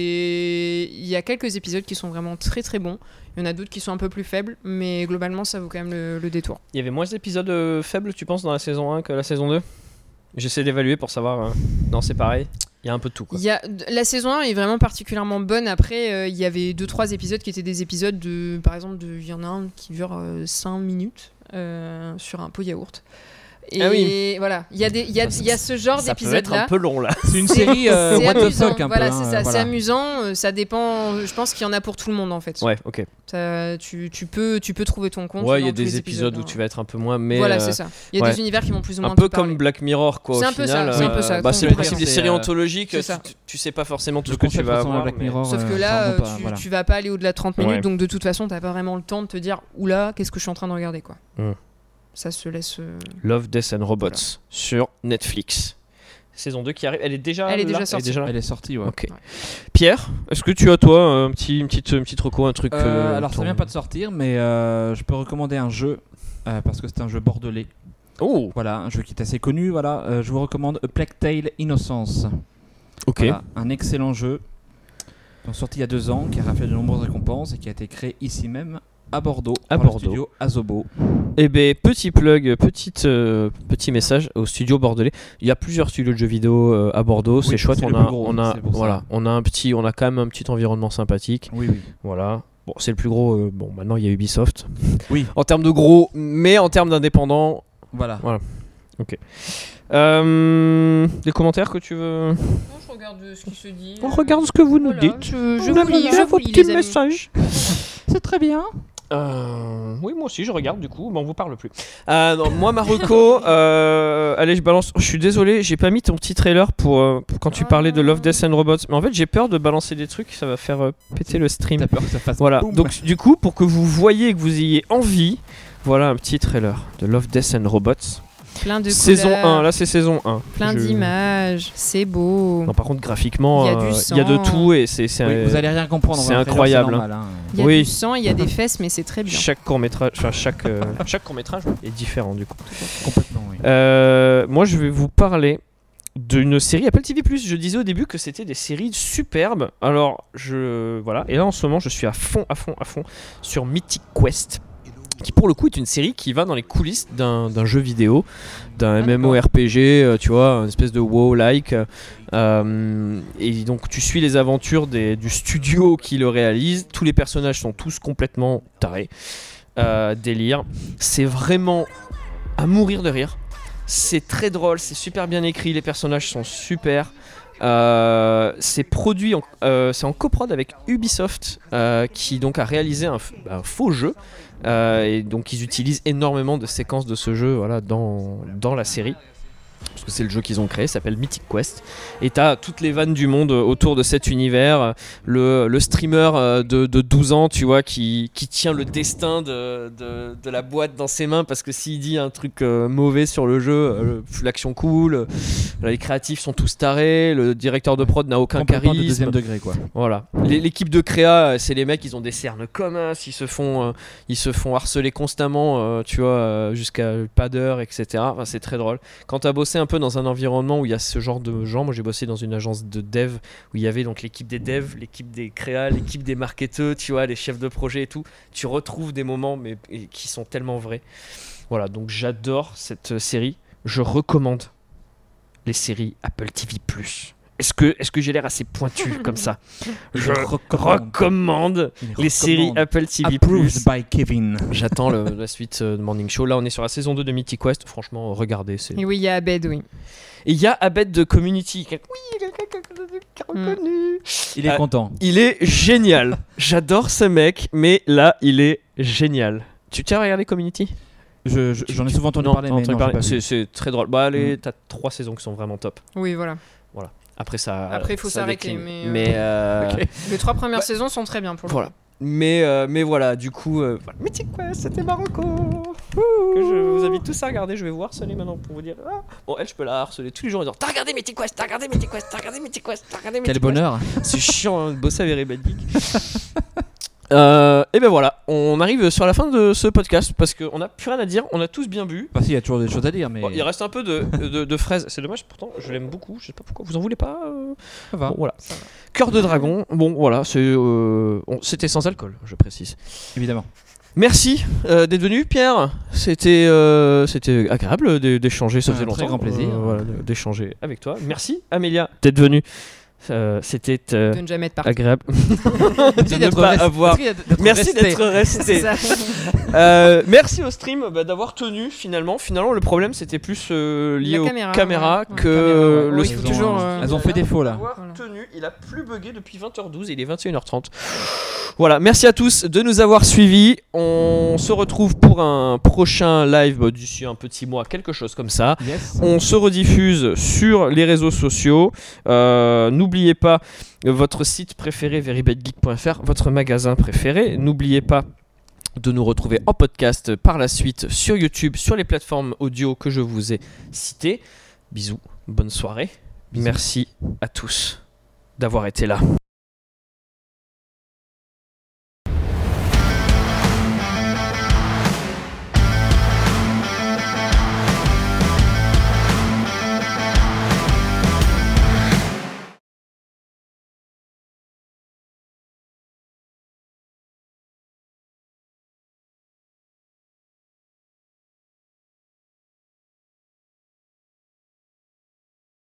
S2: C'est il y a quelques épisodes qui sont vraiment très très bons. Il y en a d'autres qui sont un peu plus faibles, mais globalement, ça vaut quand même le, le détour.
S3: Il y avait moins d'épisodes euh, faibles, tu penses, dans la saison 1 que la saison 2 J'essaie d'évaluer pour savoir. euh, Non, c'est pareil. Il y a un peu de tout. Quoi.
S2: Il y a, la saison 1 est vraiment particulièrement bonne. Après, euh, il y avait 2-3 épisodes qui étaient des épisodes de. Par exemple, de- il y en a un qui dure 5 minutes euh, sur un pot yaourt. Et
S3: Ah
S2: voilà, il y a, des, il y a,
S3: Ça,
S2: il y a ce genre
S3: Ça peut être un
S2: d'épisode-là.
S3: peu long là.
S1: C'est une série euh,
S2: C'est
S1: what the
S2: amusant.
S1: fuck un peu.
S2: voilà,
S1: hein,
S2: c'est ça, c'est
S1: voilà.
S2: amusant. euh, Ça dépend. Je pense qu'il y en a pour tout le monde en fait.
S3: Ouais, ok.
S2: Ça- tu, tu peux, tu peux trouver ton compte.
S3: Ouais, il y a
S2: dans tous
S3: des
S2: les
S3: épisodes où
S2: hein.
S3: tu vas être un peu moins, mais.
S2: Voilà,
S3: euh,
S2: c'est ça. Il y a
S3: ouais.
S2: des univers qui vont plus ou moins.
S3: Un
S2: te
S3: peu
S2: parler.
S3: comme Black Mirror, quoi.
S2: C'est
S3: au
S2: un peu
S3: final,
S2: ça, c'est un peu
S3: euh,
S2: ça,
S3: bah, c'est le
S1: complètement.
S3: principe des
S1: C'est,
S3: séries
S1: euh,
S3: anthologiques.
S2: c'est
S3: tu-
S2: ça.
S3: Tu, tu sais pas forcément tout
S1: Le
S3: ce que tu
S1: concept
S3: vas
S1: ressemble à
S3: avoir.
S1: Black
S3: mais-
S1: Mirror.
S2: Sauf que
S1: euh,
S2: là,
S1: vraiment
S2: euh,
S1: pas,
S2: tu,
S1: voilà.
S2: tu vas pas aller au-delà de 30 minutes,
S3: Ouais.
S2: donc de toute façon, t'as pas vraiment le temps de te dire Oula, qu'est-ce que je suis en train de regarder quoi.
S3: Hmm.
S2: Ça se laisse. euh,
S3: Love, Death and Robots sur Netflix. Saison 2 qui arrive. Elle est déjà
S2: Elle est
S3: là
S2: déjà sortie.
S3: là
S1: Elle est sortie, ouais.
S3: Ok.
S2: Ouais.
S3: Pierre, est-ce que tu as toi un petit, une petite, une petite reco, un truc
S1: Euh,
S3: euh,
S1: alors ça
S3: ton-
S1: vient pas de sortir, mais euh, je peux recommander un jeu euh, parce que c'est un jeu bordelais.
S3: Oh,
S1: Voilà, un jeu qui est assez connu. Voilà, Euh, je vous recommande A Plague Tale Innocence.
S3: ok.
S1: Voilà, un excellent jeu. Donc sorti il y a deux ans, qui a raflé de nombreuses récompenses et qui a été créé ici même à Bordeaux
S3: À
S1: par le
S3: Bordeaux.
S1: studio Azobo.
S3: Eh ben petit plug, petite, euh, petit message au studio bordelais. Il y a plusieurs studios de jeux vidéo euh, à Bordeaux, c'est chouette.
S1: c'est
S3: On
S1: le
S3: a,
S1: plus gros,
S3: on a,
S1: c'est pour ça.
S3: voilà, on a un petit, on a quand même un petit environnement sympathique.
S1: Oui, oui.
S3: Voilà. Bon, c'est le plus gros. euh, bon, maintenant il y a Ubisoft.
S1: Oui.
S3: En termes de gros, mais en termes d'indépendants,
S1: Voilà.
S3: euh, des commentaires que tu veux.
S2: Non, je regarde euh, ce qui se dit.
S3: On regarde ce que vous nous
S2: Voilà,
S3: dites.
S2: Je, je
S3: Voilà,
S2: vous lis, hein,
S3: voilà
S2: je
S3: vos
S2: vous lis,
S3: petits
S2: les amis.
S3: messages.
S1: C'est très bien.
S3: Euh, oui, moi aussi, je regarde du coup, mais on vous parle plus. Euh, non, moi, Marocco, euh, allez, je balance. Je suis désolé, j'ai pas mis ton petit trailer pour, euh, pour quand tu
S2: Ah.
S3: parlais de Love, Death and Robots. Mais en fait, j'ai peur de balancer des trucs, ça va faire euh, péter le stream.
S1: T'as peur que ça fasse.
S3: Voilà,
S1: boum.
S3: donc du coup, pour que vous voyez et que vous ayez envie, voilà un petit trailer de Love, Death and Robots.
S2: Plein de
S3: Saison
S2: couleurs,
S3: 1, là c'est saison 1.
S2: plein
S3: Je-
S2: d'images, c'est beau.
S3: Non, par contre, graphiquement,
S2: Il y a
S3: euh,
S2: du
S3: il y, a de
S2: sang.
S3: tout et c'est c'est
S1: Oui,
S3: un-
S1: vous allez rien comprendre.
S3: euh, c'est
S1: on va faire,
S3: incroyable,
S1: normal, hein.
S2: Il y a
S3: oui.
S2: du sang, il y a des fesses, mais c'est très bien.
S3: chaque court-métrage, enfin, chaque,
S1: <laughs>
S3: euh, chaque court-métrage est différent du coup.
S1: Complètement, oui.
S3: Euh, moi, je vais vous parler d'une série Apple TV+. Je disais au début que c'était des séries superbes. Alors, je voilà. Et là, en ce moment, je suis à fond, à fond, à fond sur Mythic Quest, qui pour le coup est une série qui va dans les coulisses d'un d'un jeu vidéo, d'un MMORPG, euh, tu vois, une espèce de WoW-like. Euh, et donc, tu suis les aventures des- du studio qui le réalise. Tous les personnages sont tous complètement tarés. Euh, délire. C'est vraiment à mourir de rire. C'est très drôle, c'est super bien écrit, les personnages sont super. Euh, c'est produit, en- euh, c'est en coprod avec Ubisoft euh, qui donc a réalisé un, f- bah, un faux jeu. Euh, et donc ils utilisent énormément de séquences de ce jeu voilà, dans, dans la série. Parce que c'est le jeu qu'ils ont créé, ça s'appelle Mythic Quest. Et t'as toutes les vannes du monde autour de cet univers. Le, le streamer euh, de, de 12 ans, tu vois, qui, qui tient le destin de, de- de la boîte dans ses mains parce que s'il dit un truc euh, mauvais sur le jeu, euh, le- pff, l'action cool, euh, les créatifs sont tous tarés, le directeur de prod n'a aucun
S1: Complètement de
S3: charisme.
S1: deuxième degré, quoi.
S3: Voilà. L'é- L'équipe de créa, euh, c'est les mecs, ils ont des cernes comme as, ils se font, euh, ils se font harceler constamment, euh, tu vois, euh, jusqu'à pas d'heure, etc. Enfin, c'est très drôle. Quand t'as bossé un peu dans un environnement où il y a ce genre de gens, moi j'ai bossé dans une agence de dev où il y avait donc l'équipe des devs, l'équipe des créas, l'équipe des marketeurs, tu vois, les chefs de projet et tout. Tu retrouves des moments mais et- qui sont tellement vrais. Voilà, donc j'adore cette euh, série. Je recommande les séries Apple TV+.
S5: Est-ce que, est que j'ai l'air assez pointu comme ça Je
S1: recommande.
S5: recommande
S1: Il
S5: les
S1: recommande.
S5: séries Apple TV+.
S1: Approved by Kevin.
S3: J'attends le- la suite euh, de Morning Show. Là, on est sur la saison 2 de Mythic Quest. Franchement, regardez. c'est-
S2: Et oui, il y a Abed, oui.
S3: Et il y a Abed de Community. Quel- Oui, quelqu'un qui a
S5: Hmm.
S3: reconnu.
S1: Il est
S3: Euh,
S1: content.
S3: Il est génial. J'adore ce mec, mais là, il est génial. Tu tiens à regarder Community
S1: Je- je- J'en ai souvent entendu
S3: Non,
S1: parler,
S3: t'as
S1: mais
S3: entendu
S1: non, j'ai
S3: parler.
S1: pas vu.
S3: C'est- C'est très drôle. Bah, allez,
S5: Hmm.
S3: t'as trois saisons qui sont vraiment top.
S2: Oui, voilà.
S3: Après, ça.
S2: Après, il faut
S3: ça
S2: s'arrêter,
S3: décline.
S2: mais, euh,
S3: Mais, euh,
S5: Ok.
S2: Les trois premières saisons sont très bien pour le
S3: Voilà.
S2: coup.
S3: mais, euh, mais voilà, du coup. euh, voilà. Mythic Quest, c'était Marocco. Que je vous invite tous à regarder. Je vais voir Sunny maintenant pour vous dire. ah. Bon, elle, je peux la harceler tous les jours en disant T'as regardé Mythic Quest, t'as regardé Mythic Quest, t'as regardé Mythic Quest, t'as regardé Mythic
S1: Quel
S3: Quest.
S1: bonheur.
S3: C'est chiant hein, de bosser avec Red Bad Geek.
S1: <laughs>
S3: Euh, et ben voilà, on arrive sur la fin de ce podcast parce qu'on n'a plus rien à dire, on a tous bien bu.
S1: Enfin, si, il y a toujours des choses à dire, mais
S3: Bon, il reste un peu de, de, de fraises, c'est dommage, pourtant je l'aime beaucoup, je sais pas pourquoi, vous en voulez pas euh
S1: ça va.
S3: Bon, voilà.
S2: Ça va.
S3: Cœur de dragon, bon voilà, c'est, euh, on- c'était sans alcool, je précise.
S1: Évidemment.
S3: Merci euh, d'être venu, Pierre. C'était euh, c'était agréable d'é- d'échanger, ça
S1: Un
S3: faisait longtemps.
S1: très grand plaisir.
S3: euh, voilà, de- d'échanger avec toi. Merci, Amélia, d'être venue. Euh, c'était euh,
S2: De ne jamais être parti.
S3: agréable.
S1: Merci
S3: ne pas
S1: resté-
S3: avoir-
S2: <laughs>
S1: merci d'être
S3: <laughs> Merci
S1: resté.
S3: d'être resté. Euh, merci au stream bah, d'avoir tenu finalement. Finalement, le problème c'était plus euh, lié
S2: La
S3: aux
S2: caméra,
S3: caméras
S2: ouais.
S3: que
S2: Ouais,
S3: euh, le
S2: Oui, faut
S1: Elles ont-
S3: stream.
S2: toujours, euh,
S1: hein. Elles ont fait défaut là.
S3: D'avoir
S2: Voilà.
S3: tenu, il a plus bugué depuis 20h12 il est 21h30. Voilà, merci à tous de nous avoir suivis. On se retrouve pour un prochain live bah, d'ici un petit mois, quelque chose comme ça.
S1: Yes.
S3: On se rediffuse sur les réseaux sociaux. Euh, N'oubliez pas votre site préféré, verybetgeek.fr, votre magasin préféré. N'oubliez pas de nous retrouver en podcast par la suite sur YouTube, sur les plateformes audio que je vous ai citées. Bisous, bonne soirée. Merci à tous d'avoir été là.